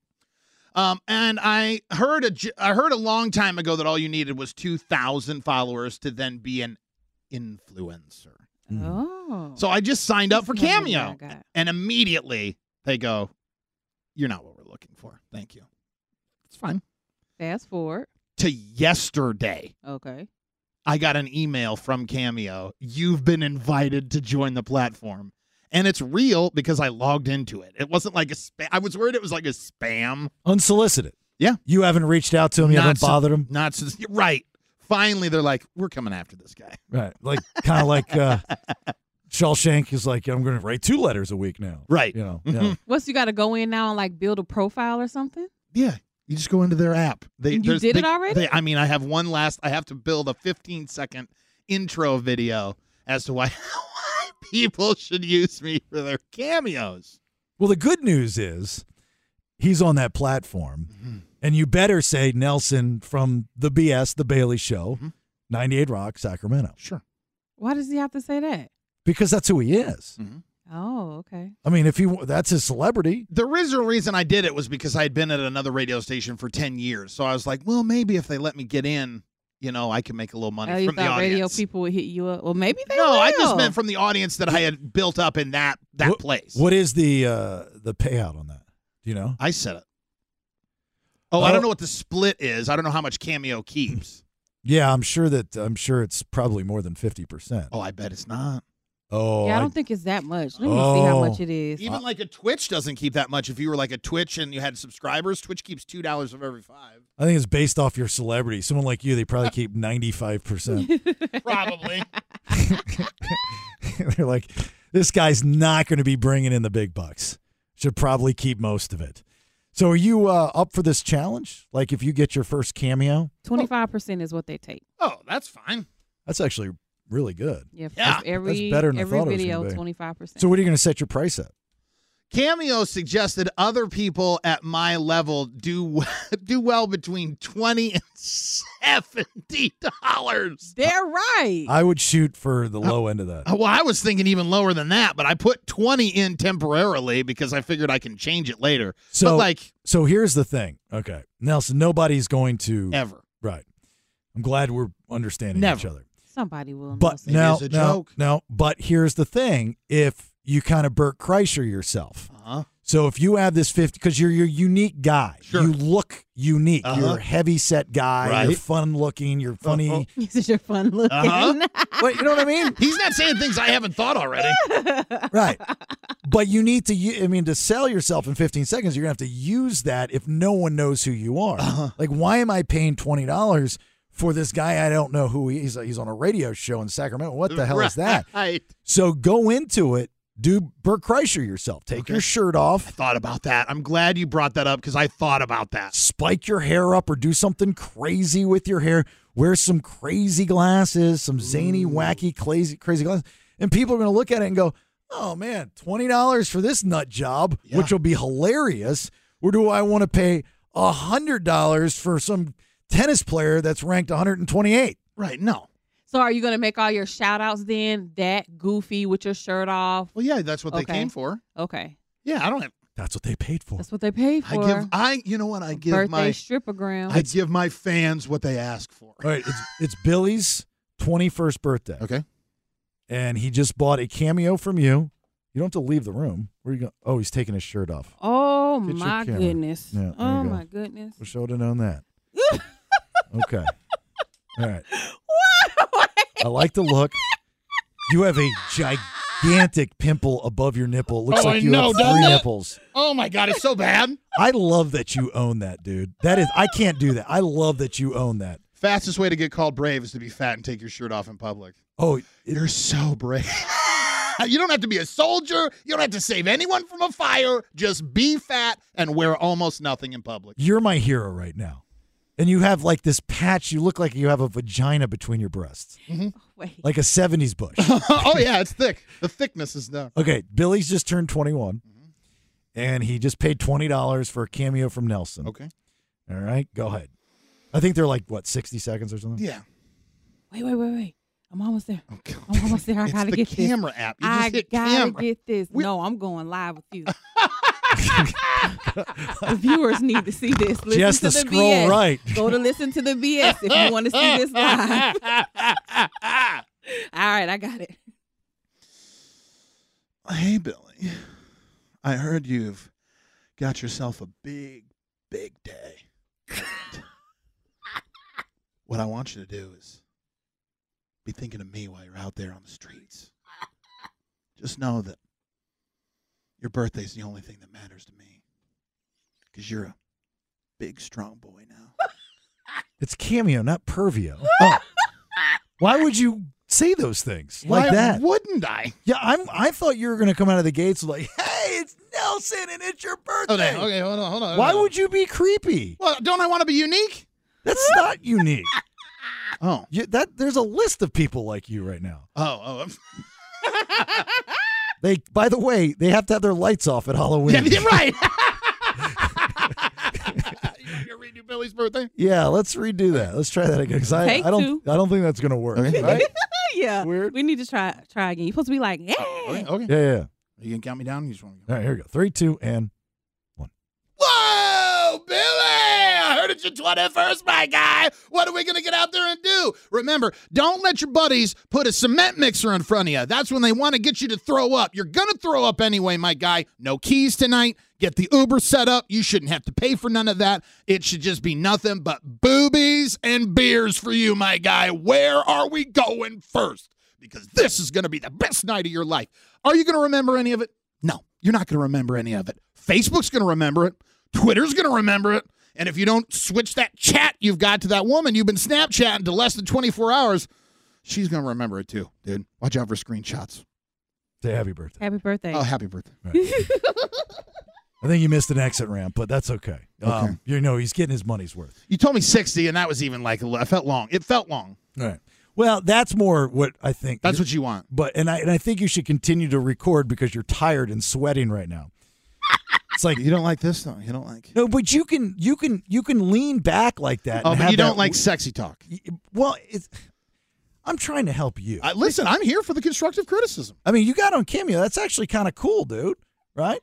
Speaker 9: Um, and I heard a j- I heard a long time ago that all you needed was two thousand followers to then be an influencer.
Speaker 8: Oh.
Speaker 9: So I just signed up for
Speaker 8: This is what I
Speaker 9: Cameo,
Speaker 8: got.
Speaker 9: and immediately they go, "You're not what we're looking for." Thank you. It's fine.
Speaker 8: Fast forward.
Speaker 9: To yesterday,
Speaker 8: Okay.
Speaker 9: I got an email from Cameo. You've been invited to join the platform. And it's real because I logged into it. It wasn't like a spam. I was worried it was like a spam.
Speaker 7: Unsolicited.
Speaker 9: Yeah.
Speaker 7: You haven't reached out to him, you
Speaker 9: Not
Speaker 7: haven't
Speaker 9: so-
Speaker 7: bothered him.
Speaker 9: Not so, right. Finally, they're like, we're coming after this guy.
Speaker 7: Right. Like kind of like uh Shawshank is like I'm going to write two letters a week now.
Speaker 9: Right. Mm-hmm.
Speaker 7: You know. yeah.
Speaker 8: What's you got to go in now and like build a profile or something?
Speaker 9: Yeah. You just go into their app. They,
Speaker 8: You
Speaker 9: there's-
Speaker 8: did it
Speaker 9: they-
Speaker 8: already?
Speaker 9: they- I mean, I have one last, I have to build a 15 second intro video as to why, why people should use me for their cameos.
Speaker 7: Well, the good news is he's on that platform,
Speaker 9: Mm-hmm.
Speaker 7: and you better say Nelson from the BS, the Bailey Show,
Speaker 9: Mm-hmm.
Speaker 7: 98 Rock, Sacramento. Sure.
Speaker 8: Why does he have to say that?
Speaker 7: Because that's who he is.
Speaker 9: Mm-hmm.
Speaker 8: Oh, okay.
Speaker 7: I mean, if he that's his celebrity.
Speaker 9: The original reason I did it was because I had been at another radio station for 10 years. So I was like, well, maybe if they let me get in, you know, I can make a little money
Speaker 8: Oh, you
Speaker 9: from the
Speaker 8: thought
Speaker 9: audience.
Speaker 8: radio people would hit you up? Well, maybe they
Speaker 9: no,
Speaker 8: will.
Speaker 9: I just meant from the audience that I had built up in that that place.
Speaker 7: What is the uh the payout on that? Do you know?
Speaker 9: I said it. Oh, I don't know what the split is. I don't know how much Cameo keeps.
Speaker 7: Yeah, I'm sure that I'm sure it's probably more than 50%.
Speaker 9: Oh, I bet it's not.
Speaker 7: Oh.
Speaker 8: yeah, I
Speaker 7: I-
Speaker 8: don't think it's that much. Let me see
Speaker 7: Oh.
Speaker 8: how much it is.
Speaker 9: Even like a Twitch doesn't keep that much. If you were like a Twitch and you had subscribers, Twitch keeps two dollars of every five.
Speaker 7: I think it's based off your celebrity. Someone like you, they probably keep 95%.
Speaker 9: Probably.
Speaker 7: They're like, this guy's not going to be bringing in the big bucks. Should probably keep most of it. So, are you uh, up for this challenge? Like, if you get your first cameo,
Speaker 8: Twenty five percent is what they take.
Speaker 9: Oh, that's fine.
Speaker 7: that's actually really good.
Speaker 8: Yeah, for
Speaker 9: Yeah.
Speaker 8: every
Speaker 7: That's better than I
Speaker 8: every
Speaker 7: thought it was
Speaker 8: video
Speaker 7: gonna be.
Speaker 8: twenty five percent.
Speaker 7: So, what are you going to set your price at?
Speaker 9: Cameo suggested other people at my level do do well between twenty and seventy dollars.
Speaker 8: They're right.
Speaker 7: I would shoot for the low end of that.
Speaker 9: well, I was thinking even lower than that, but I put twenty in temporarily because I figured I can change it later.
Speaker 7: So,
Speaker 9: but like
Speaker 7: so here's the thing. Okay, Nelson, nobody's going to
Speaker 9: ever.
Speaker 7: Right. I'm glad we're understanding each
Speaker 8: Never.
Speaker 7: other.
Speaker 8: Somebody will.
Speaker 7: But
Speaker 8: know
Speaker 7: now,
Speaker 8: something.
Speaker 7: now, now, but here's the thing: if you kind of Burt Kreischer yourself,
Speaker 9: uh-huh.
Speaker 7: so if you have this fifty, because you're your unique guy, you look unique.
Speaker 9: Uh-huh.
Speaker 7: You're a heavy set guy. You're
Speaker 9: Right. Uh-huh.
Speaker 7: fun looking. You're funny.
Speaker 8: This is your fun looking.
Speaker 7: Uh-huh. Wait, you know what I mean?
Speaker 9: He's not saying things I haven't thought already.
Speaker 7: right. But you need to, u- I mean, to sell yourself in 15 seconds, you're going to have to use that if no one knows who you are.
Speaker 9: Uh-huh.
Speaker 7: Like, why am I paying $20 for this guy? I don't know who he is. He's on a radio show in Sacramento. What the hell is that?
Speaker 9: Uh, Right.
Speaker 7: So go into it. Do Burt Kreischer yourself. Take your shirt off. I
Speaker 9: thought about that. I'm glad you brought that up because I thought about that.
Speaker 7: Spike your hair up or do something crazy with your hair. Wear some crazy glasses, some zany, wacky, crazy, crazy glasses. And people are going to look at it and go, oh man, $20 for this nut job, which will be hilarious. Or do I want to pay $100 for some tennis player that's ranked 128?
Speaker 9: Right. No.
Speaker 8: So are you gonna make all your shout outs then? That goofy with your shirt off.
Speaker 9: Well, yeah, that's what they came for.
Speaker 8: Okay,
Speaker 9: Yeah, I don't have.
Speaker 7: That's what they paid for.
Speaker 8: that's what they paid
Speaker 9: I
Speaker 8: for.
Speaker 9: give. I. You know what? I give
Speaker 8: birthday
Speaker 9: my.
Speaker 8: strippogram.
Speaker 9: I give my fans what they ask for.
Speaker 7: All right, it's, it's Billy's 21st birthday.
Speaker 9: Okay.
Speaker 7: And he just bought a cameo from you. You don't have to leave the room. Where you go? Oh, he's taking his shirt off.
Speaker 8: oh
Speaker 7: Get your
Speaker 8: my
Speaker 7: camera.
Speaker 8: goodness.
Speaker 7: Yeah, there you
Speaker 8: oh
Speaker 7: go.
Speaker 8: my goodness.
Speaker 7: We should have known that. okay. All right. I like the look. You have a gigantic pimple above your nipple. It looks
Speaker 9: Oh, I
Speaker 7: like you
Speaker 9: know,
Speaker 7: have three
Speaker 9: doesn't it?
Speaker 7: nipples.
Speaker 9: Oh my god, it's so bad.
Speaker 7: I love that you own that, dude. That is, I can't do that. I love that you own that.
Speaker 9: Fastest way to get called brave is to be fat and take your shirt off in public.
Speaker 7: Oh,
Speaker 9: you're so brave. you don't have to be a soldier. You don't have to save anyone from a fire. Just be fat and wear almost nothing in public.
Speaker 7: You're my hero right now. And you have like this patch. You look like you have a vagina between your breasts,
Speaker 8: Wait.
Speaker 7: like a 70s bush.
Speaker 9: oh yeah, it's thick. The thickness is there.
Speaker 7: Okay, Billy's just turned 21,
Speaker 9: Mm-hmm.
Speaker 7: and he just paid twenty dollars for a cameo from Nelson.
Speaker 9: Okay.
Speaker 7: All right, go ahead. I think they're like what sixty seconds or something.
Speaker 9: Yeah.
Speaker 8: Wait, wait, wait, wait. I'm almost there.
Speaker 9: Oh,
Speaker 8: I'm almost there. I
Speaker 9: It's
Speaker 8: gotta
Speaker 9: the
Speaker 8: get this.
Speaker 9: camera app. You just
Speaker 8: I
Speaker 9: hit
Speaker 8: gotta
Speaker 9: camera.
Speaker 8: get this. No, I'm going live with you. the viewers need to see this. Listen
Speaker 7: Just
Speaker 8: to
Speaker 7: to
Speaker 8: the
Speaker 7: scroll
Speaker 8: BS.
Speaker 7: right.
Speaker 8: Go to listen to the BS if you want to see this live. All right, I got it.
Speaker 9: Hey, Billy. I heard you've got yourself a big, big day. what I want you to do is be thinking of me while you're out there on the streets. Just know that your birthday's the only thing that matters to me because you're a big, strong boy now.
Speaker 7: It's cameo, not pervio. Oh. Why would you say those things like
Speaker 9: Why
Speaker 7: that?
Speaker 9: wouldn't I?
Speaker 7: Yeah, I'm. I thought you were gonna come out of the gates like, "Hey, it's Nelson, and it's your birthday."
Speaker 9: hold on, hold on.
Speaker 7: Why would you be creepy?
Speaker 9: Well, don't I want to be unique?
Speaker 7: That's not unique.
Speaker 9: Oh,
Speaker 7: you, that there's a list of people like you right now.
Speaker 9: Oh,
Speaker 7: They, by the way, they have to have their lights off at Halloween.
Speaker 9: yeah, right. Billy's birthday?
Speaker 7: Yeah, let's redo that. Let's try that again. 'cause I,
Speaker 8: Take
Speaker 7: I don't.
Speaker 8: two.
Speaker 7: I don't think that's gonna work. Right?
Speaker 8: yeah. We need to try try again. You're supposed to be like, yeah.
Speaker 9: Okay. okay.
Speaker 7: Oh, Yeah, yeah.
Speaker 9: You can count me down. You just want to
Speaker 7: All right, here we go. Three, two, and
Speaker 9: Whoa, Billy! I heard it's your 21st, my guy. What are we going to get out there and do? Remember, don't let your buddies put a cement mixer in front of you. That's when they want to get you to throw up. You're going to throw up anyway, my guy. No keys tonight. Get the Uber set up. You shouldn't have to pay for none of that. It should just be nothing but boobies and beers for you, my guy. Where are we going first? Because this is going to be the best night of your life. Are you going to remember any of it? No, you're not going to remember any of it. Facebook's going to remember it. Twitter's going to remember it. And if you don't switch that chat you've got to that woman you've been Snapchatting to less than 24 hours, she's going to remember it too, dude. Watch out for screenshots.
Speaker 7: say happy birthday.
Speaker 8: Happy birthday.
Speaker 9: Oh, happy birthday.
Speaker 7: I think you missed an exit ramp, but that's okay.
Speaker 9: Okay.
Speaker 7: Um, you know, he's getting his money's worth.
Speaker 9: You told me 60, and that was even like, I felt long. It felt long.
Speaker 7: All right. Well, that's more what I think.
Speaker 9: That's what you want.
Speaker 7: But and I and I think you should continue to record because you're tired and sweating right now. It's like
Speaker 9: you don't like this though. You don't like
Speaker 7: no, but you can you can you can lean back like that.
Speaker 9: Oh,
Speaker 7: and
Speaker 9: but
Speaker 7: have
Speaker 9: you don't
Speaker 7: that-
Speaker 9: like sexy talk.
Speaker 7: Well, it's, I'm trying to help you.
Speaker 9: I, listen, I'm here for the constructive criticism.
Speaker 7: I mean, you got on Cameo. That's actually kind of cool, dude. Right?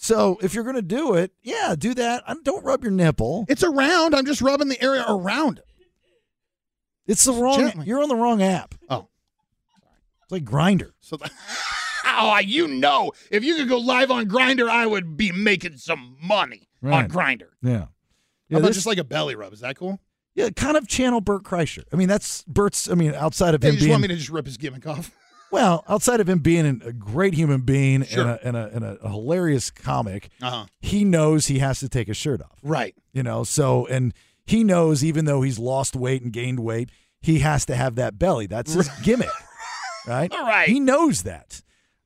Speaker 7: So if you're gonna do it, yeah, do that. I don't rub your nipple.
Speaker 9: It's around. I'm just rubbing the area around it.
Speaker 7: It's the wrong.
Speaker 9: Gently.
Speaker 7: You're on the wrong app.
Speaker 9: Oh.
Speaker 7: it's like Grinder.
Speaker 9: So, the, oh, I- you know, if you could go live on Grinder, I would be making some money
Speaker 7: Right.
Speaker 9: on Grinder.
Speaker 7: Yeah.
Speaker 9: How
Speaker 7: Yeah,
Speaker 9: about
Speaker 7: this-
Speaker 9: just like a belly rub? Is that cool?
Speaker 7: yeah, kind of channel Burt Kreischer. I mean, that's Burt's. I mean, outside of
Speaker 9: They
Speaker 7: him
Speaker 9: just
Speaker 7: being
Speaker 9: want me to just rip his gimmick off.
Speaker 7: well, outside of him being a great human being
Speaker 9: Sure.
Speaker 7: and, a, and, a, and a hilarious comic,
Speaker 9: Uh-huh.
Speaker 7: he knows he has to take his shirt off.
Speaker 9: Right.
Speaker 7: You know, so and he knows even though he's lost weight and gained weight, he has to have that belly. That's his gimmick, right?
Speaker 9: All right.
Speaker 7: He knows that.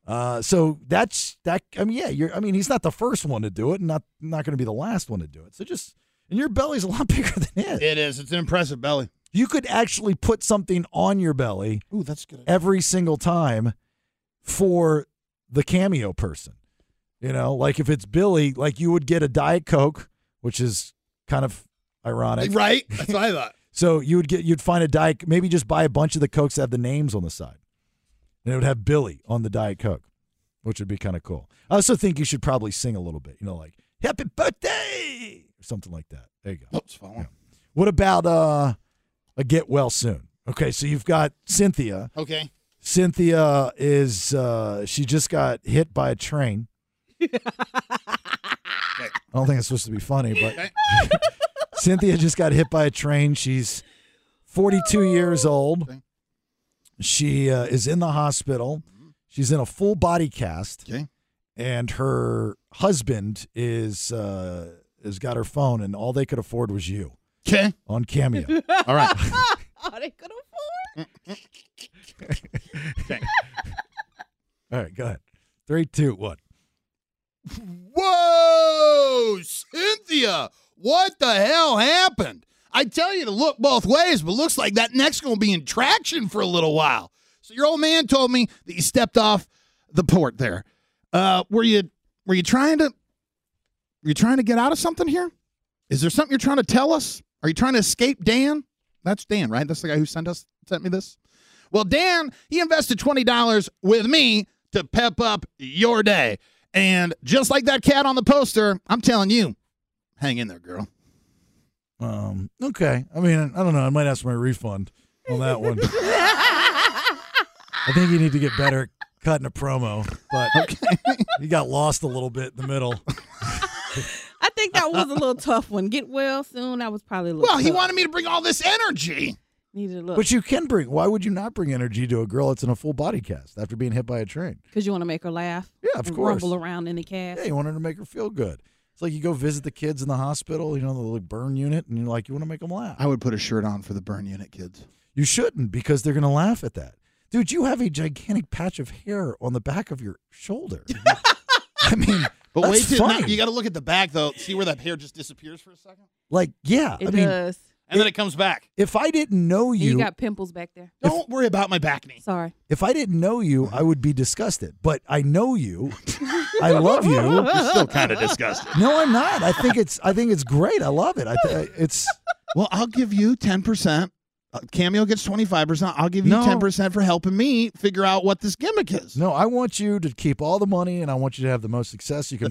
Speaker 7: Uh, so that's that. I mean, yeah, you're. I mean, he's not the first one to do it, and not not going to be the last one to do it. So just and your belly's a lot bigger than his.
Speaker 9: It is. It's an impressive belly.
Speaker 7: You could actually put something on your belly
Speaker 9: Ooh, that's good.
Speaker 7: every single time for the cameo person. You know, like if it's Billy, like you would get a Diet Coke, which is kind of ironic.
Speaker 9: Right? That's what I thought.
Speaker 7: So you would get you'd find a Diet maybe just buy a bunch of the Cokes that have the names on the side. And it would have Billy on the Diet Coke, which would be kind of cool. I also think you should probably sing a little bit, you know, like Happy Birthday or something like that. There you go.
Speaker 9: Oops, Oh, falling.
Speaker 7: What about uh a get well soon? Okay, so you've got Cynthia.
Speaker 9: Okay.
Speaker 7: Cynthia is uh she just got hit by a train. I don't think it's supposed to be funny, but Cynthia just got hit by a train. She's 42 years old. She uh, is in the hospital. She's in a full body cast.
Speaker 9: Okay.
Speaker 7: And her husband is uh, has got her phone, and all they could afford was you
Speaker 9: Okay.
Speaker 7: on Cameo.
Speaker 9: All right.
Speaker 8: Oh,
Speaker 15: All they could
Speaker 7: Mm.
Speaker 15: afford.
Speaker 7: all right, go ahead. Three, two, one.
Speaker 9: Whoa, Cynthia, what the hell happened? I tell you to look both ways, but looks like that neck's going to be in traction for a little while. So your old man told me that you stepped off the port there. Uh, were you were you trying to were you trying to get out of something here? Is there something you're trying to tell us? Are you trying to escape Dan? That's Dan, right? That's the guy who sent us sent me this. Well, Dan, he invested $20 with me to pep up your day. And just like that cat on the poster, I'm telling you, hang in there, girl.
Speaker 7: Um, okay. I mean, I don't know. I might ask for my refund on that one. I think you need to get better at cutting a promo, but you got lost a little bit in the middle.
Speaker 8: I think that was a little tough one. Get well soon. That was probably a little
Speaker 9: Well, he
Speaker 8: tough.
Speaker 9: wanted me to bring all this energy.
Speaker 8: needed a look.
Speaker 7: But you can bring. Why would you not bring energy to a girl that's in a full body cast after being hit by a train?
Speaker 8: Because you want to make her laugh.
Speaker 7: Yeah, of
Speaker 8: and
Speaker 7: course.
Speaker 8: Rumble around in the cast.
Speaker 7: Yeah, you want her to make her feel good. It's like you go visit the kids in the hospital, you know, the little burn unit, and you're like, you want to make them laugh.
Speaker 9: I would put a shirt on for the burn unit kids.
Speaker 7: You shouldn't because they're going to laugh at that. Dude, you have a gigantic patch of hair on the back of your shoulder. I mean,
Speaker 9: But
Speaker 7: that's
Speaker 9: wait till now,
Speaker 7: fine.
Speaker 9: you got to look at the back though. See where that hair just disappears for a second.
Speaker 7: Like, yeah, I mean,
Speaker 9: and then it comes back.
Speaker 7: If I didn't know
Speaker 8: And uh, you
Speaker 7: you,
Speaker 8: got pimples back there.
Speaker 9: Don't worry about my back knee.
Speaker 8: Sorry.
Speaker 7: if I didn't know you, I would be disgusted. But I know you. I love you.
Speaker 9: You're still kind of disgusted.
Speaker 7: No, I'm not. I think it's. I think it's great. I love it. I th- it's.
Speaker 9: Well, I'll give you 10%. Uh, Cameo gets 25%. I'll give you
Speaker 7: No.
Speaker 9: 10% for helping me figure out what this gimmick is.
Speaker 7: No, I want you to keep all the money, and I want you to have the most success you can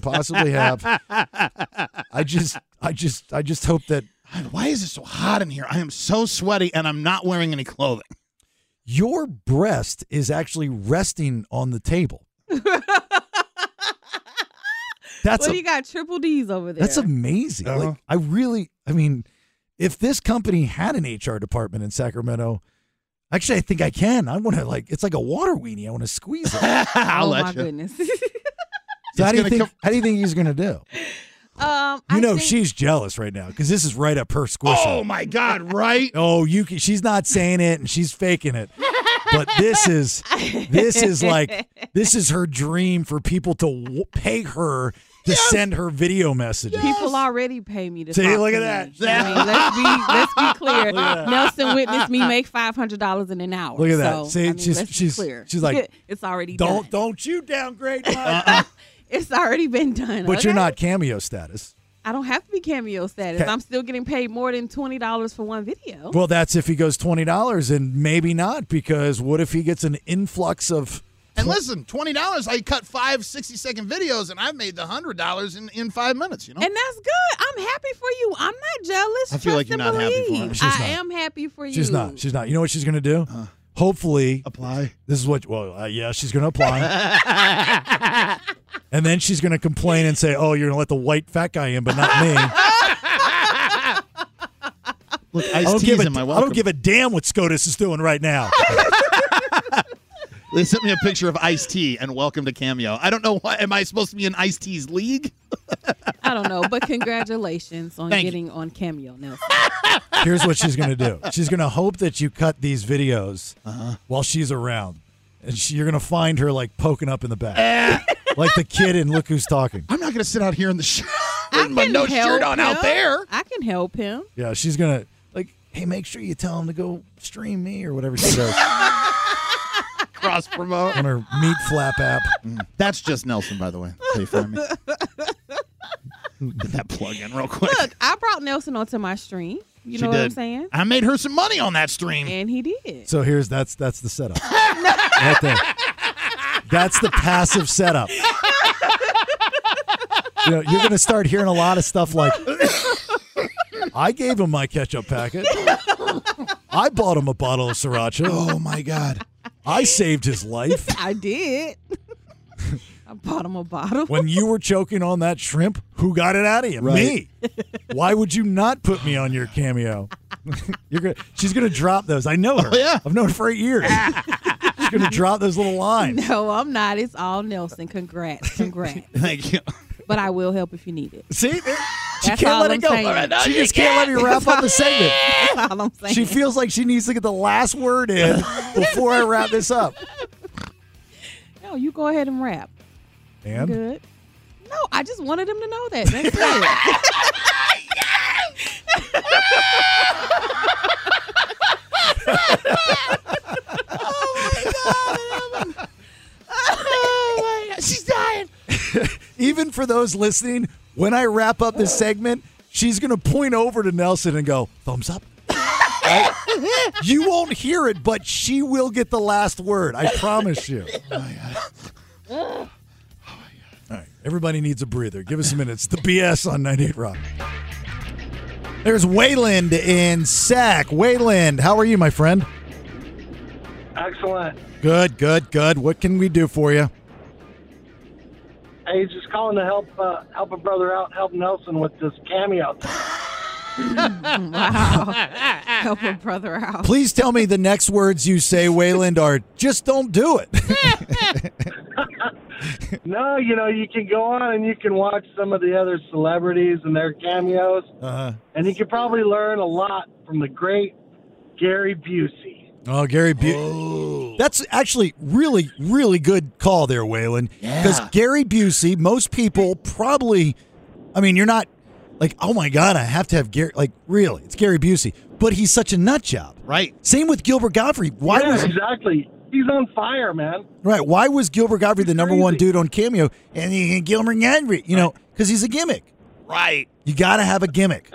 Speaker 7: possibly have. I just, I just, I just hope that
Speaker 9: Why is it so hot in here? I am so sweaty and I'm not wearing any clothing.
Speaker 7: your breast is actually resting on the table. That's
Speaker 8: well,
Speaker 7: a-
Speaker 8: you got triple D's over there.
Speaker 7: That's amazing.
Speaker 9: Uh-huh.
Speaker 7: Like, I really, I mean, if this company had an HR department in Sacramento, actually, I think I can. I want to like, it's like a water weenie. I want to squeeze it.
Speaker 9: I'll
Speaker 8: oh
Speaker 9: let
Speaker 8: my
Speaker 9: you.
Speaker 8: goodness.
Speaker 7: So how do you
Speaker 9: gonna
Speaker 7: think?
Speaker 9: come-
Speaker 7: How do you think he's gonna do?
Speaker 8: um,
Speaker 7: You
Speaker 8: I
Speaker 7: know
Speaker 8: think-
Speaker 7: she's jealous right now because this is right up her squishy.
Speaker 9: Oh my God, right?
Speaker 7: Oh, you can, she's not saying it and she's faking it. But this is this is like this is her dream for people to w- pay her to send her video messages.
Speaker 8: People already pay me to
Speaker 7: See,
Speaker 8: talk
Speaker 7: look
Speaker 8: to
Speaker 7: at
Speaker 8: me.
Speaker 7: that.
Speaker 8: I mean, let's be let's be clear.
Speaker 7: Look at that.
Speaker 8: Nelson witnessed me make five hundred dollars in an hour.
Speaker 7: Look at that.
Speaker 8: So,
Speaker 7: See,
Speaker 8: I mean,
Speaker 7: she's-
Speaker 8: let's be
Speaker 7: she's-
Speaker 8: clear.
Speaker 7: she's like,
Speaker 8: it's already
Speaker 7: Don't
Speaker 8: done.
Speaker 7: don't you downgrade my
Speaker 8: Uh-uh. It's already been done.
Speaker 7: But you're
Speaker 8: okay?
Speaker 7: not cameo status.
Speaker 8: I don't have to be cameo status.
Speaker 7: Okay.
Speaker 8: I'm still getting paid more than twenty dollars for one video.
Speaker 7: Well, that's if he goes twenty dollars and maybe not, because what if he gets an influx of
Speaker 9: And listen, twenty dollars. I cut five 60 second videos, and I've made the hundred dollars in in five minutes. You know,
Speaker 8: and that's good. I'm happy for you. I'm not jealous.
Speaker 9: I feel like
Speaker 8: Trust
Speaker 9: you're
Speaker 8: and
Speaker 9: not happy for
Speaker 8: believe.
Speaker 9: her.
Speaker 7: She's
Speaker 8: I
Speaker 7: not.
Speaker 8: am happy for you.
Speaker 7: She's not. She's not. You know what she's going to do?
Speaker 8: Uh.
Speaker 7: Hopefully,
Speaker 9: apply.
Speaker 7: This is what. Well, uh, yeah, she's going to apply, and then she's going to complain and say, "Oh, you're going to let the white fat guy in, but not me."
Speaker 9: look,
Speaker 7: I
Speaker 9: Ice
Speaker 7: don't
Speaker 9: T's
Speaker 7: give a,
Speaker 9: in my
Speaker 7: I
Speaker 9: welcome.
Speaker 7: don't give a damn what SCOTUS is doing right now.
Speaker 9: They sent me a picture of Ice T and welcome to Cameo. I don't know why. Am I supposed to be in Ice T's league?
Speaker 8: I don't know, but congratulations on
Speaker 9: Thank you.
Speaker 8: getting on cameo, Nelson.
Speaker 7: Here's what she's going to do. She's going to hope that you cut these videos while she's around, and she, you're going to find her like poking up in the back, like the kid in Look Who's Talking.
Speaker 9: I'm not going to sit out here in the sh-
Speaker 8: I
Speaker 9: with my
Speaker 8: can
Speaker 9: no
Speaker 8: help
Speaker 9: shirt on
Speaker 8: him.
Speaker 9: out there.
Speaker 8: I can help him.
Speaker 7: Yeah, she's gonna like, hey, make sure you tell him to go stream me or whatever she does
Speaker 9: Cross promote.
Speaker 7: on her meat flap app.
Speaker 9: That's just Nelson, by the way. Pay for me. Get that plug in real quick.
Speaker 8: Look, I brought Nelson onto my stream. You
Speaker 9: She
Speaker 8: know what I'm
Speaker 9: did.
Speaker 8: saying?
Speaker 9: I made her some money on that stream.
Speaker 8: And he did.
Speaker 7: So here's that's that's the setup. right there. That's the passive setup. You know, you're gonna start hearing a lot of stuff like I gave him my ketchup packet. I bought him a bottle of sriracha.
Speaker 9: Oh my god.
Speaker 7: I saved his life.
Speaker 8: I did. I bought him a bottle.
Speaker 7: When you were choking on that shrimp, who got it out of you?
Speaker 9: Right.
Speaker 7: Me. Why would you not put me on your cameo? You're gonna, she's gonna drop those. I know her.
Speaker 9: Oh, yeah.
Speaker 7: I've known her for eight years. she's gonna drop those little lines.
Speaker 8: No, I'm not. It's all Nelson. Congrats. Congrats.
Speaker 9: Thank you.
Speaker 8: but I will help if you need it.
Speaker 7: See, there- she
Speaker 8: That's
Speaker 7: can't
Speaker 8: all
Speaker 7: let
Speaker 8: I'm
Speaker 7: it go.
Speaker 8: saying. All right, now
Speaker 7: she
Speaker 9: you
Speaker 7: just can't let
Speaker 9: can.
Speaker 7: me wrap up the segment.
Speaker 8: That's all I'm saying.
Speaker 7: She feels like she needs to get the last word in before I wrap this up.
Speaker 8: no, you go ahead and rap. You
Speaker 7: And
Speaker 8: Good. No, I just wanted him to know that. That's it.
Speaker 9: Oh my god. She's dying.
Speaker 7: even for those listening, when I wrap up this segment, she's gonna point over to Nelson and go, thumbs up. Right? You won't hear it, but she will get the last word. I promise you.
Speaker 9: Oh
Speaker 7: All right. Everybody needs a breather. Give us a minute. It's the BS on 98 Rock. There's Wayland in Sac. Wayland, how are you, my friend?
Speaker 1: Excellent.
Speaker 7: Good, good, good. What can we do for you?
Speaker 1: Hey, just calling to help uh, help a brother out, help Nelson with this cameo.
Speaker 8: wow. Help a brother out.
Speaker 7: Please tell me the next words you say, Wayland, are just don't do it.
Speaker 1: no, you know you can go on and you can watch some of the other celebrities and their cameos,
Speaker 7: Uh-huh.
Speaker 1: and you can probably learn a lot from the great Gary Busey.
Speaker 7: Oh, Gary Bu- That's actually really, really good call there, Waylon. Because Gary Busey, most people probably, I mean, you're not, Like, oh my God, I have to have Gary. Like, really, it's Gary Busey, but he's such a nut job.
Speaker 9: Right.
Speaker 7: Same with Gilbert Godfrey. Why
Speaker 1: yeah,
Speaker 7: was
Speaker 1: exactly? He's on fire, man.
Speaker 7: right? Why was Gilbert Godfrey the number one dude on Cameo and, he- Gilbert Godfrey? You know, because he's a gimmick.
Speaker 9: Right.
Speaker 7: You got to have a gimmick.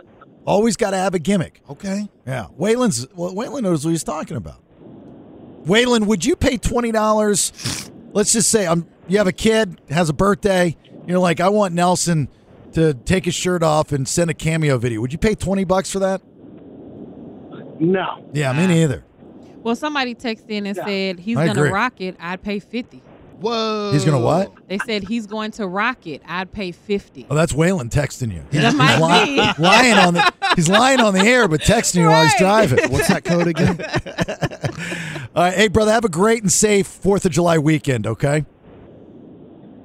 Speaker 7: Always got to have a gimmick.
Speaker 9: Okay.
Speaker 7: Yeah, Waylon's. Well, Waylon knows what he's talking about. Waylon, would you pay twenty dollars? Let's just say I'm. You have a kid has a birthday. You're like, I want Nelson to take his shirt off and send a cameo video. Would you pay twenty bucks for that?
Speaker 1: No.
Speaker 7: Yeah, me neither.
Speaker 8: Well, somebody texted in and said he's
Speaker 7: I
Speaker 8: gonna
Speaker 7: agree.
Speaker 8: rock it. I'd pay fifty.
Speaker 9: Whoa.
Speaker 7: He's gonna what?
Speaker 8: They said he's going to rock it. I'd pay fifty.
Speaker 7: Oh, that's Waylon texting you.
Speaker 8: That might
Speaker 7: li-
Speaker 8: be.
Speaker 7: lying on the. He's lying on the air, but texting you while he's driving.
Speaker 9: What's that code again?
Speaker 7: All right, hey brother, have a great and safe Fourth of July weekend. Okay.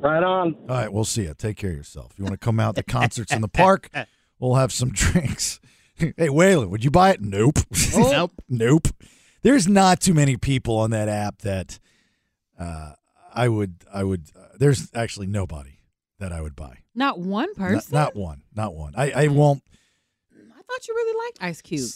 Speaker 1: Right on.
Speaker 7: All right, we'll see you. Take care of yourself. You want to come out to concerts in the park? We'll have some drinks. hey, Waylon, would you buy it? Nope.
Speaker 9: Nope.
Speaker 7: nope. There's not too many people on that app that uh, I would. I would. Uh, there's actually nobody that I would buy.
Speaker 8: Not one
Speaker 7: Not-
Speaker 8: person.
Speaker 7: Not, one. Not one. I, I won't.
Speaker 8: I thought you really liked Ice Cube.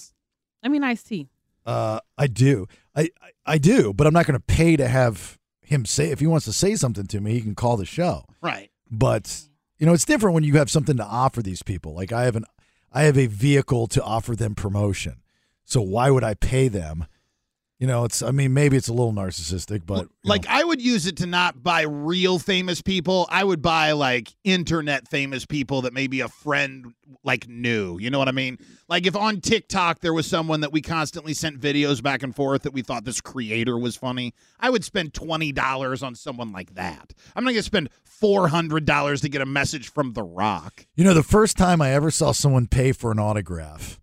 Speaker 8: I mean Ice T.
Speaker 7: Uh, I do. I, I I do, but I'm not going to pay to have him say. If he wants to say something to me, he can call the show.
Speaker 8: Oh.
Speaker 9: Right.
Speaker 7: but you know it's different when you have something to offer these people like i have an i have a vehicle to offer them promotion so why would i pay them you know it's i mean maybe it's a little narcissistic but
Speaker 9: Like I would use it to not buy real famous people. I would buy like internet famous people that maybe a friend like knew. You know what I mean? Like if on TikTok there was someone that we constantly sent videos back and forth that we thought this creator was funny, I would spend twenty dollars on someone like that. I'm not gonna spend four hundred dollars to get a message from The Rock.
Speaker 7: you know the first time i ever saw someone pay for an autograph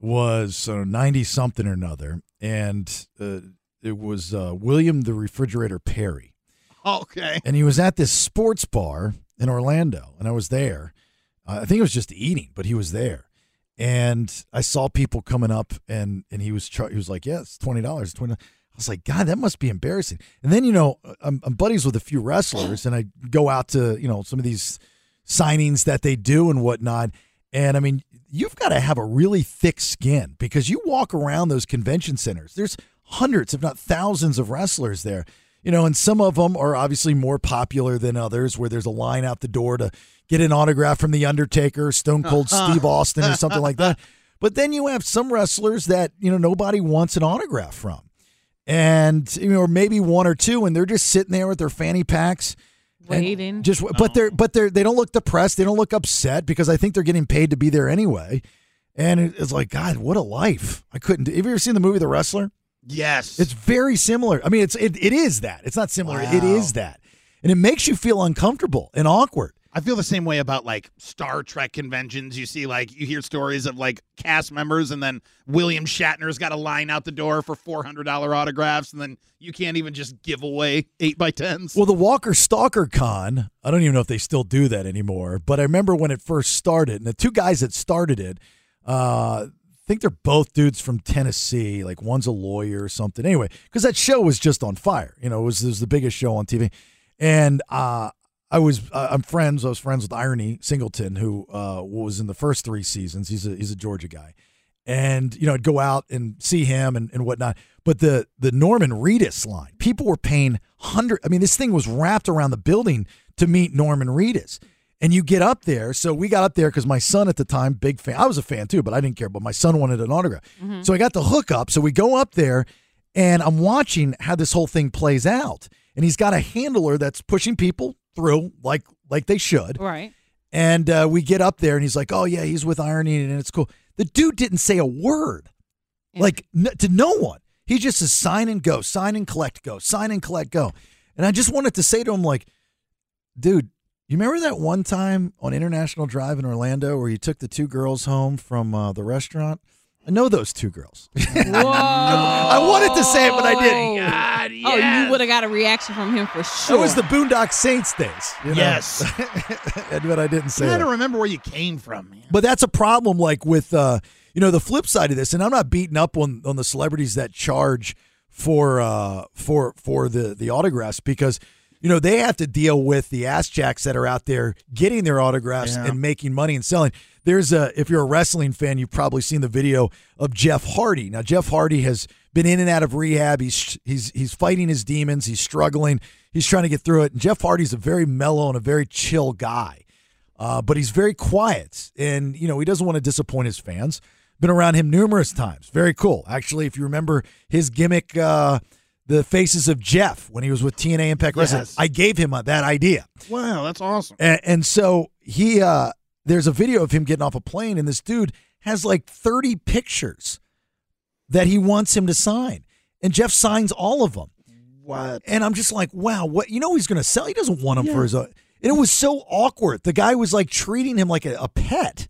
Speaker 7: was uh, 90 something or another and uh, it was uh, william the refrigerator perry
Speaker 9: Okay.
Speaker 7: and he was at this sports bar in Orlando, and I was there. Uh, I think it was just eating, but he was there, and I saw people coming up, and and he was char- he was like, "Yeah, it's twenty dollars, twenty. I was like, "God, that must be embarrassing." And then you know, uh, I'm, I'm buddies with a few wrestlers, and I go out to you know some of these signings that they do and whatnot. And I mean, you've got to have a really thick skin because you walk around those convention centers. There's hundreds, if not thousands, of wrestlers there. You know, and some of them are obviously more popular than others, where there's a line out the door to get an autograph from The Undertaker, Stone Cold
Speaker 9: Uh-huh.
Speaker 7: Steve Austin, or something like that. But then you have some wrestlers that, you know, nobody wants an autograph from and you know, or maybe one or two, and they're just sitting there with their fanny packs, and
Speaker 8: Waiting.
Speaker 7: Just but they're but they're they don't look depressed. They don't look upset because I think they're getting paid to be there anyway. And it- it's like God, what a life! I couldn't. do- Have you ever seen the movie The Wrestler?
Speaker 9: Yes.
Speaker 7: It's very similar. I mean, it's it, it is that. It's not similar. It is that, and it makes you feel uncomfortable and awkward.
Speaker 9: I feel the same way about like Star Trek conventions. You see, like, you hear stories of like cast members, and then William Shatner's got a line out the door for $400 autographs, and then you can't even just give away 8 by 10s
Speaker 7: Well, the Walker Stalker Con, I don't even know if they still do that anymore, but I remember when it first started, and the two guys that started it, uh, I think they're both dudes from Tennessee. Like one's a lawyer or something. Anyway, because that show was just on fire. You know, it was, it was the biggest show on TV. And uh, I was, uh, I'm friends, I was friends with Irony Singleton, who uh, was in the first three seasons. He's a, he's a Georgia guy and you know I'd go out and see him and, and whatnot. But the the Norman Reedus line, people were paying hundred. I mean, this thing was wrapped around the building to meet Norman Reedus. And you get up there, so we got up there because my son at the time, big fan. I was a fan too, but I didn't care. But my son wanted an autograph,
Speaker 5: Mhm.
Speaker 7: so I got the hook up. So we go up there, and I'm watching how this whole thing plays out. And he's got a handler that's pushing people through like like they should.
Speaker 8: Right.
Speaker 7: And uh, we get up there, and he's like, "Oh yeah, he's with Irony, and it's cool." The dude didn't say a word, like n- to no one. He just says, "Sign and go, sign and collect, go, sign and collect, go." And I just wanted to say to him, like, dude, you remember that one time on International Drive in Orlando where you took the two girls home from uh, the restaurant? I know those two girls. I wanted to say it, but I didn't.
Speaker 8: God, Oh, you would have got a reaction from him for sure.
Speaker 7: That was the Boondock Saints days. you know?
Speaker 9: Oh. Yes.
Speaker 7: And- but I didn't say
Speaker 9: I
Speaker 7: that.
Speaker 9: don't remember where you came from, man.
Speaker 7: But that's a problem, like with uh, you know the flip side of this, and I'm not beating up on on the celebrities that charge for uh for for the the autographs because You know, they have to deal with the ass jacks that are out there getting their autographs
Speaker 9: Yeah.
Speaker 7: and making money and selling. There's a, if you're a wrestling fan, you've probably seen the video of Jeff Hardy. Now, Jeff Hardy has been in and out of rehab. He's, he's, he's fighting his demons. He's struggling. He's trying to get through it. And Jeff Hardy's a very mellow and a very chill guy uh, but he's very quiet and you know he doesn't want to disappoint his fans been around him numerous times very cool actually if you remember his gimmick uh, the faces of jeff when he was with tna impact wrestling
Speaker 9: Yes.
Speaker 7: i gave him uh, that idea
Speaker 9: Wow, that's awesome.
Speaker 7: and, and so he, uh, there's a video of him getting off a plane, and this dude has like 30 pictures that he wants him to sign, and Jeff signs all of them.
Speaker 9: What?
Speaker 7: And I'm just like, wow, what? You know he's going to sell. He doesn't want them for his own. And it was so awkward. The guy was like treating him like a, a pet.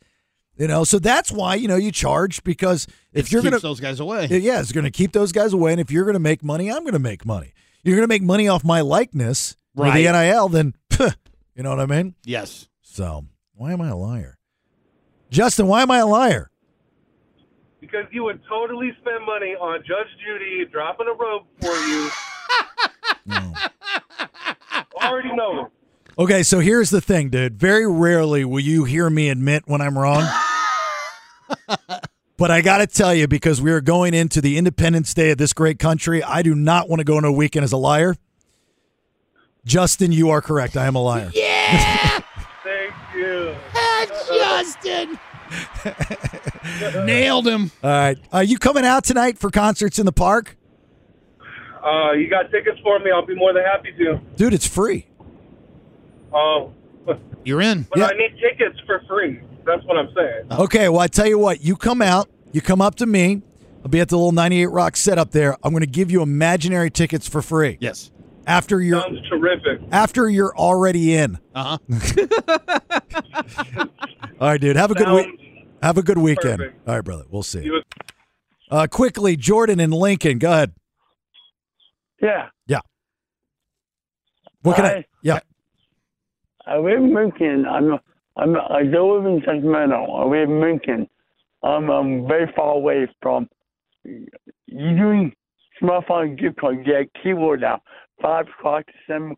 Speaker 7: You know, so that's why you know you charge because if
Speaker 9: It
Speaker 7: you're
Speaker 9: keeps
Speaker 7: going to
Speaker 9: those guys away.
Speaker 7: yeah, it's going to keep those guys away. And if you're going to make money, I'm going to make money. You're going to make money off my likeness or
Speaker 9: Right.
Speaker 7: the NIL, then you know what I mean.
Speaker 9: Yes.
Speaker 7: So why am I a liar, Justin? Why am I a liar?
Speaker 5: Because you would totally spend money on Judge Judy dropping a rope for you. Already know it.
Speaker 7: Okay, so here's the thing, dude. Very rarely will you hear me admit when I'm wrong. but I got to tell you, because we are going into the Independence Day of this great country, I do not want to go into a weekend as a liar. Justin, you are correct. I am a liar.
Speaker 9: Yeah!
Speaker 5: Thank you.
Speaker 9: Justin! Nailed him.
Speaker 7: All right. Are you coming out tonight for concerts in the park?
Speaker 5: Uh, you got tickets for me? I'll be more than happy to.
Speaker 7: Dude, it's free.
Speaker 5: Um, but
Speaker 9: You're in.
Speaker 5: but I need tickets for free. That's what I'm saying.
Speaker 7: Okay, well, I tell you what, you come out, you come up to me. I'll be at the little 98 Rock setup there. I'm going to give you imaginary tickets for free.
Speaker 9: Yes.
Speaker 7: After you're
Speaker 5: Sounds terrific.
Speaker 7: after you're already in.
Speaker 9: Uh-huh.
Speaker 7: All right, dude. Have a good
Speaker 5: Sounds
Speaker 7: week. Have a good weekend. All right, brother. We'll see. Uh, quickly, Jordan and Lincoln. Go ahead.
Speaker 22: Yeah.
Speaker 7: Yeah. What can I?
Speaker 22: Hi.
Speaker 7: Yeah.
Speaker 22: I live in Lincoln. I'm, I'm, I do live in Sacramento. I live in Lincoln. I'm, um very far away from. You doing smartphone gift card? Get a keyboard now. Five o'clock to seven,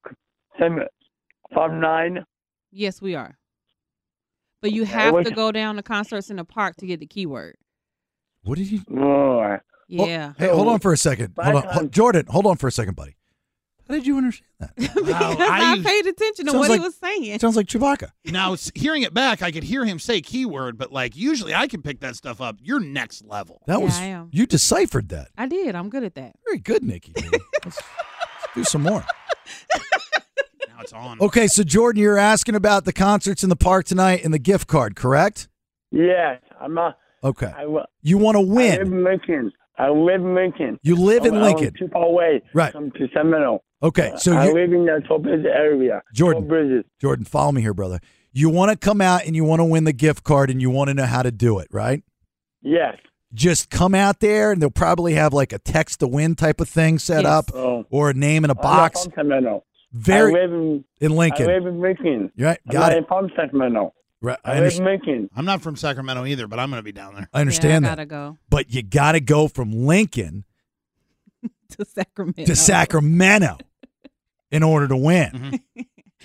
Speaker 22: seven, five nine.
Speaker 8: Yes, we are. But you
Speaker 22: Okay,
Speaker 8: have
Speaker 22: what-
Speaker 8: to go down to concerts in the park to get the keyword.
Speaker 7: What did you?
Speaker 22: Lord.
Speaker 7: Oh,
Speaker 8: Yeah.
Speaker 7: Hey, hold on for a second. Hold on, Hold- Jordan. Hold on for a second, buddy. How did you understand
Speaker 8: because I, paid attention to
Speaker 9: Sounds
Speaker 8: what
Speaker 9: like-
Speaker 8: he was saying.
Speaker 7: Sounds like Chewbacca.
Speaker 9: Now, s- hearing it back, I could hear him say keyword, but like usually I can pick that stuff up. You're next level.
Speaker 7: That
Speaker 8: Yeah,
Speaker 7: was
Speaker 8: I am.
Speaker 7: you deciphered that.
Speaker 8: I did. I'm good at that.
Speaker 7: Very good, Nikki. dude. Let's, let's do some more.
Speaker 9: Now it's on.
Speaker 7: Okay, so Jordan, you're asking about the concerts in the park tonight and the gift card, correct?
Speaker 22: Yes, I'm a.
Speaker 7: Okay.
Speaker 22: I, wa-
Speaker 7: You want to
Speaker 22: I live
Speaker 7: win.
Speaker 22: in Lincoln. I live in Lincoln.
Speaker 7: You live in
Speaker 22: I'm- I'm
Speaker 7: Lincoln.
Speaker 22: too far away.
Speaker 7: Right.
Speaker 22: From to Seminole.
Speaker 7: Okay, so
Speaker 22: I
Speaker 7: you,
Speaker 22: live in the Toll Bridge area.
Speaker 7: Jordan.
Speaker 22: Toll Bridges.
Speaker 7: Jordan, follow me here, brother. You want to come out and you want to win the gift card and you want to know how to do it, right?
Speaker 22: Yes.
Speaker 7: Just come out there and they'll probably have like a text to win type of thing set up
Speaker 22: Oh.
Speaker 7: or a name in a
Speaker 22: I'm not
Speaker 7: box.
Speaker 22: from Sacramento.
Speaker 7: Very-
Speaker 22: I live in,
Speaker 7: in Lincoln.
Speaker 22: I live in Lincoln.
Speaker 7: You're right,
Speaker 22: I'm
Speaker 7: got
Speaker 22: not
Speaker 7: it.
Speaker 22: in Palm Sacramento.
Speaker 7: Right, I
Speaker 22: I, live in
Speaker 7: understand.
Speaker 22: Lincoln.
Speaker 9: I'm not from Sacramento either, but I'm going to be down there.
Speaker 7: I understand
Speaker 8: yeah, I
Speaker 7: that.
Speaker 8: gotta go
Speaker 7: But you got to go from Lincoln
Speaker 8: to Sacramento.
Speaker 7: to Sacramento in order to win.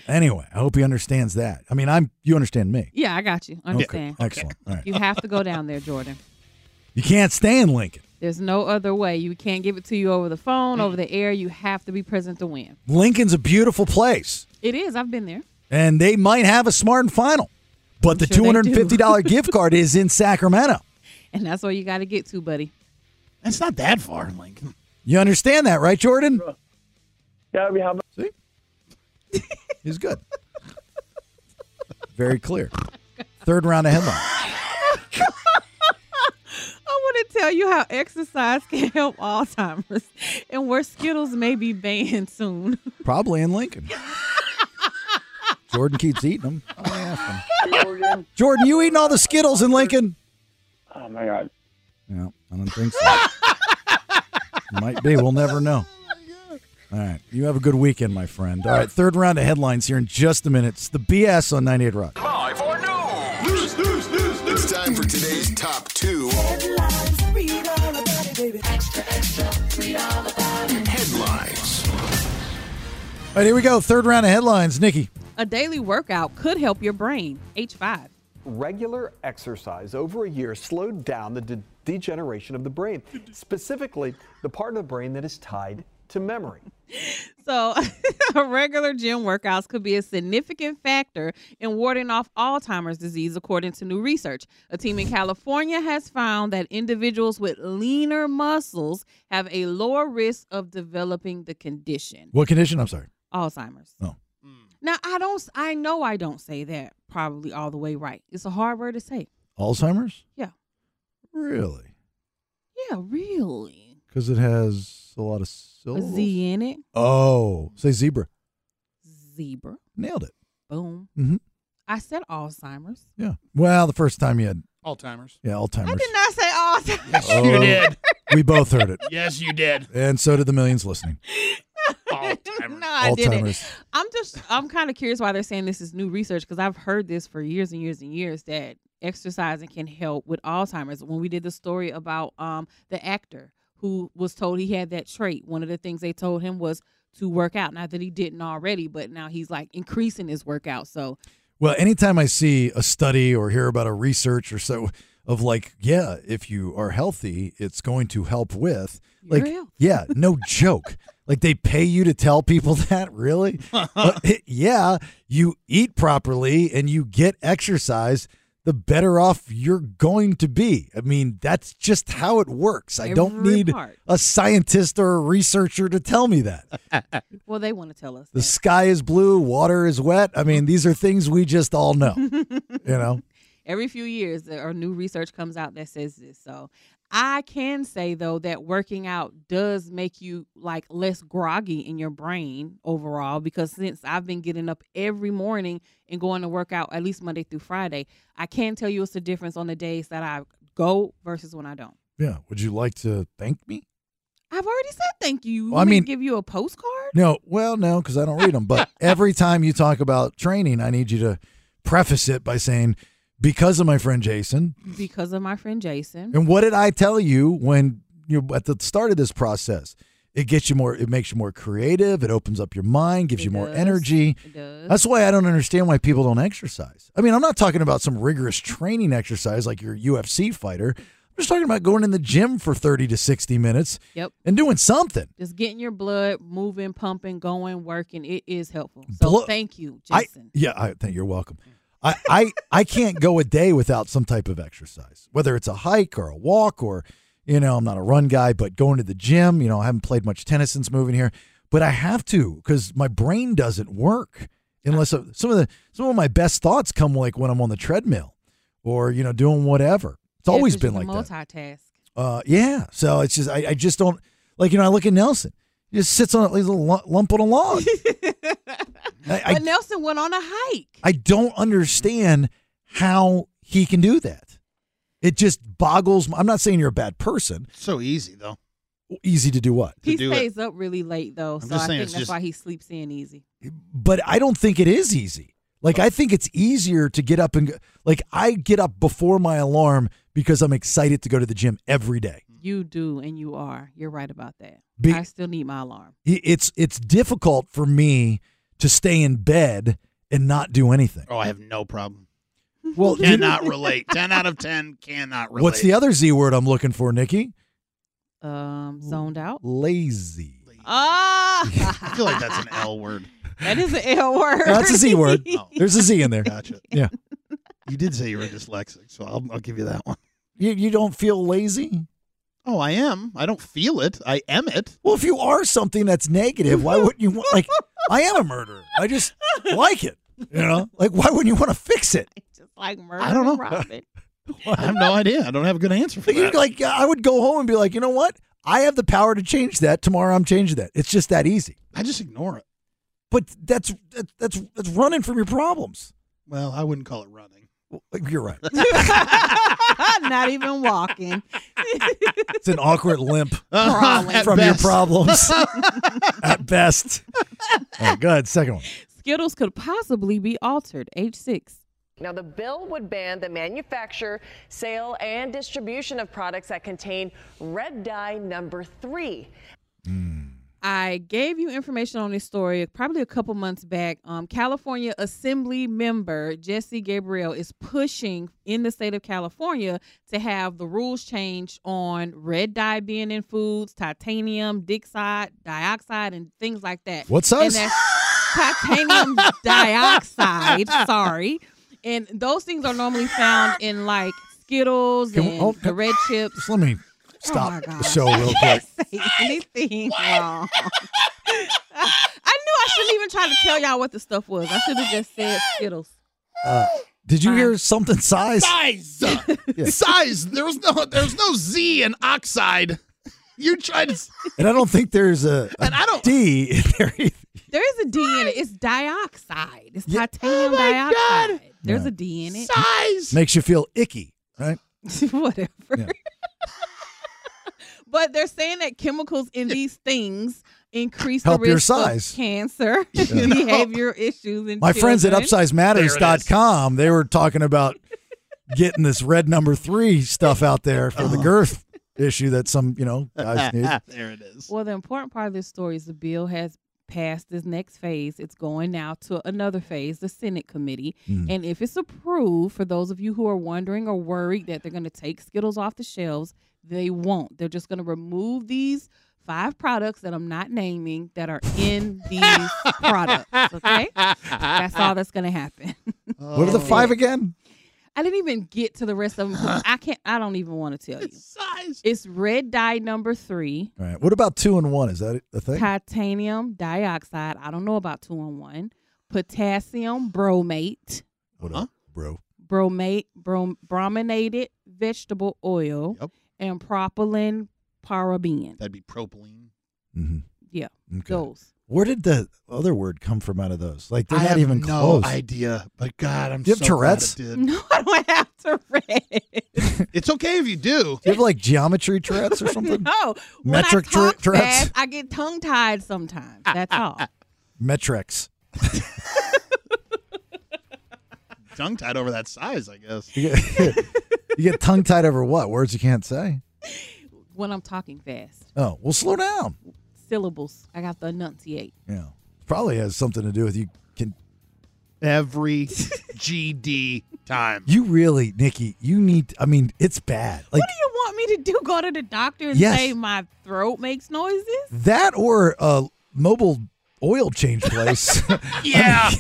Speaker 7: Anyway, I hope he understands that. I mean, I'm you understand me.
Speaker 8: Yeah, I got you. Understand.
Speaker 7: Excellent. All right.
Speaker 8: You have to go down there, Jordan.
Speaker 7: You can't stay in Lincoln.
Speaker 8: There's no other way. You can't give it to you over the phone, over the air. You have to be present to win.
Speaker 7: Lincoln's a beautiful place.
Speaker 8: It is. I've been there.
Speaker 7: and they might have a smart and final. But the
Speaker 8: sure they do.
Speaker 7: $250 gift card is in Sacramento.
Speaker 8: And that's all you got to get to, buddy.
Speaker 9: That's not that far, hmm. Lincoln.
Speaker 7: You understand that, right, Jordan?
Speaker 22: Yeah, we have.
Speaker 7: See? He's good. Very clear. Third round of headline.
Speaker 8: I want to tell you how exercise can help Alzheimer's and where Skittles may be banned soon.
Speaker 7: Probably in Lincoln. Jordan keeps eating them. I asked him.
Speaker 22: Jordan.
Speaker 7: Jordan, you eating all the Skittles in Lincoln?
Speaker 22: Oh my God.
Speaker 7: No, I don't think so. Might be. We'll never know. All right. You have a good weekend, my friend. All right. Third round of headlines here in just a minute. It's the BS on 98 Rock.
Speaker 2: Live or news.
Speaker 3: News, news, news, news. It's time for today's top two headlines.
Speaker 7: All right, here we go. Third round of headlines. Nikki.
Speaker 8: A daily workout could help your brain. H5.
Speaker 10: Regular exercise over a year slowed down the de- degeneration of the brain, specifically the part of the brain that is tied to memory.
Speaker 8: So, regular gym workouts could be a significant factor in warding off Alzheimer's disease, according to new research. A team in California has found that individuals with leaner muscles have a lower risk of developing the condition.
Speaker 7: What condition? I'm sorry.
Speaker 8: Alzheimer's.
Speaker 7: Oh.
Speaker 8: Now, I don't, s- I know I don't say that probably all the way right. It's a hard word to say.
Speaker 7: Alzheimer's?
Speaker 8: Yeah.
Speaker 7: Really?
Speaker 8: Yeah, really.
Speaker 7: Because it has a lot of
Speaker 8: A
Speaker 7: syllables.
Speaker 8: Z in it.
Speaker 7: Oh, say zebra.
Speaker 8: Zebra.
Speaker 7: Nailed it.
Speaker 8: Boom.
Speaker 7: Mm-hmm.
Speaker 8: I said Alzheimer's.
Speaker 7: Yeah. Well, the first time you had,
Speaker 9: Alzheimer's.
Speaker 7: yeah, Alzheimer's.
Speaker 8: Did I say Alzheimer's?
Speaker 7: Oh, We both heard it.
Speaker 9: Yes, you did.
Speaker 7: And so did the millions listening.
Speaker 8: No, I didn't.
Speaker 7: Alzheimer's.
Speaker 8: I'm just I'm kind of curious why they're saying this is new research because I've heard this for years and years and years that exercising can help with Alzheimer's. When we did the story about um the actor who was told he had that trait, one of the things they told him was to work out. Not that he didn't already, but now he's like increasing his workout. So
Speaker 7: Well, anytime I see a study or hear about a research or so of like, yeah, if you are healthy, it's going to help with like,
Speaker 8: health.
Speaker 7: yeah, no joke. Like they pay you to tell people that, really? Uh, yeah, you eat properly and you get exercise, the better off you're going to be. I mean, that's just how it works. I don't
Speaker 8: Every
Speaker 7: need
Speaker 8: part.
Speaker 7: a scientist or a researcher to tell me that.
Speaker 8: well, they want to tell us.
Speaker 7: The sky is blue, water is wet. I mean, these are things we just all know, you know?
Speaker 8: every few years there are new research comes out that says this so i can say though that working out does make you like less groggy in your brain overall because since i've been getting up every morning and going to work out at least monday through friday i can tell you it's a difference on the days that i go versus when i don't
Speaker 7: Yeah. Would you like to thank me?
Speaker 8: i've already said thank you
Speaker 7: Well, I
Speaker 8: You
Speaker 7: mean-
Speaker 8: give you a postcard
Speaker 7: No. Well, no, because I don't read them. But every time you talk about training, I need you to preface it by saying, because of my friend Jason.
Speaker 8: because of my friend jason
Speaker 7: And what did I tell you when you at the start of this process? It gets you more. It makes you more creative. It opens up your mind. Gives you more energy.
Speaker 8: It does.
Speaker 7: That's why I don't understand why people don't exercise. I mean, I'm not talking about some rigorous training exercise like your UFC fighter. I'm just talking about going in the gym for 30 to 60 minutes
Speaker 8: Yep.
Speaker 7: and doing something.
Speaker 8: just getting your blood moving pumping going working it is helpful so
Speaker 7: Blo-
Speaker 8: thank you
Speaker 7: I,
Speaker 8: jason
Speaker 7: yeah, I think you're welcome. I, I, I can't go a day without some type of exercise, whether it's a hike or a walk or, you know, I'm not a run guy, but going to the gym, you know, I haven't played much tennis since moving here, but I have to because my brain doesn't work unless some of the some of my best thoughts come like when I'm on the treadmill or, you know, doing whatever. It's
Speaker 8: Yeah,
Speaker 7: always
Speaker 8: 'cause you
Speaker 7: been like
Speaker 8: can
Speaker 7: that.
Speaker 8: multitask
Speaker 7: Uh, yeah. So it's just I, I just don't like you know I look at Nelson. He just sits on a he's a lu- lump on a log. I, I
Speaker 8: but Nelson went on a hike.
Speaker 7: I don't understand how he can do that. It just boggles. My, I'm not saying you're a bad person.
Speaker 9: So easy though.
Speaker 7: Easy to do what,
Speaker 8: He
Speaker 9: do it.
Speaker 8: stays up really late though, so
Speaker 9: just saying
Speaker 8: I think
Speaker 9: it's
Speaker 8: that's
Speaker 9: just-
Speaker 8: why he sleeps in easy.
Speaker 7: but I don't think it is easy. Like I think it's easier to get up and go, like I get up before my alarm because I'm excited to go to the gym every day.
Speaker 9: Mm.
Speaker 8: You do, and you are. You're right about that.
Speaker 7: Be-
Speaker 8: I still need my alarm.
Speaker 7: I- It's it's difficult for me to stay in bed and not do anything.
Speaker 9: Oh, I have no problem.
Speaker 7: Well, you-
Speaker 9: cannot relate. Ten out of ten cannot relate.
Speaker 7: What's the other Z word I'm looking for, Nikki?
Speaker 8: Um, zoned out.
Speaker 7: Lazy.
Speaker 8: Ah,
Speaker 9: I feel like that's an L word.
Speaker 8: that is an L word.
Speaker 7: No, that's a Z word. There's a Z in there.
Speaker 9: Gotcha.
Speaker 7: Yeah.
Speaker 9: You did say you were dyslexic, so I'll, I'll give you that one.
Speaker 7: You, you don't feel lazy?
Speaker 9: Oh, I am. I don't feel it. I am it.
Speaker 7: Well, if you are something that's negative, why wouldn't you want, like, I am a murderer. I just like it. You know, like, why wouldn't you want to fix it?
Speaker 8: like murder.
Speaker 9: I don't know.
Speaker 8: Robin.
Speaker 9: I have no idea. I don't have a good answer for
Speaker 7: Like, you
Speaker 9: that.
Speaker 7: like, I would go home and be like, you know what? I have the power to change that. Tomorrow I'm changing that. It's just that easy.
Speaker 9: I just ignore it.
Speaker 7: But that's that, that's that's running from your problems.
Speaker 9: Well, I wouldn't call it running.
Speaker 7: Like, You're right.
Speaker 8: Not even walking.
Speaker 7: It's an awkward limp
Speaker 8: Crawling.
Speaker 7: from your
Speaker 8: At best.
Speaker 7: problems at best. All right, go ahead. Second one.
Speaker 8: Skittles could possibly be altered. Age six.
Speaker 11: Now, the bill would ban the manufacture, sale, and distribution of products that contain red dye number three.
Speaker 8: I gave you information on this story probably a couple months back. Um, California Assembly member Jesse Gabriel is pushing in the state of California to have the rules changed on red dye being in foods, titanium dioxide, dioxide, and things like that.
Speaker 7: What size?
Speaker 8: And that's titanium dioxide. Sorry, and those things are normally found in like Skittles
Speaker 7: Can
Speaker 8: and
Speaker 7: we- oh,
Speaker 8: the red chips.
Speaker 7: Just let me
Speaker 8: Oh my
Speaker 7: stop the
Speaker 8: gosh.
Speaker 7: show real
Speaker 8: I
Speaker 7: quick.
Speaker 8: can't say anything wrong. I knew I shouldn't even try to tell y'all what the stuff was. I should have just said Skittles.
Speaker 7: Uh, did you hear something size?
Speaker 9: Size. Size. There was no there's no Z in oxide. You're trying to s-
Speaker 7: And I don't think there's a, a D in there. either.
Speaker 8: There is a D in it. It's dioxide. It's
Speaker 7: Yeah.
Speaker 8: titanium
Speaker 7: Oh my
Speaker 8: dioxide.
Speaker 7: God.
Speaker 8: There's
Speaker 7: Yeah.
Speaker 8: a D in it.
Speaker 9: Size.
Speaker 7: Makes you feel icky, right?
Speaker 8: Whatever.
Speaker 7: Yeah.
Speaker 8: But they're saying that chemicals in these things increase
Speaker 7: Help
Speaker 8: the
Speaker 7: your
Speaker 8: risk
Speaker 7: size.
Speaker 8: of cancer,
Speaker 7: You know.
Speaker 8: behavioral issues, and
Speaker 7: My friends at upsizematters.com, they were talking about getting this red number three stuff out there for
Speaker 9: Uh-huh.
Speaker 7: the girth issue that some, you know, guys need.
Speaker 9: there it is.
Speaker 8: Well, the important part of this story is the bill has passed this next phase. It's going now to another phase, the Senate committee.
Speaker 6: Mm.
Speaker 8: And if it's approved, for those of you who are wondering or worried that they're going to take Skittles off the shelves, they won't. They're just going to remove these five products that I'm not naming that are in these products. Okay? That's all that's going to happen.
Speaker 7: What are the
Speaker 9: Oh.
Speaker 7: five again?
Speaker 8: I didn't even get to the rest of them. 'cause I can't. I don't even want to tell you.
Speaker 9: Size.
Speaker 8: It's red dye number three.
Speaker 7: All right. What about two and one? Is that a thing?
Speaker 8: Titanium dioxide. I don't know about two on one. Potassium bromate,
Speaker 7: What up, bro?
Speaker 8: bromate, brom- brominated vegetable oil, and propylene parabene.
Speaker 9: That'd be propylene.
Speaker 7: hmm
Speaker 8: Yeah,
Speaker 7: Okay.
Speaker 8: those.
Speaker 7: Where did the other word come from out of those? Like they're
Speaker 9: I
Speaker 7: not
Speaker 9: have
Speaker 7: even
Speaker 9: no
Speaker 7: close.
Speaker 9: idea, but God, I'm
Speaker 7: Do you have
Speaker 9: so glad
Speaker 7: Tourette's?
Speaker 9: I did.
Speaker 8: No, I don't have Tourette's.
Speaker 9: it's okay if you do.
Speaker 7: Do you have like geometry Tourette's or something?
Speaker 8: no,
Speaker 7: Metric Ah,
Speaker 8: when I talk
Speaker 7: Tourette- Tourette's?
Speaker 8: fast, I get tongue tied sometimes. That's all.
Speaker 7: Metrex.
Speaker 9: Tongue tied over that size, I guess.
Speaker 7: You get, you get tongue tied over what? Words you can't say?
Speaker 8: When I'm talking fast,
Speaker 7: Oh, well, slow down.
Speaker 8: syllables. I got to enunciate.
Speaker 7: Yeah. Probably has something to do with you can.
Speaker 9: Every GD time.
Speaker 7: You really, Nikki, you need, I mean, it's bad. Like
Speaker 8: what do you want me to do? Go to the doctor and
Speaker 7: Yes.
Speaker 8: say my throat makes noises?
Speaker 7: that or a mobile oil change place.
Speaker 9: yeah.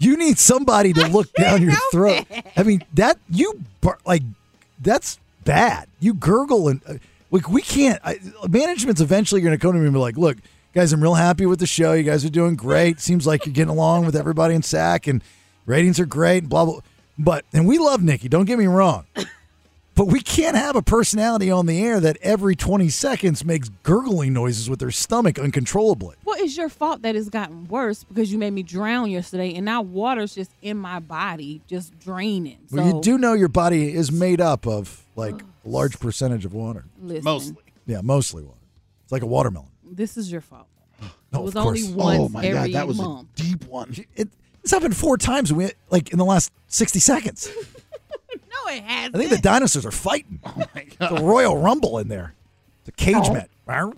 Speaker 7: you need somebody to look down your throat. I mean, that, you, bur- like, that's bad. You gurgle and, uh, like, we can't, I, management's eventually going to come to me and be like, look, guys, I'm real happy with the show. You guys are doing great. Seems like you're getting along with everybody in SAC and ratings are great, blah, blah. But, and we love Nikki, don't get me wrong. But we can't have a personality on the air that every 20 seconds makes gurgling noises with their stomach uncontrollably.
Speaker 8: Well, it's your fault that it's gotten worse because you made me drown yesterday, and now water's just in my body, just draining. So, Oh.
Speaker 7: Well, you do know your body is made up of like a large percentage of water.
Speaker 8: Listen. Mostly.
Speaker 7: Yeah, mostly water. It's like a watermelon.
Speaker 8: This is your fault.
Speaker 7: No,
Speaker 8: it was
Speaker 7: of course. Oh
Speaker 8: only once every month.
Speaker 9: a deep one.
Speaker 7: It, it's happened four times we, like in the last 60 seconds.
Speaker 8: no, it has.
Speaker 7: I think the dinosaurs are fighting. Oh my
Speaker 9: uh,
Speaker 7: God. The Royal Rumble in there. The cage match. Let's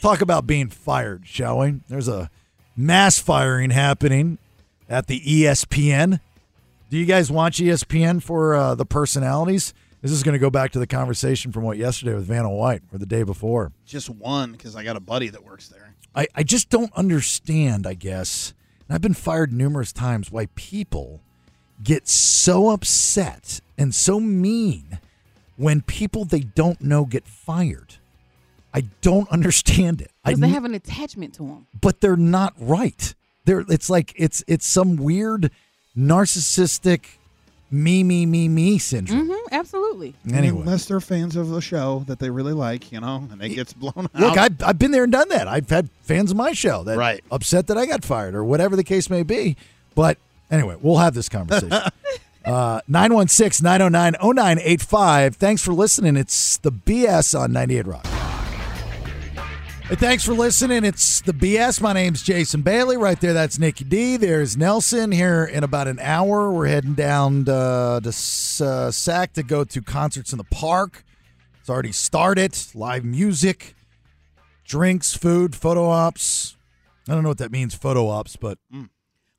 Speaker 7: talk about being fired, shall we? There's a mass firing happening at the E ESPN. Do you guys watch E ESPN for uh, the personalities? This is going to go back to the conversation from what yesterday with Vanna White or the day before.
Speaker 9: Just one because I got a buddy that works there.
Speaker 7: I, I just don't understand, I guess, and I've been fired numerous times, why people get so upset and so mean when people they don't know get fired. I don't understand it. I
Speaker 8: Because they
Speaker 7: n-
Speaker 8: have an attachment to him.
Speaker 7: but they're not right. They're it's like it's it's some weird narcissistic me me me me syndrome.
Speaker 8: hmm absolutely.
Speaker 9: Mm.
Speaker 7: Anyway.
Speaker 9: Unless they're fans of the show that they really like, you know, and it gets blown out.
Speaker 7: Look, I've, I've been there and done that. I've had fans of my show that
Speaker 9: Right.
Speaker 7: upset that I got fired or whatever the case may be. But anyway, we'll have this conversation. Uh, 916 909 0985. Thanks for listening. It's the BS on 98 Rock. Hey, thanks for listening. It's the BS. My name's Jason Bailey. Right there, that's Nikki D. There's Nelson. Here in about an hour, we're heading down uh, to S- uh, SAC to go to concerts in the park. It's already started. Live music. Drinks, food, photo ops. I don't know what that means, photo ops, but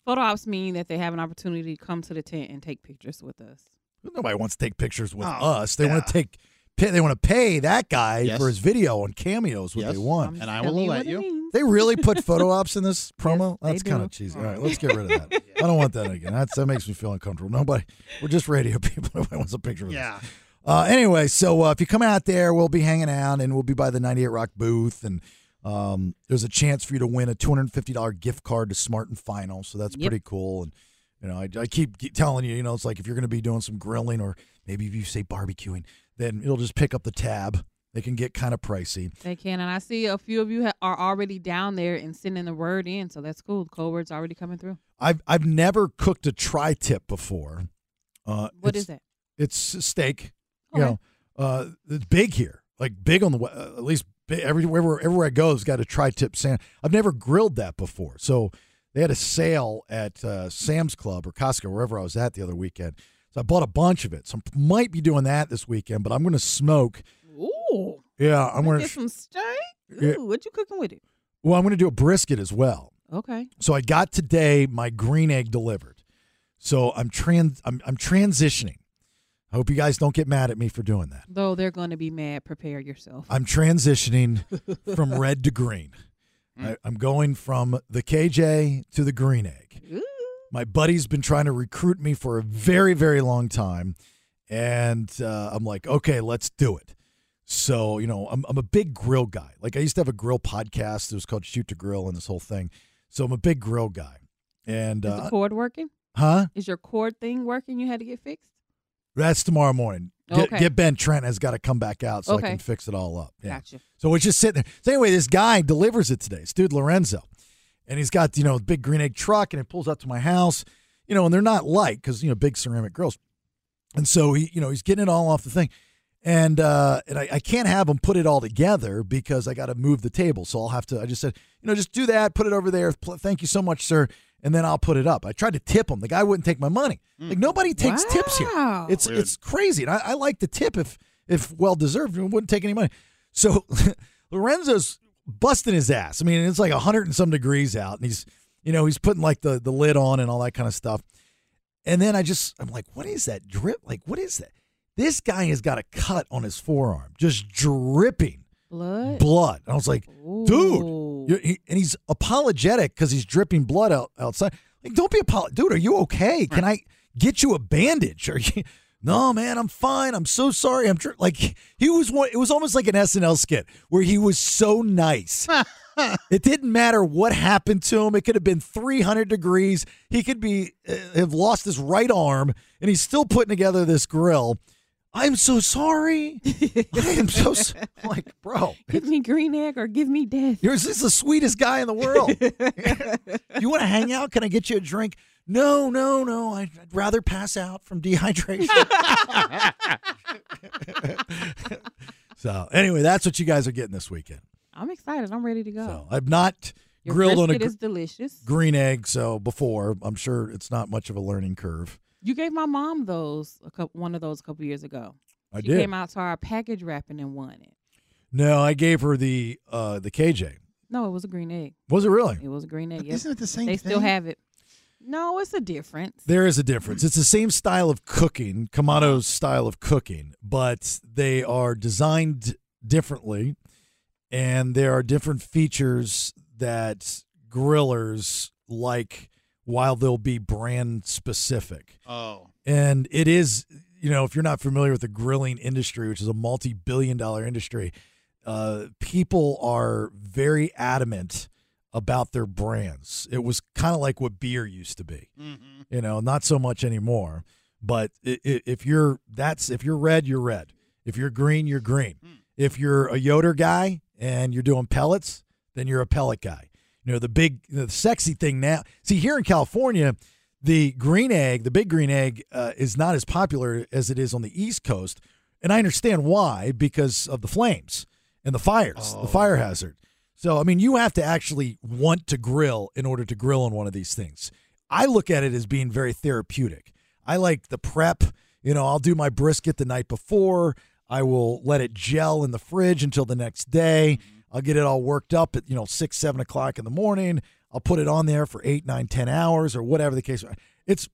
Speaker 8: Photo ops mean that they have an opportunity to come to the tent and take pictures with us.
Speaker 7: nobody wants to take pictures with
Speaker 8: Oh,
Speaker 7: us. They want to take. Pay, they want to pay that guy for his video on cameos. What
Speaker 9: Yes. Um,
Speaker 7: they want,
Speaker 9: I'm And I will telling you let what it you.
Speaker 7: They really put photo ops in this promo. That's
Speaker 9: they
Speaker 7: kind of
Speaker 9: do.
Speaker 7: cheesy. All right, let's get rid of that. I don't want that again. That's, that makes me feel uncomfortable. Nobody, we're just radio people. Nobody wants a picture with us.
Speaker 9: Yeah.
Speaker 7: Uh, anyway, so uh, if you come out there, we'll be hanging out and we'll be by the 98 Rock booth. And um, there's a chance for you to win a $250 gift card to Smart and Final. So that's
Speaker 6: Yep.
Speaker 7: pretty cool. And, you know, I, I keep ge- telling you, you know, it's like if you're going to be doing some grilling or maybe if you say barbecuing, then it'll just pick up the tab. They can get kind of pricey.
Speaker 8: They can, and I see a few of you ha- are already down there and sending the word in, so that's cool. The code word's already coming through.
Speaker 7: I've, I've never cooked a tri tip before. Uh,
Speaker 8: What is
Speaker 7: it's-
Speaker 8: that?
Speaker 7: It's a steak. You know, uh, it's big here, like big on the we- uh, at least bi- everywhere everywhere I go has got a tri-tip sand. I've never grilled that before, so they had a sale at uh, Sam's Club or Costco, wherever I was at the other weekend. So I bought a bunch of it. So I might be doing that this weekend, but I'm going to smoke.
Speaker 8: Ooh,
Speaker 7: Yeah, I'm
Speaker 8: Look
Speaker 7: going
Speaker 8: at
Speaker 7: to.
Speaker 8: some steak. Ooh,
Speaker 7: Yeah.
Speaker 8: what you cooking with it?
Speaker 7: Well, I'm going to do a brisket as well.
Speaker 8: Okay.
Speaker 7: So I got today my green egg delivered. So I'm trans. I'm, I'm transitioning. I hope you guys don't get mad at me for doing that.
Speaker 8: Though they're going to be mad. Prepare yourself.
Speaker 7: I'm transitioning from red to green.
Speaker 8: Mm.
Speaker 7: I, I'm going from the KJ to the green egg. My buddy's been trying to recruit me for a very, very long time. And uh, I'm like, okay, let's do it. So, you know, I'm, I'm a big grill guy. Like, I used to have a grill podcast. It was called Shoot to Grill and this whole thing. So, I'm a big grill guy. And,
Speaker 8: Is
Speaker 7: uh,
Speaker 8: the cord working?
Speaker 7: huh?
Speaker 8: Is your cord thing working? You had to get fixed.
Speaker 7: That's tomorrow morning. Get,
Speaker 8: Okay.
Speaker 7: get Ben Trent has got to come back out so
Speaker 8: Okay.
Speaker 7: I can fix it all up. Yeah.
Speaker 8: Gotcha.
Speaker 7: So we're just sitting there. So anyway, this guy delivers it today. It's dude Lorenzo, and he's got you know a big green egg truck, and it pulls up to my house. You know, and they're not light because you know big ceramic grills. And so he, you know, he's getting it all off the thing, and uh, and I, I can't have him put it all together because I got to move the table. So I'll have to. I just said, you know, just do that, put it over there. Pl- Thank you so much, sir, and then I'll put it up. I tried to tip him. The guy wouldn't take my money. Like nobody takes tips here.
Speaker 8: Wow.
Speaker 7: It's
Speaker 8: Weird.
Speaker 7: it's crazy, and I, I like the tip if if well deserved. and wouldn't take any money. So Lorenzo's busting his ass. I mean, it's like hundred and some degrees out, and he's you know he's putting like the the lid on and all that kind of stuff. And then I just, I'm like, what is that drip? Like, what is that? This guy has got a cut on his forearm, just dripping
Speaker 8: Blood.
Speaker 7: blood. And I was like, dude. you- he- and he's apologetic because he's dripping blood out, outside. Like, don't be apologetic. Dude, are you okay? Can I get you a bandage? Are you. No, man, I'm fine. I'm so sorry. I'm dri-" like he was one. It was almost like an SNL skit where he was so nice. it didn't matter what happened to him. It could have been 300 degrees. He could be uh, have lost his right arm, and he's still putting together this grill. I'm so sorry. I am so s- like, bro.
Speaker 8: Give me green egg or give me death.
Speaker 7: You're just the sweetest guy in the world. you want to hang out? Can I get you a drink? No, no, no. I'd I'd rather pass out from dehydration. so, anyway, that's what you guys are getting this weekend.
Speaker 8: I'm excited. I'm ready to go.
Speaker 7: I've not
Speaker 8: Your
Speaker 7: uh, grilled on a
Speaker 8: brisket
Speaker 7: gr-
Speaker 8: is delicious.
Speaker 7: green egg so before. I'm sure it's not much of a learning curve.
Speaker 8: You gave my mom those a couple, one of those a couple years ago.
Speaker 7: I
Speaker 8: she
Speaker 7: did.
Speaker 8: came out to our package wrapping and won it.
Speaker 7: No, I gave her the uh the KJ.
Speaker 8: No, it was a green egg.
Speaker 7: Was it really?
Speaker 8: It was a green egg. yep.
Speaker 9: isn't it the same
Speaker 8: They still
Speaker 9: thing?
Speaker 8: have it. No, it's a difference.
Speaker 7: There is a difference. It's the same style of cooking, Kamano's style of cooking, but they are designed differently, and there are different features that grillers like while they'll be brand specific.
Speaker 9: Oh.
Speaker 7: And it is, you know, if you're not familiar with the grilling industry, which is a multi billion dollar industry, uh, people are very adamant about their brands. It was kind of like what beer used to be,
Speaker 9: mm-hmm.
Speaker 7: you know, not so much anymore. But i- i- if you're that's if you're red, you're red. If you're green, you're green. If you're a Yoder guy and you're doing pellets, then you're a pellet guy. You know, the big, the sexy thing now. See, here in California, the green egg, the big green egg, uh, is not as popular as it is on the East Coast. And I understand why because of the flames and the fires, the fire hazard. So, I mean, you have to actually want to grill in order to grill on one of these things. I look at it as being very therapeutic. I like the prep. You know, I'll do my
Speaker 8: Mm-hmm.
Speaker 7: brisket the night before. I will let it gel in the fridge until the next day. I'll get it all worked up at you know six, seven o'clock in the morning. I'll put it on there for eight, nine, ten hours, or whatever the case. It's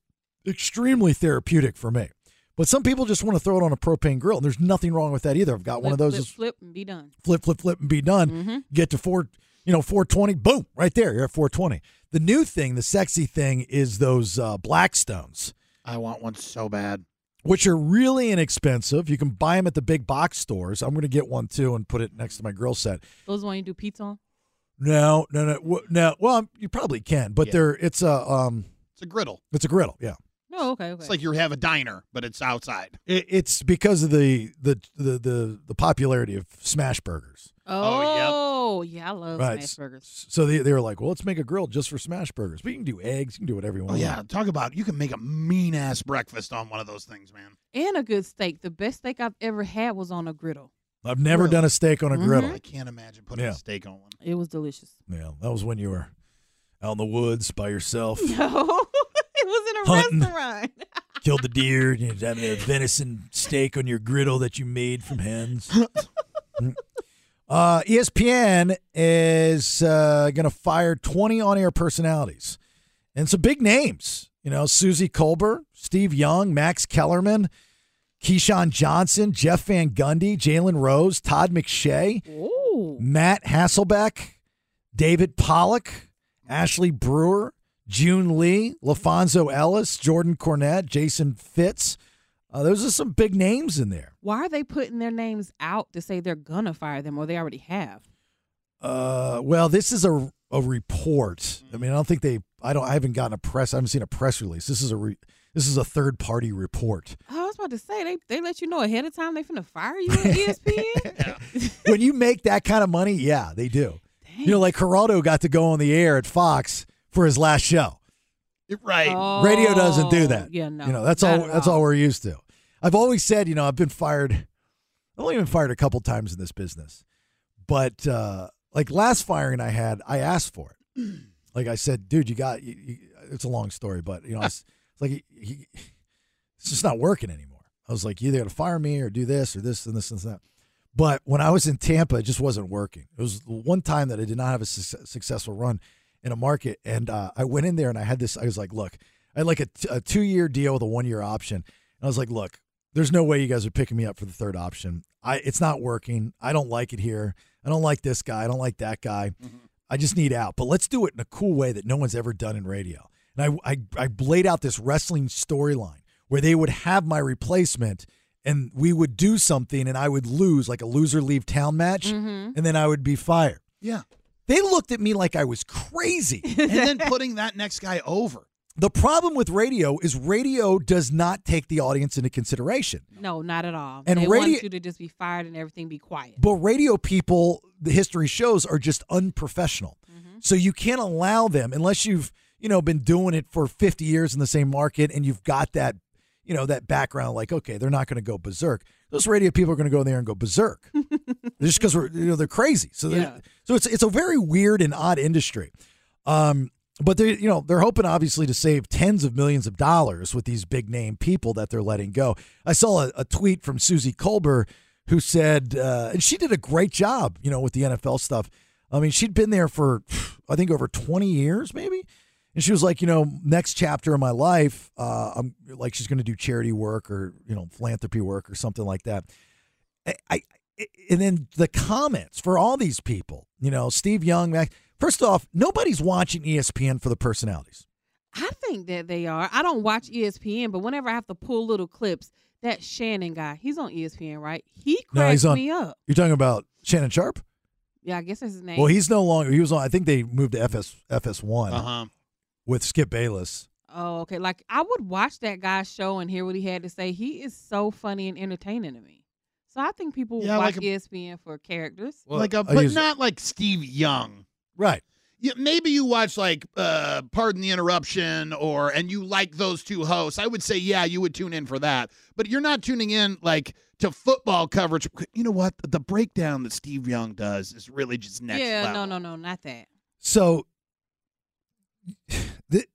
Speaker 7: extremely therapeutic for me. But some people just want to throw it on a propane grill, and there's nothing wrong with that either. I've got one of
Speaker 8: Flip,
Speaker 7: those.
Speaker 8: flip,
Speaker 7: that's
Speaker 8: flip, and be done.
Speaker 7: flip, flip, flip, and be done.
Speaker 8: Mhm.
Speaker 7: Get to four, you know, four twenty. Boom, right there. You're at four twenty. The new thing, the sexy thing, is those uh, Blackstones.
Speaker 9: I want one so bad.
Speaker 7: Which are really inexpensive. You can buy them at the big box stores. I'm going to get one too and put it next to my grill set.
Speaker 8: Those one you do pizza on.
Speaker 7: No, no, no, w- no. Well, you probably can, but
Speaker 9: Yeah.
Speaker 7: they're it's a um,
Speaker 9: It's a griddle.
Speaker 7: it's a griddle. Yeah.
Speaker 8: No, okay, okay.
Speaker 9: It's like you have a diner, but it's outside.
Speaker 7: It, it's because of the, the the the the popularity of smash burgers.
Speaker 8: Oh, yeah, I love
Speaker 7: Right.
Speaker 8: smash burgers.
Speaker 7: So they, they were like, well, let's make a grill just for smash burgers. But you can do eggs, you can do whatever you
Speaker 9: Oh
Speaker 7: want.
Speaker 9: yeah, talk about you can make a mean ass breakfast on one of those things, man.
Speaker 8: And a good steak. The best steak I've ever had was on a griddle.
Speaker 7: I've never
Speaker 8: Really?
Speaker 7: done a steak on a
Speaker 8: Mhm.
Speaker 7: griddle.
Speaker 8: I
Speaker 9: Mm-hmm. can't imagine putting
Speaker 7: Yeah.
Speaker 9: a steak on one.
Speaker 8: It was delicious.
Speaker 7: Yeah, that was when you were out in the woods by yourself,
Speaker 8: No, it was in a
Speaker 7: Hunting.
Speaker 8: restaurant.
Speaker 7: killed the deer, and you're having a venison steak on your griddle that you made from hens. Mm. uh, ESPN is uh, going to fire 20 on air personalities and some big names. You know, Susie Colbert, Steve Young, Max Kellerman. Keyshawn Johnson, Jeff Van Gundy, Jalen Rose, Todd McShay, Matt Hasselbeck, David Pollock, Ashley Brewer, June Lee, LaFonso Ellis, Jordan Cornett, Jason Fitz. Uh, those are some big names in there.
Speaker 8: Why are they putting their names out to say they're gonna fire them or they already have?
Speaker 7: Uh, well, this is a a report. I mean, I don't think they. I don't. I haven't gotten a press. I haven't seen a press release. This is a re, this is a third party report.
Speaker 8: Oh, I was about to say they, they let you know ahead of time they finna fire you at E ESPN.
Speaker 7: when you make that kind of money, yeah, they do. You know, like Geraldo got to go on the air at Fox for his last show.
Speaker 9: Right.
Speaker 7: Radio doesn't do
Speaker 8: Oh,
Speaker 7: that.
Speaker 8: Yeah, no.
Speaker 7: You know, that's
Speaker 8: not
Speaker 7: all
Speaker 8: at
Speaker 7: that's all we're used to. I've always said, you know, I've been fired I've only been fired a couple times in this business. But uh like last firing I had, I asked for it. Like I said, dude, you got you, you, it's a long story, but you know, it's it's like he, he, it's just not working anymore. I was like, you either got to fire me or do this or this and this and that. But when I was in Tampa, it just wasn't working. It was the one time that I did not have a suc successful run in a market. And uh, I went in there and I had this, I was like, look, I had like a, t- a two year deal with a one year option. And I was like, look, there's no way you guys are picking me up for the third option. I It's not working. I don't like it here. I don't like this guy. I don't like that guy. I just need out. But let's do it in a cool way that no one's ever done in radio. And I, I, I laid out this wrestling storyline where they would have my replacement and we would do something and I would lose, like a loser leave town match,
Speaker 9: Mhm.
Speaker 7: and then I would be fired.
Speaker 9: Yeah.
Speaker 7: They looked at me like I was crazy.
Speaker 9: and then putting that next guy over.
Speaker 7: the problem with radio is radio does not take the audience into consideration.
Speaker 8: No, not at all.
Speaker 7: And
Speaker 8: they
Speaker 7: radio-
Speaker 8: want you to just be fired and everything be quiet.
Speaker 7: But radio people, the history shows, are just unprofessional. So you can't allow them unless you've you know been doing it for 50 years in the same market and you've got that you know that background. Like okay, they're not going to go berserk. Those radio people are going to go in there and go berserk just because we're you know they're crazy. So they're-
Speaker 8: Yeah.
Speaker 7: so it's it's a very weird and odd industry. Um, but they you know they're hoping obviously to save tens of millions of dollars with these big name people that they're letting go. I saw a, a tweet from Susie Colbert who said, uh, and she did a great job, you know, with the NFL stuff. I mean, she'd been there for I think over twenty years, maybe. And she was like, you know, next chapter of my life, uh, I'm like she's going to do charity work or you know philanthropy work or something like that. I, I and then the comments for all these people, you know, Steve Young, Max. First off, nobody's watching E ESPN for the personalities.
Speaker 8: I think that they are. I don't watch E ESPN, but whenever I have to pull little clips, that Shannon guy, he's on E ESPN, right? He cracks me up.
Speaker 7: You're talking about Shannon Sharp.
Speaker 8: Yeah, I guess that's his name.
Speaker 7: Well, he's no longer. He was on. I think they moved to FS FS1
Speaker 9: Uh-huh.
Speaker 7: with Skip Bayless.
Speaker 8: Oh, okay. Like I would watch that guy's show and hear what he had to say. He is so funny and entertaining to me. So I think people
Speaker 9: Yeah,
Speaker 8: watch E
Speaker 9: like a-
Speaker 8: ESPN for characters.
Speaker 9: like a, but not like Steve Young.
Speaker 7: Right.
Speaker 9: Yeah, maybe you watch like uh Pardon the Interruption or and you like those two hosts. I would say yeah, you would tune in for that. But you're not tuning in like to football coverage. You know what? The breakdown that Steve Young does is really just next
Speaker 8: yeah,
Speaker 9: level.
Speaker 8: no, no, no, not that.
Speaker 7: So the,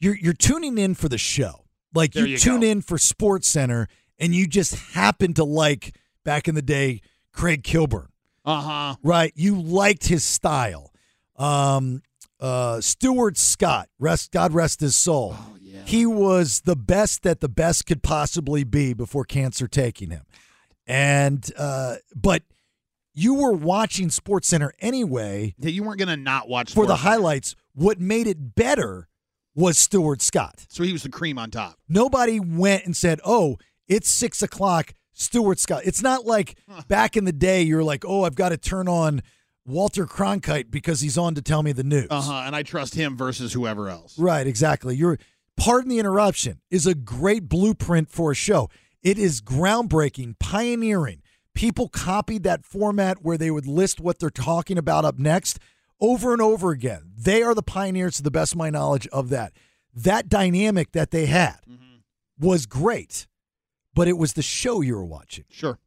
Speaker 7: you're you're tuning in for the show. Like you,
Speaker 9: There you
Speaker 7: tune in for Sports Center and you just happen to like back in the day Craig Kilburn.
Speaker 9: Uh huh.
Speaker 7: Right. You liked his style. Um, uh, Stuart Scott, rest God rest his soul.
Speaker 9: Oh,
Speaker 7: He was the best that the best could possibly be before cancer taking him. And uh, but you were watching Sports Center anyway
Speaker 9: You weren't gonna not watch
Speaker 7: for the
Speaker 9: Sports Center.
Speaker 7: highlights. What made it better was Stuart Scott.
Speaker 9: So he was the cream on top.
Speaker 7: Nobody went and said, "Oh, it's six o'clock." Stuart Scott. It's not like back in the day you were like, "Oh, I've got to turn on Walter Cronkite because he's on to tell me the news."
Speaker 9: Uh huh. And I trust him versus whoever else.
Speaker 7: Right, exactly. You're pardon the interruption is a great blueprint for a show. It is groundbreaking, pioneering. People copied that format where they would list what they're talking about up next over and over again. They are the pioneers to the best of my knowledge of that. That dynamic that they had was great, but it was the show you were watching.
Speaker 9: Sure.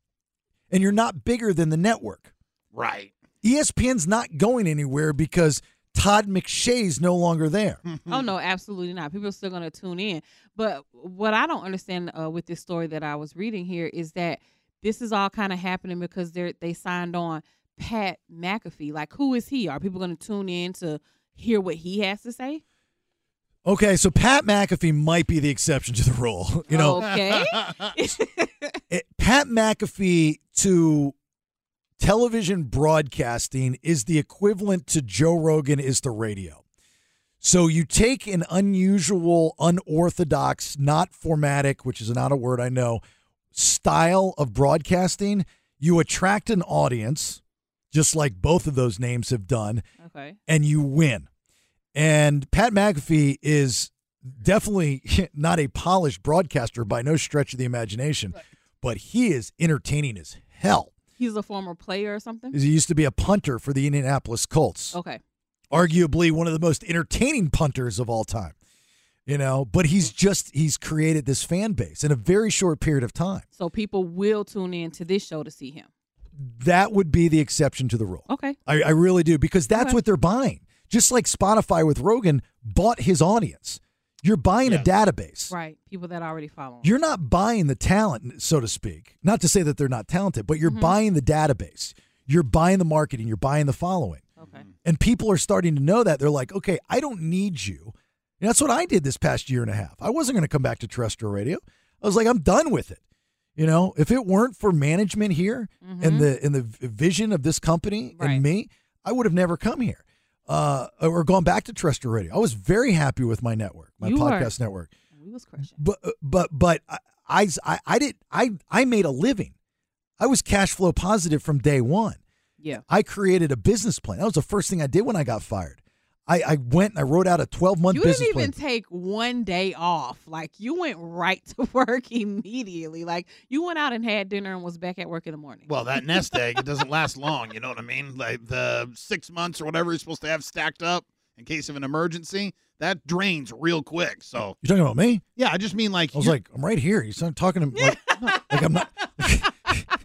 Speaker 7: And you're not bigger than the network. E
Speaker 9: Right.
Speaker 7: ESPN's not going anywhere because Todd McShay's no longer there.
Speaker 8: Oh no, absolutely not. People are still going to tune in. But what I don't understand uh, with this story that I was reading here is that this is all kind of happening because they are they signed on Pat McAfee. Like, who is he? Are people going to tune in to hear what he has to say?
Speaker 7: Okay, so Pat McAfee might be the exception to the rule. You know, eh,
Speaker 8: okay.
Speaker 7: Pat McAfee to television broadcasting is the equivalent to Joe Rogan is to radio. So you take an unusual, unorthodox, not formatic, which is not a word I know, style of broadcasting, you attract an audience, just like both of those names have done,
Speaker 8: okay.
Speaker 7: and you win. And Pat McAfee is definitely not a polished broadcaster by no stretch of the imagination, but he is entertaining as hell.
Speaker 8: He's a former player or something.
Speaker 7: He used to be a punter for the Indianapolis Colts,
Speaker 8: Mm-hmm. Okay.
Speaker 7: arguably one of the most entertaining punters of all time. You know, but he's just he's created this fan base in a very short period of time.
Speaker 8: So people will tune in to this show to see him.
Speaker 7: That would be the exception to the rule.
Speaker 8: Okay.
Speaker 7: I, I really do because that's
Speaker 8: Okay.
Speaker 7: what they're buying. Just like Spotify with Rogan bought his audience. You're buying a database.
Speaker 8: Right. People that already follow. him.
Speaker 7: You're not buying the talent, so to speak. Not to say that they're not talented, but you're
Speaker 8: Mhm.
Speaker 7: buying the database. You're buying the marketing. You're buying the following.
Speaker 8: Okay.
Speaker 7: And people are starting to know that. They're like, okay, I don't need you. And that's what I did this past year and a half. I wasn't going to come back to terrestrial radio. I was like, I'm done with it. You know, if it weren't for management here
Speaker 8: Mm-hmm.
Speaker 7: and the and the v- vision of this company and me, I would have never come here uh, or gone back to terrestrial radio. I was very happy with my network, my
Speaker 8: You were.
Speaker 7: podcast network
Speaker 8: We was crushing.
Speaker 7: but uh, but but I- I I, I did I I made a living. I was cash flow positive from day one.
Speaker 8: Yeah.
Speaker 7: I created a business plan. That was the first thing I did when I got fired. I, I went and I wrote out a 12 month
Speaker 8: You
Speaker 7: business
Speaker 8: didn't even
Speaker 7: plan.
Speaker 8: take one day off. Like you went right to work immediately. Like you went out and had dinner and was back at work in the morning.
Speaker 9: Well, that nest egg, it doesn't last long. You know what I mean? Like the six months or whatever you're supposed to have stacked up in case of an emergency, that drains real quick. So,
Speaker 7: You're talking about me?
Speaker 9: yeah, I just mean like,
Speaker 7: I was
Speaker 9: you're-
Speaker 7: like, I'm right here. You started talking to like, like I'm not.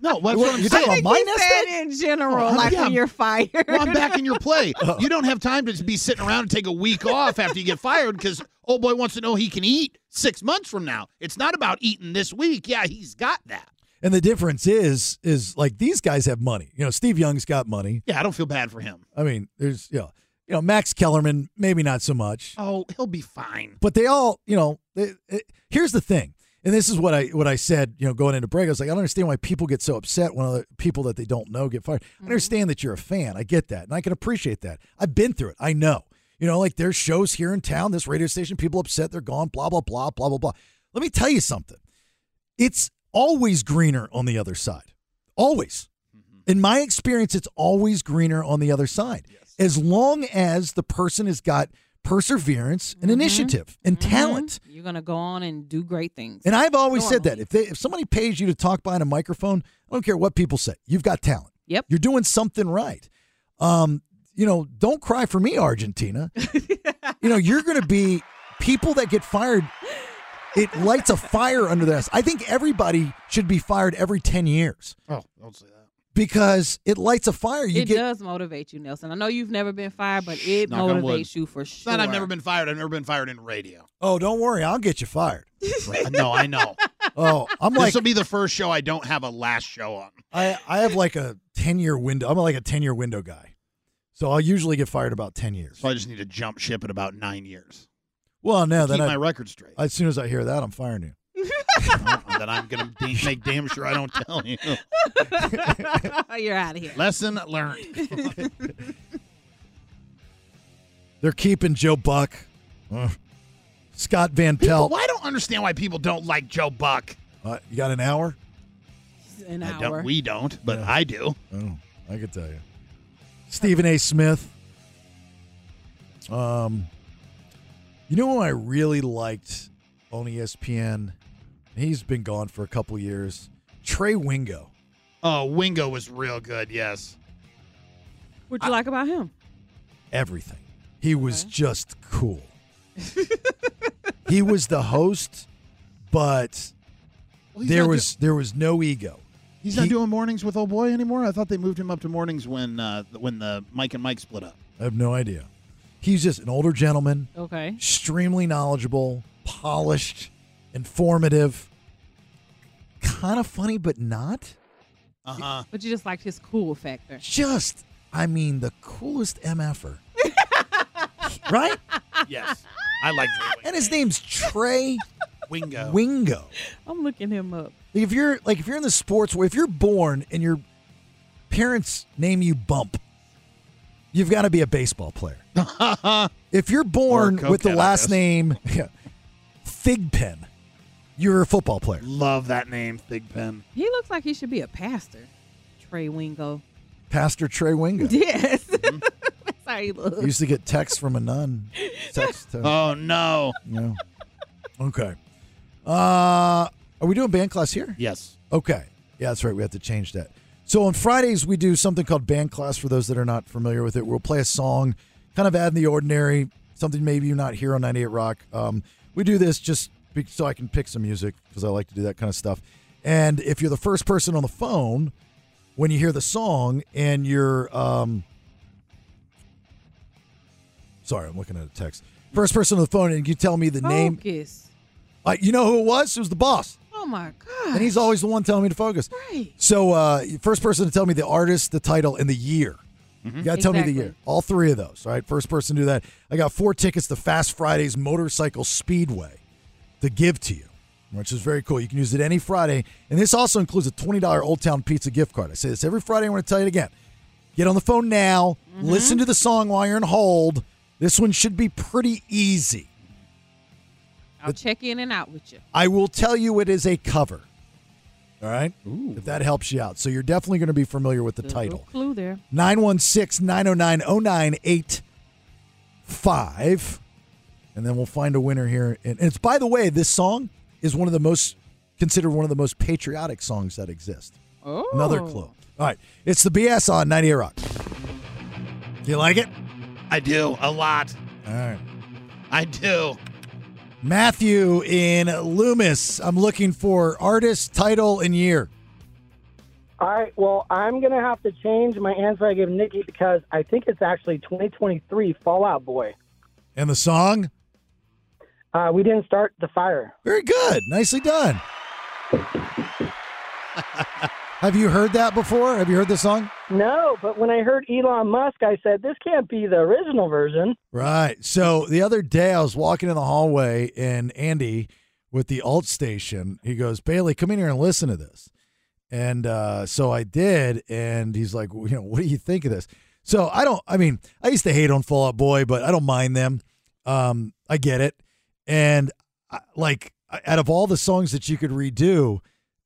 Speaker 9: no, what,
Speaker 7: You're
Speaker 9: what I'm
Speaker 7: talking
Speaker 9: saying.
Speaker 7: about my
Speaker 8: he
Speaker 7: nest
Speaker 8: said
Speaker 7: egg?
Speaker 8: in general,
Speaker 9: Oh,
Speaker 8: like
Speaker 9: yeah.
Speaker 8: when you're fired.
Speaker 9: Well, I'm back in your play. You don't have time to be sitting around and take a week off after you get fired because old boy wants to know he can eat six months from now. It's not about eating this week. Yeah, he's got that.
Speaker 7: And the difference is, is like these guys have money. You know, Steve Young's got money.
Speaker 9: Yeah, I don't feel bad for him.
Speaker 7: I mean, there's, you know, you know, Max Kellerman, maybe not so much.
Speaker 9: Oh, he'll be fine.
Speaker 7: But they all, you know, they, it, here's the thing, and this is what I what I said, you know, going into break. I was like, I don't understand why people get so upset when other people that they don't know get fired. I understand that you're a fan. I get that, and I can appreciate that. I've been through it. I know. You know, like there's shows here in town, this radio station, people upset, they're gone, blah blah blah blah blah blah. Let me tell you something. It's always greener on the other side. Always. In my experience, it's always greener on the other side. As long as the person has got perseverance and initiative and
Speaker 8: Mm-hmm.
Speaker 7: talent.
Speaker 8: You're gonna go on and do great things.
Speaker 7: And I've always said that if they, if somebody pays you to talk behind a microphone, I don't care what people say, you've got talent.
Speaker 8: Yep.
Speaker 7: You're doing something right. Um, you know, don't cry for me, Argentina. you know, you're going to be people that get fired. It lights a fire under their ass. I think everybody should be fired every 10 years
Speaker 9: Oh, don't say that.
Speaker 7: because it lights a fire. You
Speaker 8: it
Speaker 7: get
Speaker 8: does motivate you, Nelson. I know you've never been fired, but it
Speaker 9: Knock on wood.
Speaker 8: motivates you for
Speaker 9: It's
Speaker 8: sure.
Speaker 9: not I've never been fired. I've never been fired in radio.
Speaker 7: Oh, don't worry, I'll get you fired.
Speaker 9: no, I know.
Speaker 7: Oh, I'm
Speaker 9: this
Speaker 7: like
Speaker 9: will be the first show I don't have a last show on.
Speaker 7: I I have like a ten year window. I'm like a ten year window guy, so I'll usually get fired about ten years.
Speaker 9: So I just need to jump ship in about nine years.
Speaker 7: Well,
Speaker 9: To
Speaker 7: no, then
Speaker 9: keep
Speaker 7: I-
Speaker 9: my record straight.
Speaker 7: As soon as I hear that, I'm firing you.
Speaker 9: that I'm gonna d- make damn sure I don't tell you.
Speaker 8: You're out of here.
Speaker 9: Lesson learned.
Speaker 7: They're keeping Joe Buck, Ugh. Scott Van
Speaker 9: People,
Speaker 7: Pelt.
Speaker 9: why I don't understand why people don't like Joe Buck.
Speaker 7: Uh, you got an hour?
Speaker 8: An
Speaker 9: I don't, we don't, but
Speaker 7: Yeah.
Speaker 9: I do.
Speaker 7: Oh, I could tell you. Stephen A. Smith. Um, you know who I really liked on E ESPN? He's been gone for a couple years. Trey Wingo.
Speaker 9: Oh, Wingo was real good. Yes.
Speaker 8: What you like about him?
Speaker 7: everything. He was just cool. he was the host, but
Speaker 9: Well, he's
Speaker 7: there
Speaker 9: not
Speaker 7: was there was no ego.
Speaker 9: He's not doing mornings with old boy anymore. I thought they moved him up to mornings when uh, when the Mike and Mike split up.
Speaker 7: I have no idea. He's just an older gentleman,
Speaker 8: Okay.
Speaker 7: extremely knowledgeable, polished, informative, kind of funny but not.
Speaker 9: Uh huh.
Speaker 8: But you just liked his cool factor.
Speaker 7: Just I mean the coolest mf'er. right?
Speaker 9: Yes, I like
Speaker 7: And his name's Trey
Speaker 9: Wingo.
Speaker 7: Wingo.
Speaker 8: I'm looking him up.
Speaker 7: Like if you're like if you're in the sports world, if you're born and your parents name you Bump, you've got to be a baseball player. if you're born
Speaker 9: Or a
Speaker 7: with the
Speaker 9: cokehead, I
Speaker 7: last
Speaker 9: guess.
Speaker 7: name Figpen, you're a football player.
Speaker 9: Love that name, Big Pen.
Speaker 8: He looks like he should be a pastor. Trey Wingo.
Speaker 7: Pastor Trey Wingo.
Speaker 8: Yes. That's how he looks.
Speaker 7: I used to get texts from a nun. Text. To,
Speaker 9: Oh no.
Speaker 7: Yeah. Okay. Uh, are we doing band class here?
Speaker 9: Yes.
Speaker 7: Okay. Yeah, that's right. We have to change that. So on Fridays, we do something called band class for those that are not familiar with it. We'll play a song, kind of add in the ordinary, something maybe you not hear on 98 Rock. Um, we do this just be- so I can pick some music because I like to do that kind of stuff. And if you're the first person on the phone, when you hear the song and you're. Um, sorry, I'm looking at a text. First person on the phone and you tell me the name.
Speaker 8: Focus.
Speaker 7: Uh, you know who it was? It was the boss.
Speaker 8: Oh my
Speaker 7: And
Speaker 8: God.
Speaker 7: he's always the one telling me to focus.
Speaker 8: Right.
Speaker 7: So, uh, first person to tell me the artist, the title, and the year. You got to tell me the
Speaker 8: Exactly.
Speaker 7: year. All three of those. All right. First person to do that. I got four tickets to Fast Fridays Motorcycle Speedway to give to you, which is very cool. You can use it any Friday. And this also includes a $20 Old Town Pizza gift card. I say this every Friday. I'm going to tell you it again. Get on the phone now. Listen to the song while you're on hold. This one should be pretty easy.
Speaker 8: I'll check in and out with you.
Speaker 7: I will tell you it is a cover. All right? If that helps you out. So you're definitely going to be familiar with the
Speaker 8: Little
Speaker 7: title.
Speaker 8: clue there.
Speaker 7: 916 909 0985. And then we'll find a winner here. And it's, by the way, this song is one of the most, considered one of the most patriotic songs that exist.
Speaker 8: Oh.
Speaker 7: Another clue. All right. It's the BS on 98 Rock. Do you like it?
Speaker 9: I do a lot.
Speaker 7: All right.
Speaker 9: I do.
Speaker 7: Matthew in Loomis. I'm looking for artist, title, and year.
Speaker 6: All right. Well, I'm gonna have to change my answer I give Nikki because I think it's actually 2023 Fallout Boy.
Speaker 7: And the song?
Speaker 6: Uh, we didn't start the fire.
Speaker 7: Very good. Nicely done. Have you heard that before? Have you heard the song?
Speaker 6: No, but when I heard Elon Musk, I said this can't be the original version.
Speaker 7: Right. So the other day I was walking in the hallway and Andy with the alt station, he goes, Bailey, come in here and listen to this. And uh, so I did. And he's like, well, you know, what do you think of this? So I don't, I mean, I used to hate on Fallout Boy, but I don't mind them. Um, I get it. And I, like, out of all the songs that you could redo,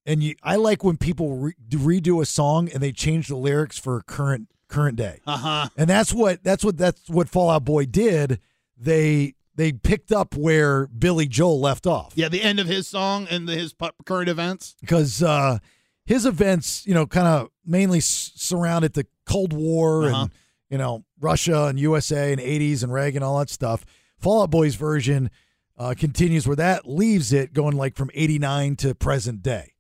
Speaker 7: and you, I like when people re- redo a song and they change the lyrics for current current day.
Speaker 9: Uh huh.
Speaker 7: And that's what that's what that's what Fallout Boy did. They they picked up where Billy Joel left off
Speaker 9: Yeah, the end of his song and the, his pu- current events.
Speaker 7: because uh, his events, you know, kind of mainly s- surrounded the Cold War
Speaker 9: Uh-huh.
Speaker 7: and you know Russia and USA and '80s and Reagan, all that stuff. Fallout Boy's version uh, continues where that leaves it, going like from '89 to present day,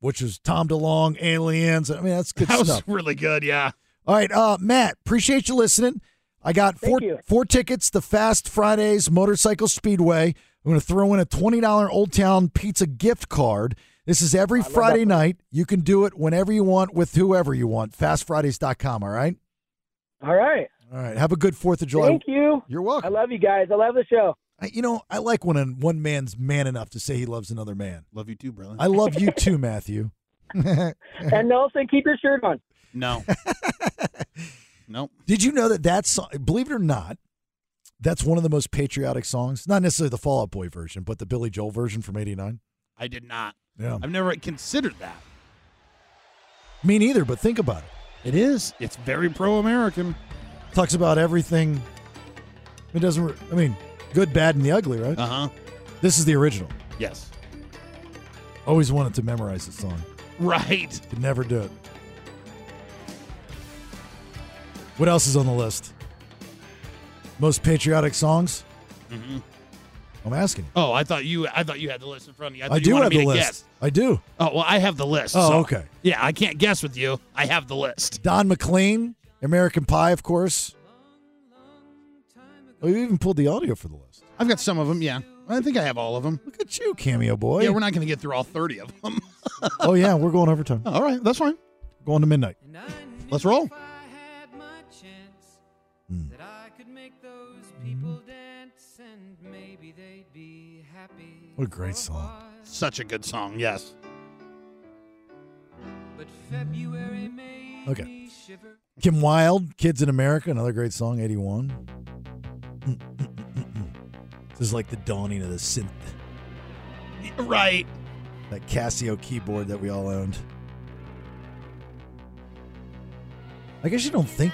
Speaker 7: which is Tom DeLonge, Aliens. I mean, that's good
Speaker 9: Hmm. that
Speaker 7: stuff.
Speaker 9: was really good. Yeah.
Speaker 7: All right, uh, Matt, appreciate you listening. I got four
Speaker 6: you.
Speaker 7: four tickets to Fast Fridays Motorcycle Speedway. I'm going to throw in a twenty dollar Old Town Pizza gift card. This is every Friday night. You can do it whenever you want with whoever you want. FastFridays.com, all right?
Speaker 6: All right.
Speaker 7: All right. Have a good 4th of July.
Speaker 6: Thank you.
Speaker 7: You're welcome.
Speaker 6: I love you guys. I love the show.
Speaker 7: I, you know, I like when a, one man's man enough to say he loves another man.
Speaker 9: Love you too, brother.
Speaker 7: I love you too, Matthew.
Speaker 6: and Nelson, keep your shirt on.
Speaker 9: No. nope.
Speaker 7: Did you know that that song, believe it or not, that's one of the most patriotic songs? Not necessarily the Fall Out Boy version, but the Billy Joel version from 89.
Speaker 9: I did not.
Speaker 7: Yeah.
Speaker 9: I've never considered that.
Speaker 7: Me neither, but think about it.
Speaker 9: It is. It's very pro American.
Speaker 7: Talks about everything. It doesn't, re- I mean, good, bad, and the ugly, right?
Speaker 9: Uh huh.
Speaker 7: This is the original.
Speaker 9: Yes.
Speaker 7: Always wanted to memorize this song.
Speaker 9: Right.
Speaker 7: Could never do it. What else is on the list? Most patriotic songs?
Speaker 9: hmm
Speaker 7: I'm asking. you.
Speaker 9: Oh, I thought you. I thought you had the list in front of you. I, thought
Speaker 7: I
Speaker 9: you
Speaker 7: do
Speaker 9: wanted
Speaker 7: have
Speaker 9: me
Speaker 7: the
Speaker 9: to
Speaker 7: list.
Speaker 9: Guess.
Speaker 7: I do.
Speaker 9: Oh well, I have the list.
Speaker 7: Oh,
Speaker 9: so-
Speaker 7: okay.
Speaker 9: Yeah, I can't guess with you. I have the list.
Speaker 7: Don McLean, American Pie, of course. Oh, you even pulled the audio for the list.
Speaker 9: I've got some of them. Yeah, I think I have all of them.
Speaker 7: Look at you, cameo boy.
Speaker 9: Yeah, we're not going to get through all thirty of them.
Speaker 7: oh yeah, we're going overtime.
Speaker 9: all right, that's fine.
Speaker 7: Going to midnight.
Speaker 9: Let's roll.
Speaker 7: What a great song.
Speaker 9: Such a good song. Yes.
Speaker 7: Okay. Kim Wilde, Kids in America, another great song, 81. This is like the dawning of the synth,
Speaker 9: Right.
Speaker 7: that Casio keyboard that we all owned. I guess you don't think.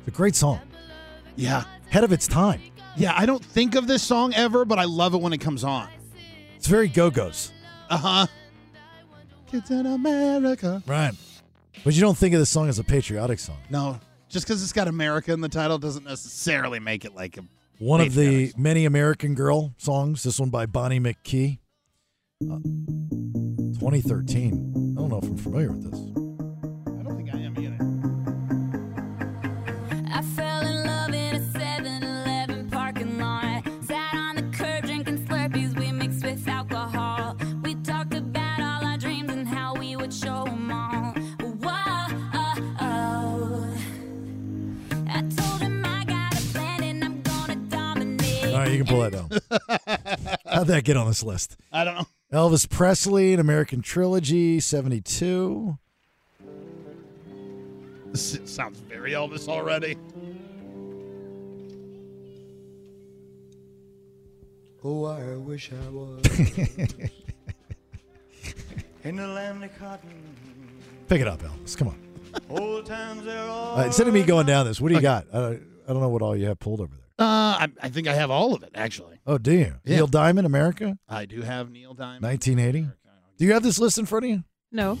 Speaker 7: It's a great song.
Speaker 9: Yeah.
Speaker 7: Head of its time.
Speaker 9: Yeah, I don't think of this song ever, but I love it when it comes on.
Speaker 7: It's very go go's.
Speaker 9: Uh huh. Kids in America.
Speaker 7: Right. But you don't think of this song as a patriotic song.
Speaker 9: No, just because it's got America in the title doesn't necessarily make it like a.
Speaker 7: One of the many American Girl songs, this one by Bonnie McKee. Uh, 2013. I don't know if I'm familiar with this.
Speaker 9: I don't think I am either.
Speaker 12: I fell in love in a 7-Eleven parking lot. Sat on the curb drinking Slurpees we mixed with alcohol. We talked about all our dreams and how we would show 'em all. Whoa, I told him I got a plan and I'm gonna dominate.
Speaker 7: All right, you can pull that down. How'd that get on this list?
Speaker 9: I don't know.
Speaker 7: Elvis Presley, an American trilogy, 72.
Speaker 9: This s- sounds very Elvis already.
Speaker 14: Oh, I wish I was in the land of cotton.
Speaker 7: Pick it up, Elvis. Come on.
Speaker 14: Old times they're
Speaker 7: All
Speaker 14: all.
Speaker 7: right, instead of me going down this, what do you got? I, I don't know what all you have pulled over there.
Speaker 9: Uh, I, I think I have all of it actually.
Speaker 7: Oh, do you?
Speaker 9: Yeah.
Speaker 7: Neil Diamond, America,
Speaker 9: I do have Neil Diamond.
Speaker 7: 1980. Do you have this list in front of you?
Speaker 8: No,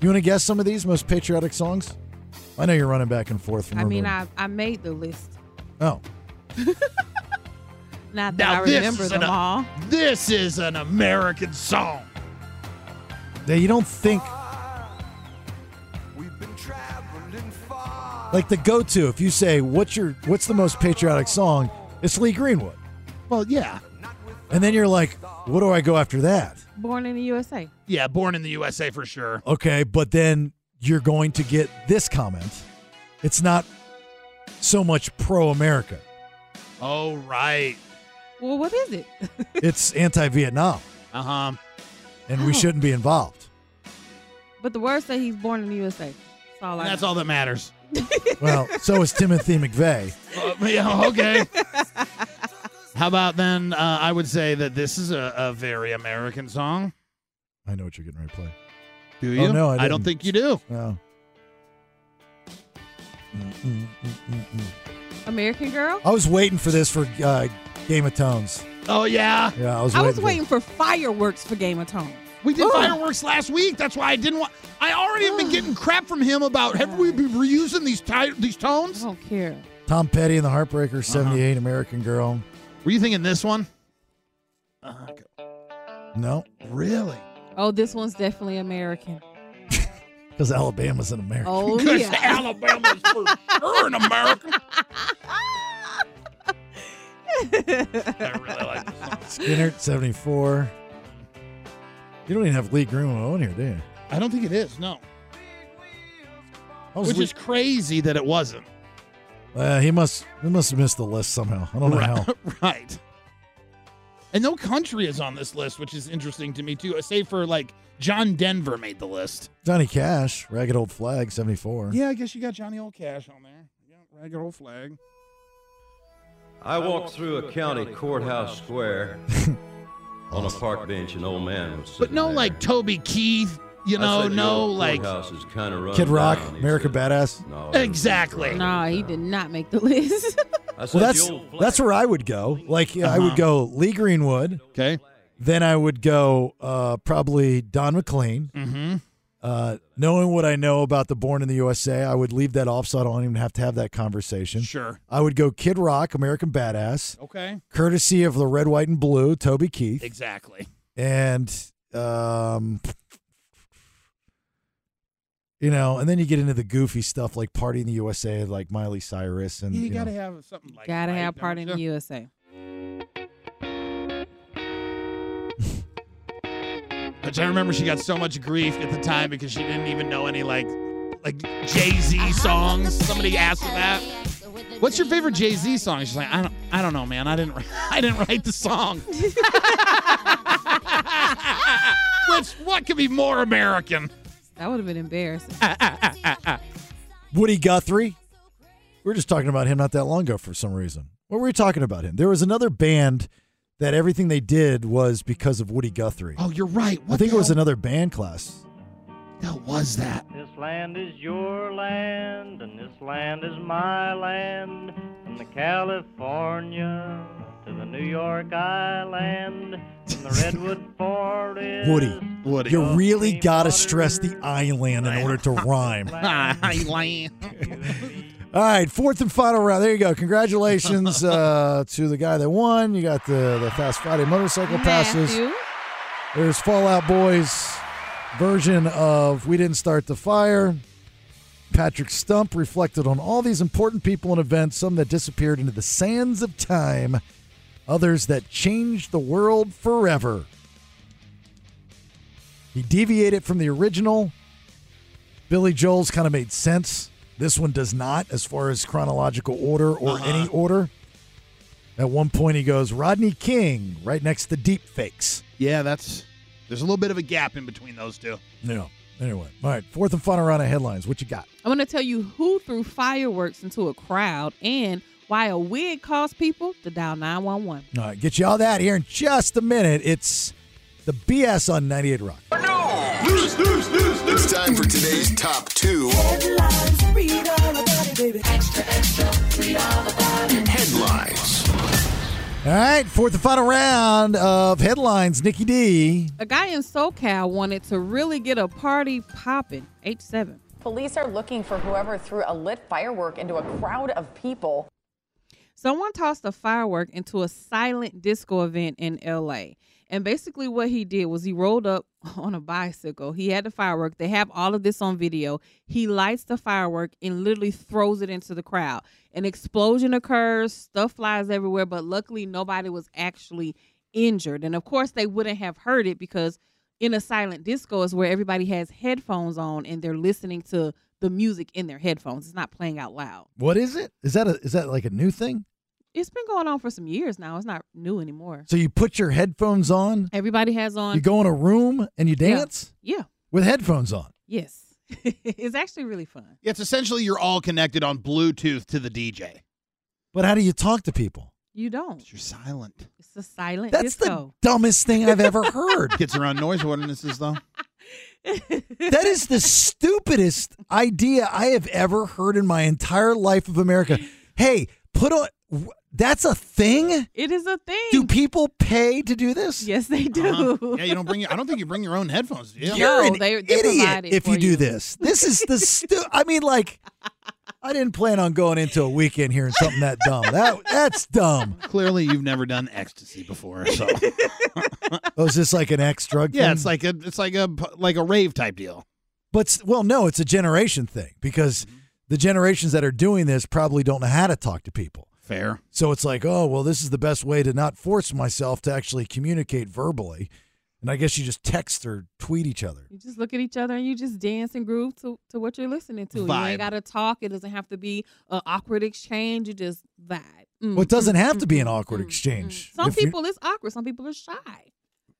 Speaker 7: You want to guess some of these most patriotic songs? I know you're running back and forth from
Speaker 8: I mean
Speaker 7: remembering.
Speaker 8: I I made the list.
Speaker 7: Oh,
Speaker 8: Not that
Speaker 9: Now
Speaker 8: I
Speaker 9: this
Speaker 8: remember
Speaker 9: is
Speaker 8: them
Speaker 9: an-
Speaker 8: all.
Speaker 9: This is an American song.
Speaker 7: yeah, you don't think
Speaker 14: We've been traveling far.
Speaker 7: like the go-to if you say what's your what's the most patriotic song? It's Lee Greenwood,
Speaker 9: Well, yeah,
Speaker 7: and then you're like, what do I go after that?
Speaker 8: Born in the USA.
Speaker 9: yeah. Born in the USA for sure.
Speaker 7: Okay, but then you're going to get this comment. It's not so much pro-America.
Speaker 9: Oh right.
Speaker 8: Well, what is it?
Speaker 7: It's anti-Vietnam,
Speaker 9: Uh huh.
Speaker 8: Oh.
Speaker 7: and we shouldn't be involved.
Speaker 8: But the words say he's born in the USA. That's all I
Speaker 9: That's
Speaker 8: know.
Speaker 9: all that matters.
Speaker 7: Well, so is Timothy McVeigh.
Speaker 9: Uh, yeah, okay. How about then? Uh, I would say that this is a, a very American song.
Speaker 7: I know what you're getting ready to play.
Speaker 9: Do
Speaker 7: Oh,
Speaker 9: you?
Speaker 7: no, I
Speaker 9: don't
Speaker 7: didn't.
Speaker 9: think you do.
Speaker 7: No. Mm, mm, mm, mm, mm.
Speaker 8: American Girl.
Speaker 7: I was waiting for this for uh, Game of Tones.
Speaker 9: Oh yeah,
Speaker 7: Yeah, I was
Speaker 8: I
Speaker 7: waiting.
Speaker 8: was
Speaker 7: for-
Speaker 8: waiting for fireworks for Game of Thrones.
Speaker 9: we did
Speaker 8: Ooh.
Speaker 9: fireworks last week. That's why I didn't want. I already have been getting crap from him about have we been reusing these ti- these
Speaker 8: I
Speaker 9: tones?
Speaker 8: don't care.
Speaker 7: Tom Petty and the Heartbreakers, 78, American Girl.
Speaker 9: Were you thinking this one? Uh,
Speaker 7: No,
Speaker 9: really?
Speaker 8: Oh, this one's definitely American.
Speaker 7: because Alabama's in America.
Speaker 8: Oh
Speaker 9: Because
Speaker 8: yeah.
Speaker 9: Alabama's for sure in America. I really like this song.
Speaker 7: Skinner, 74. You don't even have Lee Greenwood on here, do you?
Speaker 9: I don't think it is. No.
Speaker 7: That was
Speaker 9: Which
Speaker 7: Lee-
Speaker 9: is crazy that it wasn't.
Speaker 7: Uh, he must he must have missed the list somehow. I don't know
Speaker 9: right,
Speaker 7: how.
Speaker 9: right. And no country is on this list, which is interesting to me too. Save for like John Denver made the list.
Speaker 7: Johnny Cash, Ragged Old Flag, 74.
Speaker 9: Yeah, I guess you got Johnny Old Cash on there. Yeah, ragged old flag.
Speaker 13: I walked through a county courthouse square. On a park bench, an old man was
Speaker 9: But
Speaker 13: sitting.
Speaker 9: no, like Toby Keith. You
Speaker 13: I
Speaker 9: know,
Speaker 13: said,
Speaker 9: no,
Speaker 13: old
Speaker 9: like
Speaker 13: courthouse is kinda run
Speaker 7: Kid Rock,
Speaker 13: down." He
Speaker 7: America
Speaker 13: said,
Speaker 7: Badass.
Speaker 13: "No, it was
Speaker 9: exactly.
Speaker 8: Nah, he did not make the list.
Speaker 13: I said,
Speaker 7: Well, that's
Speaker 13: "The old flag."
Speaker 7: that's where I would go. Like I
Speaker 13: Uh-huh.
Speaker 7: would go Lee Greenwood.
Speaker 9: Okay.
Speaker 7: Then I would go uh, probably Don McLean.
Speaker 9: Mhm.
Speaker 7: Uh, knowing what I know about the Born in the USA, I would leave that off so I don't even have to have that conversation.
Speaker 9: Sure.
Speaker 7: I would go Kid Rock, American Badass,
Speaker 9: Okay.
Speaker 7: courtesy of the Red, White, and Blue, Toby Keith.
Speaker 9: Exactly.
Speaker 7: and um you know and then you get into the goofy stuff like party in the usa like miley cyrus and
Speaker 9: Yeah, you
Speaker 7: you know.
Speaker 9: gotta have something like
Speaker 8: Gotta
Speaker 9: right,
Speaker 8: have
Speaker 9: don't
Speaker 8: part in the
Speaker 9: you?
Speaker 8: USA.
Speaker 9: Which I remember she got so much grief at the time because she didn't even know any like like Jay Z songs. Somebody asked her that.
Speaker 12: E
Speaker 9: What's your favorite Jay Z song? She's like, I don't, I don't know, man. I didn't, I didn't write the song. Which what could be more American?
Speaker 8: That would have been embarrassing.
Speaker 7: woody guthrie we were just talking about him not that long ago for some reason what were we talking about him there was another band that everything they did was because of woody guthrie
Speaker 9: Oh, you're right.
Speaker 7: i think it was another band class
Speaker 9: that was that
Speaker 17: This land is your land, and this land is my land. From the California to the New York Island, from the Redwood Forest.
Speaker 7: woody
Speaker 9: woody Oh.
Speaker 7: you really gotta stress the island in order to rhyme All right, fourth and final round. There you go. Congratulations uh, to the guy that won. You got the, the Fast Friday motorcycle passes.
Speaker 8: Matthew.
Speaker 7: There's Fallout Boys version of We Didn't Start the Fire. Patrick Stump reflected on all these important people and events, some that disappeared into the sands of time, others that changed the world forever. He deviated from the original. Billy Joel's kind of made sense. This one does not, as far as chronological order or any order. At one point, he goes Rodney King right next to deep fakes.
Speaker 9: Yeah, that's. There's a little bit of a gap in between those two.
Speaker 7: No. Anyway, all right, fourth and final round of headlines. What you got?
Speaker 8: I'm going to tell you who threw fireworks into a crowd and why a wig caused people to dial 911.
Speaker 7: All right, get you all that here in just a minute. It's the BS on 98 Rock.
Speaker 3: News, news, news, news. It's time for today's top two. Headlines. Read all about it, baby. Extra, extra. Read all about it. Headlines.
Speaker 7: All right, fourth and final round of headlines. Nikki D.
Speaker 8: A guy in SoCal wanted to really get a party popping. H7.
Speaker 23: Police are looking for whoever threw a lit firework into a crowd of people.
Speaker 8: Someone tossed a firework into a silent disco event in LA. And basically, what he did was he rolled up on a bicycle. He had the firework. They have all of this on video. He lights the firework and literally throws it into the crowd. An explosion occurs, stuff flies everywhere, but luckily, nobody was actually injured. And of course, they wouldn't have heard it because in a silent disco is where everybody has headphones on and they're listening to the music in their headphones. It's not playing out loud.
Speaker 7: What is it? Is that a is that like a new thing?
Speaker 8: It's been going on for some years now. It's not new anymore.
Speaker 7: So you put your headphones on,
Speaker 8: Everybody has on.
Speaker 7: you go in a room, and you
Speaker 8: Yeah.
Speaker 7: dance
Speaker 8: Yeah.
Speaker 7: with headphones on.
Speaker 8: Yes. it's actually really fun.
Speaker 9: Yeah, it's essentially you're all connected on Bluetooth to the DJ.
Speaker 7: But how do you talk to people?
Speaker 8: You don't.
Speaker 9: You're silent.
Speaker 8: It's a silent
Speaker 7: That's
Speaker 8: disco.
Speaker 7: the dumbest thing I've ever heard.
Speaker 9: Gets around noise ordinances though.
Speaker 7: That is the stupidest idea I have ever heard in my entire life of America. Hey, put on. wh- That's a thing.
Speaker 8: It is a thing.
Speaker 7: Do people pay to do this?
Speaker 8: Yes, they do.
Speaker 9: Uh-huh. Yeah, you don't bring. Your, I don't think you bring your own headphones. do you?
Speaker 7: You're an idiot if you do this. This is the stu- I mean, like, I didn't plan on going into a weekend hearing something that dumb. That that's dumb.
Speaker 9: Clearly, you've never done ecstasy before, so
Speaker 7: Oh, is this like an ex drug?
Speaker 9: yeah, it's like a it's like a like a rave type deal.
Speaker 7: But s- well, no, it's a generation thing because the generations that are doing this probably don't know how to talk to people.
Speaker 9: Fair.
Speaker 7: So it's like, oh, well, this is the best way to not force myself to actually communicate verbally. And I guess you just text or tweet each other.
Speaker 8: You just look at each other and you just dance and groove to, to what you're listening to. You
Speaker 7: Vibe.
Speaker 8: ain't got to talk. It doesn't have to be an awkward exchange. You just vibe. Mm,
Speaker 7: Well, it doesn't
Speaker 8: mm,
Speaker 7: have to
Speaker 8: mm,
Speaker 7: be an
Speaker 8: mm,
Speaker 7: awkward
Speaker 8: mm.
Speaker 7: exchange.
Speaker 8: Some
Speaker 7: If you-
Speaker 8: people it's awkward. Some people are shy.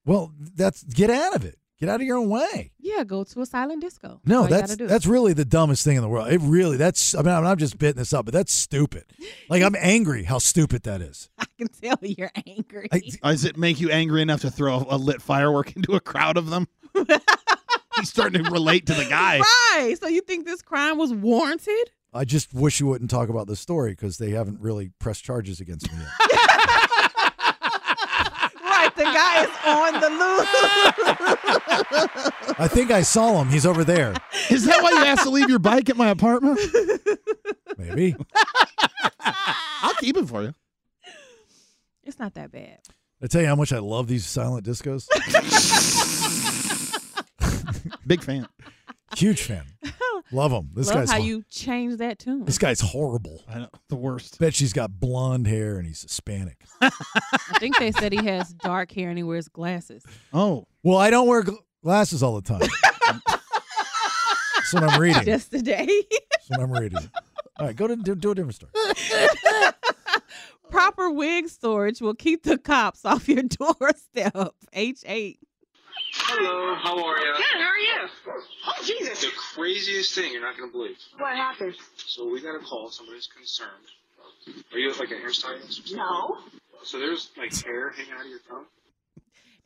Speaker 7: Well, that's get out of it. Get out of your own way.
Speaker 8: Yeah, go to a silent disco.
Speaker 7: No,
Speaker 8: All you
Speaker 7: that's
Speaker 8: gotta do.
Speaker 7: that's really the dumbest thing in the world. It really that's. I mean, I'm, I'm just bitting this up, but that's stupid. Like I'm angry how stupid that is.
Speaker 8: I can tell you're angry.
Speaker 9: Does it make you angry enough to throw a lit firework into a crowd of them? He's starting to relate to the guy.
Speaker 8: Right. So you think this crime was warranted?
Speaker 7: I just wish you wouldn't talk about this story because they haven't really pressed charges against me yet.
Speaker 8: Right. The guy is on the loose.
Speaker 7: I think I saw him. He's over there.
Speaker 9: Is that why you asked to leave your bike at my apartment?
Speaker 7: Maybe.
Speaker 9: I'll keep it for you.
Speaker 8: it's not that bad.
Speaker 7: I tell you how much I love these silent discos.
Speaker 9: Big fan.
Speaker 7: Huge fan. Love him. This
Speaker 8: Love
Speaker 7: guy's
Speaker 8: how
Speaker 7: hor-
Speaker 8: you change that tune.
Speaker 7: This guy's horrible.
Speaker 9: I know the worst.
Speaker 7: Bet she's got blonde hair and he's Hispanic.
Speaker 8: I think they said he has dark hair and he wears glasses.
Speaker 9: Oh.
Speaker 7: Well, I don't wear gl- glasses all the time. That's what I'm reading.
Speaker 8: Just today.
Speaker 7: That's what I'm reading. All right, go to do, do a different story.
Speaker 8: Proper wig storage will keep the cops off your doorstep. H8.
Speaker 4: Hello, how are you?
Speaker 18: Good, how are you? Oh, Jesus.
Speaker 4: The craziest thing you're not going to believe.
Speaker 18: What happened?
Speaker 4: So we got a call, somebody's concerned. Are you like a hairstylist?
Speaker 18: No.
Speaker 4: So there's like hair hanging out of your thumb?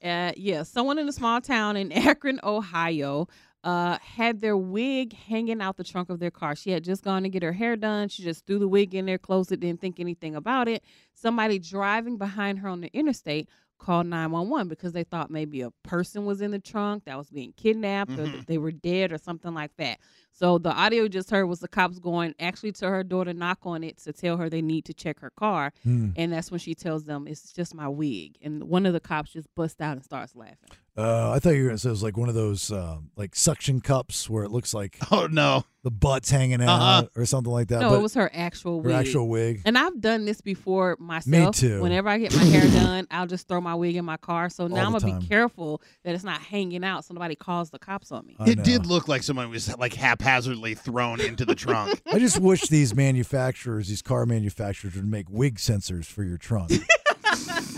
Speaker 8: Uh, yeah, someone in a small town in Akron, Ohio, uh, had their wig hanging out the trunk of their car. She had just gone to get her hair done. She just threw the wig in there, closed it, didn't think anything about it. Somebody driving behind her on the interstate called 911 because they thought maybe a person was in the trunk that was being kidnapped or that they were dead or something like that. So the audio you just heard was the cops going actually to her door to knock on it to tell her they need to check her car.
Speaker 7: Hmm.
Speaker 8: And that's when she tells them it's just my wig. And one of the cops just busts out and starts laughing.
Speaker 7: Uh, I thought you were going to say it was like one of those um, like suction cups where it looks like
Speaker 9: oh no
Speaker 7: the butt's hanging out
Speaker 8: Uh-huh.
Speaker 7: or something like that.
Speaker 8: no,
Speaker 7: Uh, but
Speaker 8: it was her actual
Speaker 7: her
Speaker 8: wig.
Speaker 7: actual wig.
Speaker 8: And I've done this before myself.
Speaker 7: too.
Speaker 8: Whenever I get my hair done, I'll just throw my wig in my car. So now
Speaker 9: All
Speaker 8: I'm
Speaker 9: the
Speaker 8: gonna be
Speaker 9: time.
Speaker 8: careful that it's not hanging out. So nobody calls the cops on me.
Speaker 7: Uh,
Speaker 9: it did look like someone was like haphazardly thrown into the trunk.
Speaker 7: I just wish these manufacturers, these car manufacturers, would make wig sensors for your trunk.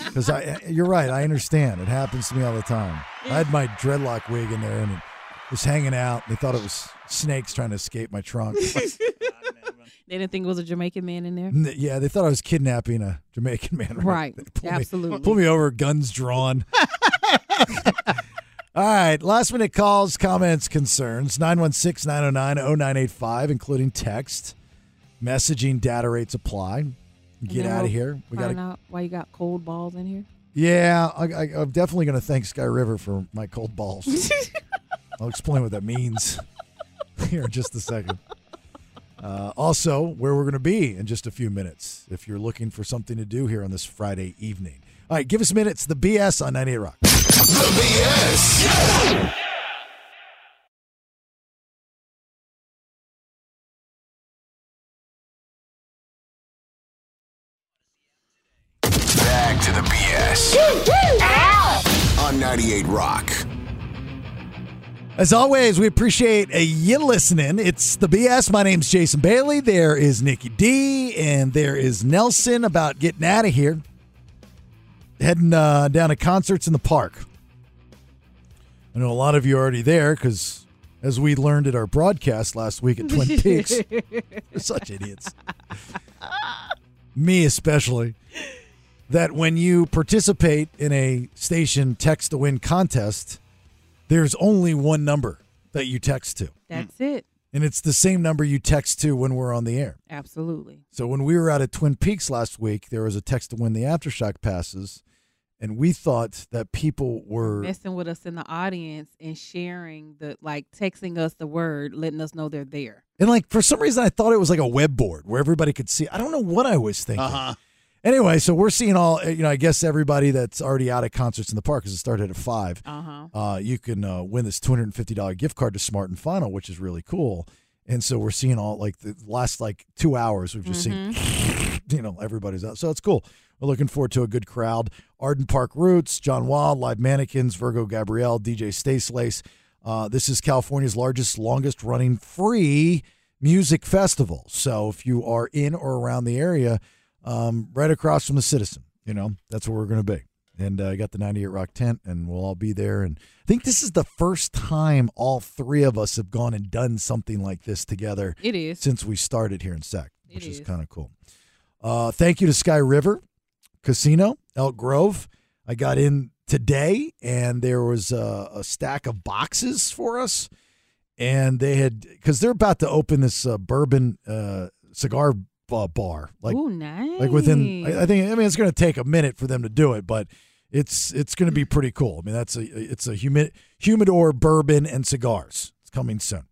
Speaker 7: Because I, you're right. I understand. It happens to me all the time. I had my dreadlock wig in there and it was hanging out. They thought it was snakes trying to escape my trunk.
Speaker 8: They didn't think it was a Jamaican man in there.
Speaker 7: N- yeah, they thought I was kidnapping a Jamaican man.
Speaker 8: Right.
Speaker 7: They pulled me-
Speaker 8: Absolutely.
Speaker 7: pulled me over, guns drawn. All right. Last minute calls, comments, concerns 916 909 0985, including text. Messaging data rates apply.
Speaker 8: And
Speaker 7: Get
Speaker 8: then
Speaker 7: out
Speaker 8: we'll
Speaker 7: of here. We Mm. got
Speaker 8: find
Speaker 7: to.
Speaker 8: out why you got cold balls in here.
Speaker 7: Yeah, I, I, I'm definitely going to thank Sky River for my cold balls. I'll explain what that means here in just a second. Uh, also, where we're going to be in just a few minutes if you're looking for something to do here on this Friday evening. All right, give us minutes. The BS on 98 Rock.
Speaker 3: BS.
Speaker 2: Back to the BS.
Speaker 3: On 98 Rock.
Speaker 7: As always, we appreciate uh, you listening. It's the BS. My name's Jason Bailey. There is Nikki D, and there is Nelson about getting out of here, heading uh, down to concerts in the park. I know a lot of you are already there because, as we learned at our broadcast last week at Twin Peaks, we're such idiots. me especially, that when you participate in a station text to win contest, there's only one number that you text to.
Speaker 8: That's it.
Speaker 7: And it's the same number you text to when we're on the air.
Speaker 8: Absolutely.
Speaker 7: So when we were out at Twin Peaks last week, there was a text to win the aftershock passes, and we thought that people were
Speaker 8: Messing with us in the audience and sharing the like texting us the word, letting us know they're there.
Speaker 7: and like for some reason I thought it was like a web board where everybody could see. I don't know what I was thinking.
Speaker 9: Uh-huh.
Speaker 7: Anyway, so we're seeing all you know. I guess everybody that's already out at concerts in the park because it started at five.
Speaker 8: Uh-huh.
Speaker 7: uh, you can uh, win this two hundred and fifty dollar gift card to Smart and Final, which is really cool. And so we're seeing all like the last like two hours, we've just seen you know everybody's out, so it's cool. We're looking forward to a good crowd. Arden Park Roots, John Wild, Live Mannequins, Virgo Gabrielle, DJ Stacelace. Uh, this is California's largest, longest running free music festival. So if you are in or around the area, um, right across from the Citizen, you know, that's where we're going to be. And uh, I got the 98 Rock tent, and we'll all be there. And I think this is the first time all three of us have gone and done something like this together.
Speaker 8: It is.
Speaker 7: Since we started here in SEC,
Speaker 8: It
Speaker 7: which is
Speaker 8: is.
Speaker 7: kind of cool. Uh, thank you to Sky River Casino, Elk Grove. I got in today, and there was a, a stack of boxes for us, and they had because they're about to open this uh, bourbon uh, cigar uh, bar, like
Speaker 8: Ooh, nice.
Speaker 7: like within.
Speaker 8: Hmm.
Speaker 7: I, I think. I mean, it's going to take a minute for them to do it, but it's it's going to be pretty cool. I mean, that's a it's a humid humidor bourbon and cigars. It's coming soon.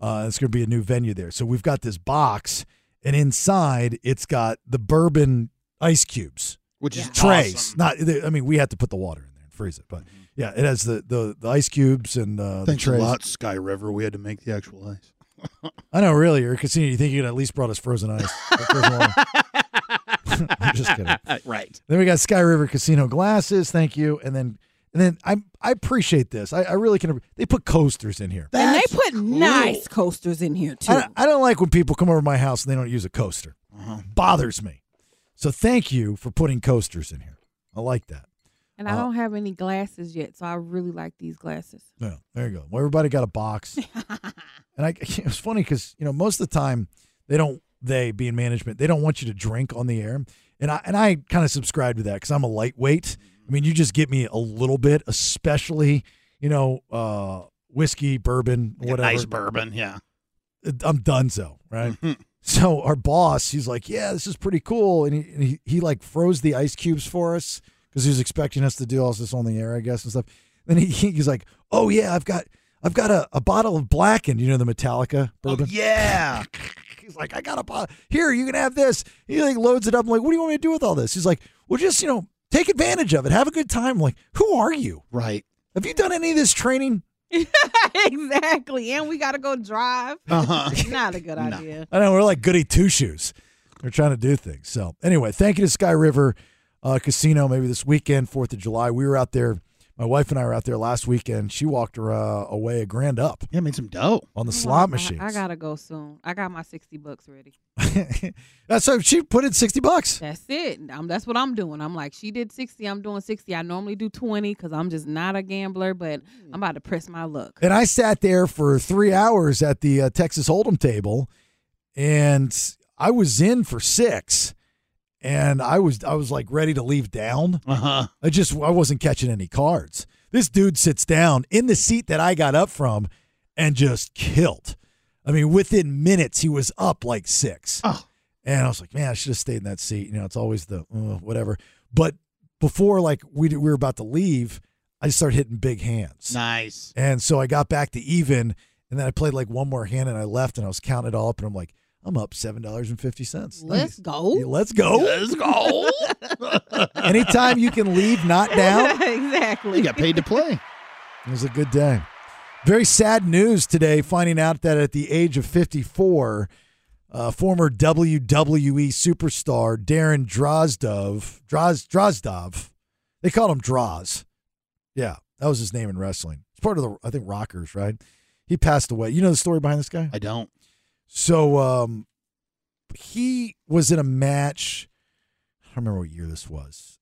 Speaker 7: Uh, it's going to be a new venue there. So we've got this box, and inside it's got the bourbon ice cubes,
Speaker 9: which is
Speaker 7: trays.
Speaker 9: awesome.
Speaker 7: Not. I mean, we had to put the water in there and freeze it, but yeah, it has the the, the ice cubes and uh, the
Speaker 9: Thanks
Speaker 7: trays.
Speaker 9: a lot, Sky River. We had to make the actual ice.
Speaker 7: I know, really, you're a casino. You think you could at least brought us frozen ice? Frozen water. I'm just kidding.
Speaker 9: right.
Speaker 7: Then we got Sky River Casino glasses. Thank you. And then and then I I appreciate this. I, I really can. They put coasters in here.
Speaker 8: and they put nice coasters in here too.
Speaker 7: I don't, I don't like when people come over to my house and they don't use a coaster.
Speaker 9: uh-huh.
Speaker 7: Bothers me. So thank you for putting coasters in here. I like that.
Speaker 8: and I don't have any glasses yet, so I really like these glasses.
Speaker 7: Yeah, there you go. Well, everybody got a box, and I it was funny because you know most of the time they don't they being management they don't want you to drink on the air, and I and I kind of subscribe to that because I'm a lightweight. I mean, you just get me a little bit, especially you know uh, whiskey, bourbon, whatever.
Speaker 9: Ice bourbon, yeah. Oh,
Speaker 7: I'm done so, right? So our boss, he's like, "Yeah, this is pretty cool," and he and he, he like froze the ice cubes for us because he was expecting us to do all this on the air, I guess, and stuff. Then he he's like, "Oh yeah, I've got I've got a, a bottle of blackened, you know the Metallica bourbon."
Speaker 9: Oh, Yeah.
Speaker 7: He's like, I got a bottle. Here, you can have this. He like loads it up. I'm like, what do you want me to do with all this? He's like, well, just you know, take advantage of it. Have a good time. I'm like, who are you?
Speaker 9: Right.
Speaker 7: Have you done any of this training?
Speaker 8: exactly. And we gotta go drive.
Speaker 7: Uh-huh.
Speaker 8: Not a good idea.
Speaker 7: I know we're like goody two shoes. They're trying to do things. So anyway, thank you to Sky River uh, Casino. Maybe this weekend, Fourth of July, we were out there. My wife and I were out there last weekend. She walked her, uh, away a grand up.
Speaker 9: Yeah, made some dough
Speaker 7: on the slot
Speaker 8: I,
Speaker 7: machines.
Speaker 8: Oh, I gotta go soon. I got my sixty bucks ready.
Speaker 7: That's so she put in sixty bucks.
Speaker 8: That's it. Um, that's what I'm doing. I'm like, she did 60. I'm doing 60. I normally do 20 because I'm just not a gambler, but I'm about to press my luck.
Speaker 7: And I sat there for three hours at the uh, Texas Hold'em table, and I was in for six, and I was I was like ready to leave down.
Speaker 9: Uh-huh.
Speaker 7: I just I wasn't catching any cards. This dude sits down in the seat that I got up from, and just killed. I mean, within minutes he was up like six. And I was like, man, I should have stayed in that seat. You know, it's always the uh, whatever. But before like we we were about to leave, I just started hitting big hands.
Speaker 9: Nice.
Speaker 7: And so I got back to even, and then I played like one more hand, and I left, and I was counting it all up, and I'm like, I'm up seven dollars and fifty cents.
Speaker 8: Let's go.
Speaker 7: Let's go.
Speaker 9: Let's go.
Speaker 7: Anytime you can leave not down,
Speaker 8: exactly.
Speaker 9: You got paid to play.
Speaker 7: It was a good day. Very sad news today, finding out that at the age of 54, uh, former WWE superstar Darren Drozdov, Droz, Drozdov, they called him Droz. Yeah, that was his name in wrestling. It's part of the, I think, Rockers, right? He passed away. You know the story behind this guy?
Speaker 9: I don't.
Speaker 7: So um, he was in a match. I don't remember what year this was,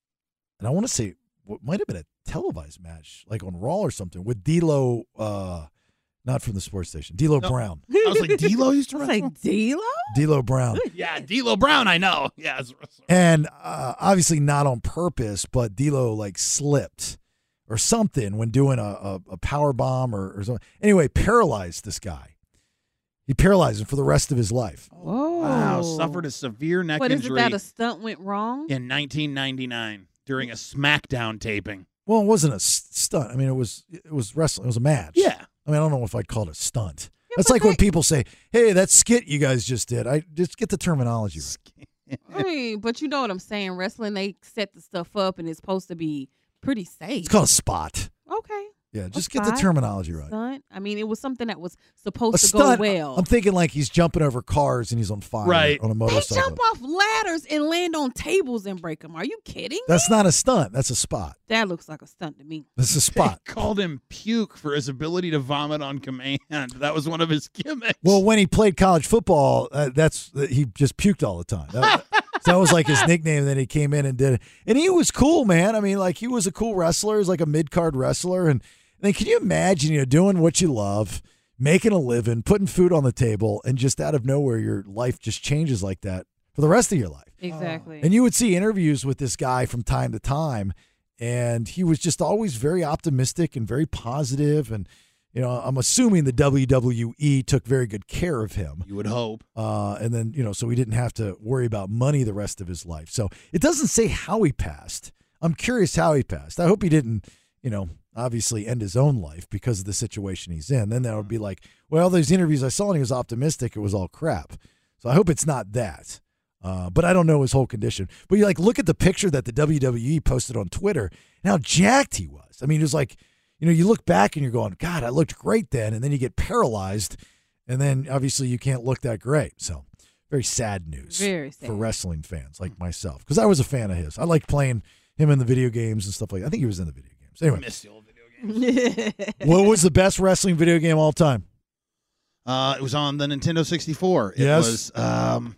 Speaker 7: and I want to say what might have been a televised match, like on Raw or something, with D'Lo, uh, not from the sports station, D'Lo
Speaker 9: No.
Speaker 7: Brown.
Speaker 9: I was like, D'Lo used to
Speaker 8: I was like, D-Lo?
Speaker 7: D'Lo Brown,
Speaker 9: Yeah, D'Lo Brown, I know. Yeah. it's-
Speaker 7: and uh, obviously not on purpose, but D'Lo like slipped or something when doing a, a, a power bomb or, or something. Anyway, paralyzed this guy. He paralyzed him for the rest of his life.
Speaker 8: Whoa.
Speaker 9: Wow, suffered a severe neck
Speaker 8: But isn't
Speaker 9: injury
Speaker 8: that a stunt went wrong?
Speaker 9: in 1999 during a SmackDown taping.
Speaker 7: Well, it wasn't a s- stunt. I mean, it was it was wrestling. It was a match.
Speaker 9: Yeah.
Speaker 7: I mean, I don't know if I'd call it a stunt. That's like when people say, "Hey, that skit you guys just did." I just get the terminology. Right.
Speaker 8: I mean, but you know what I'm saying. Wrestling, they set the stuff up and it's supposed to be pretty safe.
Speaker 7: It's called a spot.
Speaker 8: Okay.
Speaker 7: Yeah, just
Speaker 8: Or
Speaker 7: get the
Speaker 8: five?
Speaker 7: terminology right.
Speaker 8: Stunt? I mean, it was something that was supposed
Speaker 7: A
Speaker 8: to
Speaker 7: stunt.
Speaker 8: go well.
Speaker 7: I'm thinking like he's jumping over cars and he's on fire
Speaker 9: Right.
Speaker 7: on a
Speaker 8: they
Speaker 7: motorcycle.
Speaker 8: jump off ladders and land on tables and break them. Are you kidding?
Speaker 7: That's not a stunt. That's a spot.
Speaker 8: That looks like a stunt to me.
Speaker 7: That's a spot.
Speaker 9: Called him puke for his ability to vomit on command. That was one of his gimmicks.
Speaker 7: Well, when he played college football, uh, that's he just puked all the time. That, so that was like his nickname. And then he came in and did it, and he was cool, man. I mean, like he was a cool wrestler. He's like a mid card wrestler, and I mean, can you imagine? You know, doing what you love, making a living, putting food on the table, and just out of nowhere, your life just changes like that for the rest of your life.
Speaker 8: Exactly.
Speaker 7: And you would see interviews with this guy from time to time, and he was just always very optimistic and very positive. And you know, I'm assuming the WWE took very good care of him.
Speaker 9: You would hope.
Speaker 7: Uh, and then you know, so he didn't have to worry about money the rest of his life. So it doesn't say how he passed. I'm curious how he passed. I hope he didn't, you know, obviously end his own life because of the situation he's in. Then that would be like, well, those interviews I saw and he was optimistic. It was all crap. So I hope it's not that. Uh, but I don't know his whole condition. But you like look at the picture that the WWE posted on Twitter and how jacked he was. I mean, it was like, you know, you look back and you're going, God, I looked great then, and then you get paralyzed, and then obviously you can't look that great. So very sad news
Speaker 8: Very sad.
Speaker 7: for wrestling fans like myself because I was a fan of his. I liked playing him in the video games and stuff like. that. I think he was in the video games. Anyway,
Speaker 9: Miss the old
Speaker 7: what was the best wrestling video game of all time?
Speaker 9: Uh, it was on the Nintendo 64. It
Speaker 7: Yes.
Speaker 9: was um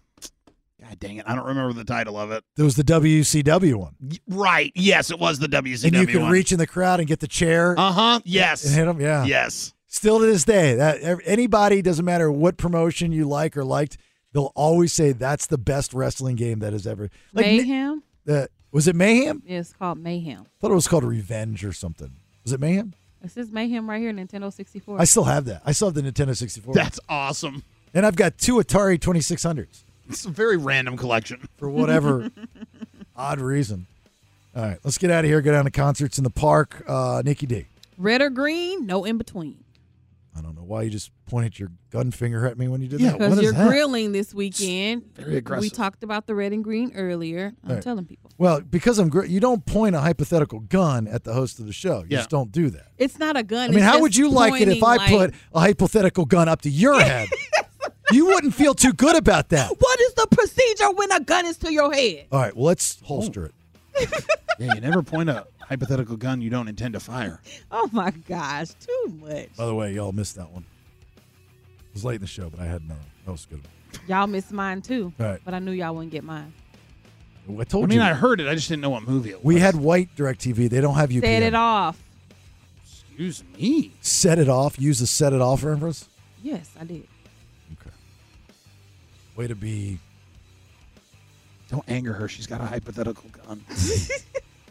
Speaker 9: God dang it, I don't remember the title of it.
Speaker 7: It was the WCW one,
Speaker 9: Right. Yes, it was the WCW
Speaker 7: and you could
Speaker 9: one.
Speaker 7: reach in the crowd and get the chair.
Speaker 9: Uh-huh. Yes.
Speaker 7: And hit him. Yeah.
Speaker 9: Yes.
Speaker 7: Still to this day, that ev- anybody doesn't matter what promotion you like or liked, they'll always say that's the best wrestling game that has ever. Like,
Speaker 8: mayhem?
Speaker 7: Uh, was it Mayhem?
Speaker 8: Yeah, it's called Mayhem.
Speaker 7: I thought it was called Revenge or something. Was it Mayhem?
Speaker 8: It says Mayhem right here, Nintendo 64.
Speaker 7: I still have that. I still have the Nintendo 64.
Speaker 9: That's awesome.
Speaker 7: and I've got two Atari 2600s
Speaker 9: It's a very random collection.
Speaker 7: for whatever odd reason. All right, let's get out of here. Go down to concerts in the park. Uh, Nikki D.
Speaker 8: Red or green, no in between.
Speaker 7: I don't know why you just pointed your gun finger at me when you did that.
Speaker 8: Because
Speaker 7: What is
Speaker 8: you're
Speaker 7: that?
Speaker 8: grilling this weekend.
Speaker 7: very
Speaker 8: We
Speaker 7: aggressive.
Speaker 8: talked about the red and green earlier. I'm
Speaker 7: All right.
Speaker 8: telling people.
Speaker 7: Well, because I'm gr- you don't point a hypothetical gun at the host of the show. You
Speaker 9: Yeah.
Speaker 7: just don't do that.
Speaker 8: It's not a gun.
Speaker 7: I mean,
Speaker 8: it's
Speaker 7: how
Speaker 8: just
Speaker 7: would you like it if
Speaker 8: pointing
Speaker 7: I
Speaker 8: like-
Speaker 7: put a hypothetical gun up to your head? you wouldn't feel too good about that.
Speaker 8: What is the procedure when a gun is to your head?
Speaker 7: All right, well, let's
Speaker 9: Oh.
Speaker 7: holster it.
Speaker 9: yeah, you never point a hypothetical gun you don't intend to fire.
Speaker 8: Oh my gosh, too much.
Speaker 7: By the way, y'all missed that one. It was late in the show, but I had no. That was a good.
Speaker 8: Y'all missed mine too.
Speaker 7: Right.
Speaker 8: But I knew y'all wouldn't get mine.
Speaker 7: One. I
Speaker 9: I
Speaker 7: told
Speaker 9: mean,
Speaker 7: you.
Speaker 9: I heard it. I just didn't know what movie it was.
Speaker 7: we had white DirecTV. They don't have UPN.
Speaker 8: Set it off.
Speaker 9: Excuse me.
Speaker 7: Set it off. Use the set it off reference.
Speaker 8: Yes, I did.
Speaker 7: Way to be
Speaker 9: Don't anger her. She's got a hypothetical gun.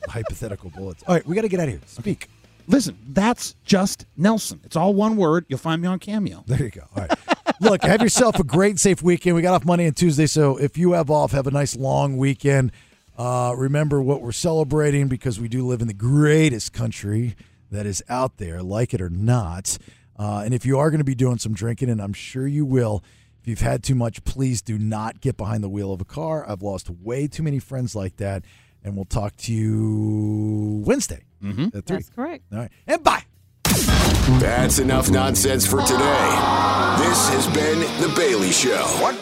Speaker 7: hypothetical bullets. All right, we got to get out of here. Speak.
Speaker 9: Listen, that's just Nelson. It's all one word. You'll find me on Cameo.
Speaker 7: There you go. All right. Look, have yourself a great, safe weekend. We got off Monday and Tuesday, so if you have off, have a nice long weekend. Uh, remember what we're celebrating because we do live in the greatest country that is out there, like it or not. Uh, and if you are going to be doing some drinking, and I'm sure you will, if you've had too much, please do not get behind the wheel of a car. I've lost way too many friends like that. And we'll talk to you Wednesday. Mm-hmm. At three.
Speaker 8: That's correct.
Speaker 7: All right. And bye.
Speaker 3: That's enough nonsense for today. This has been The Bailey Show.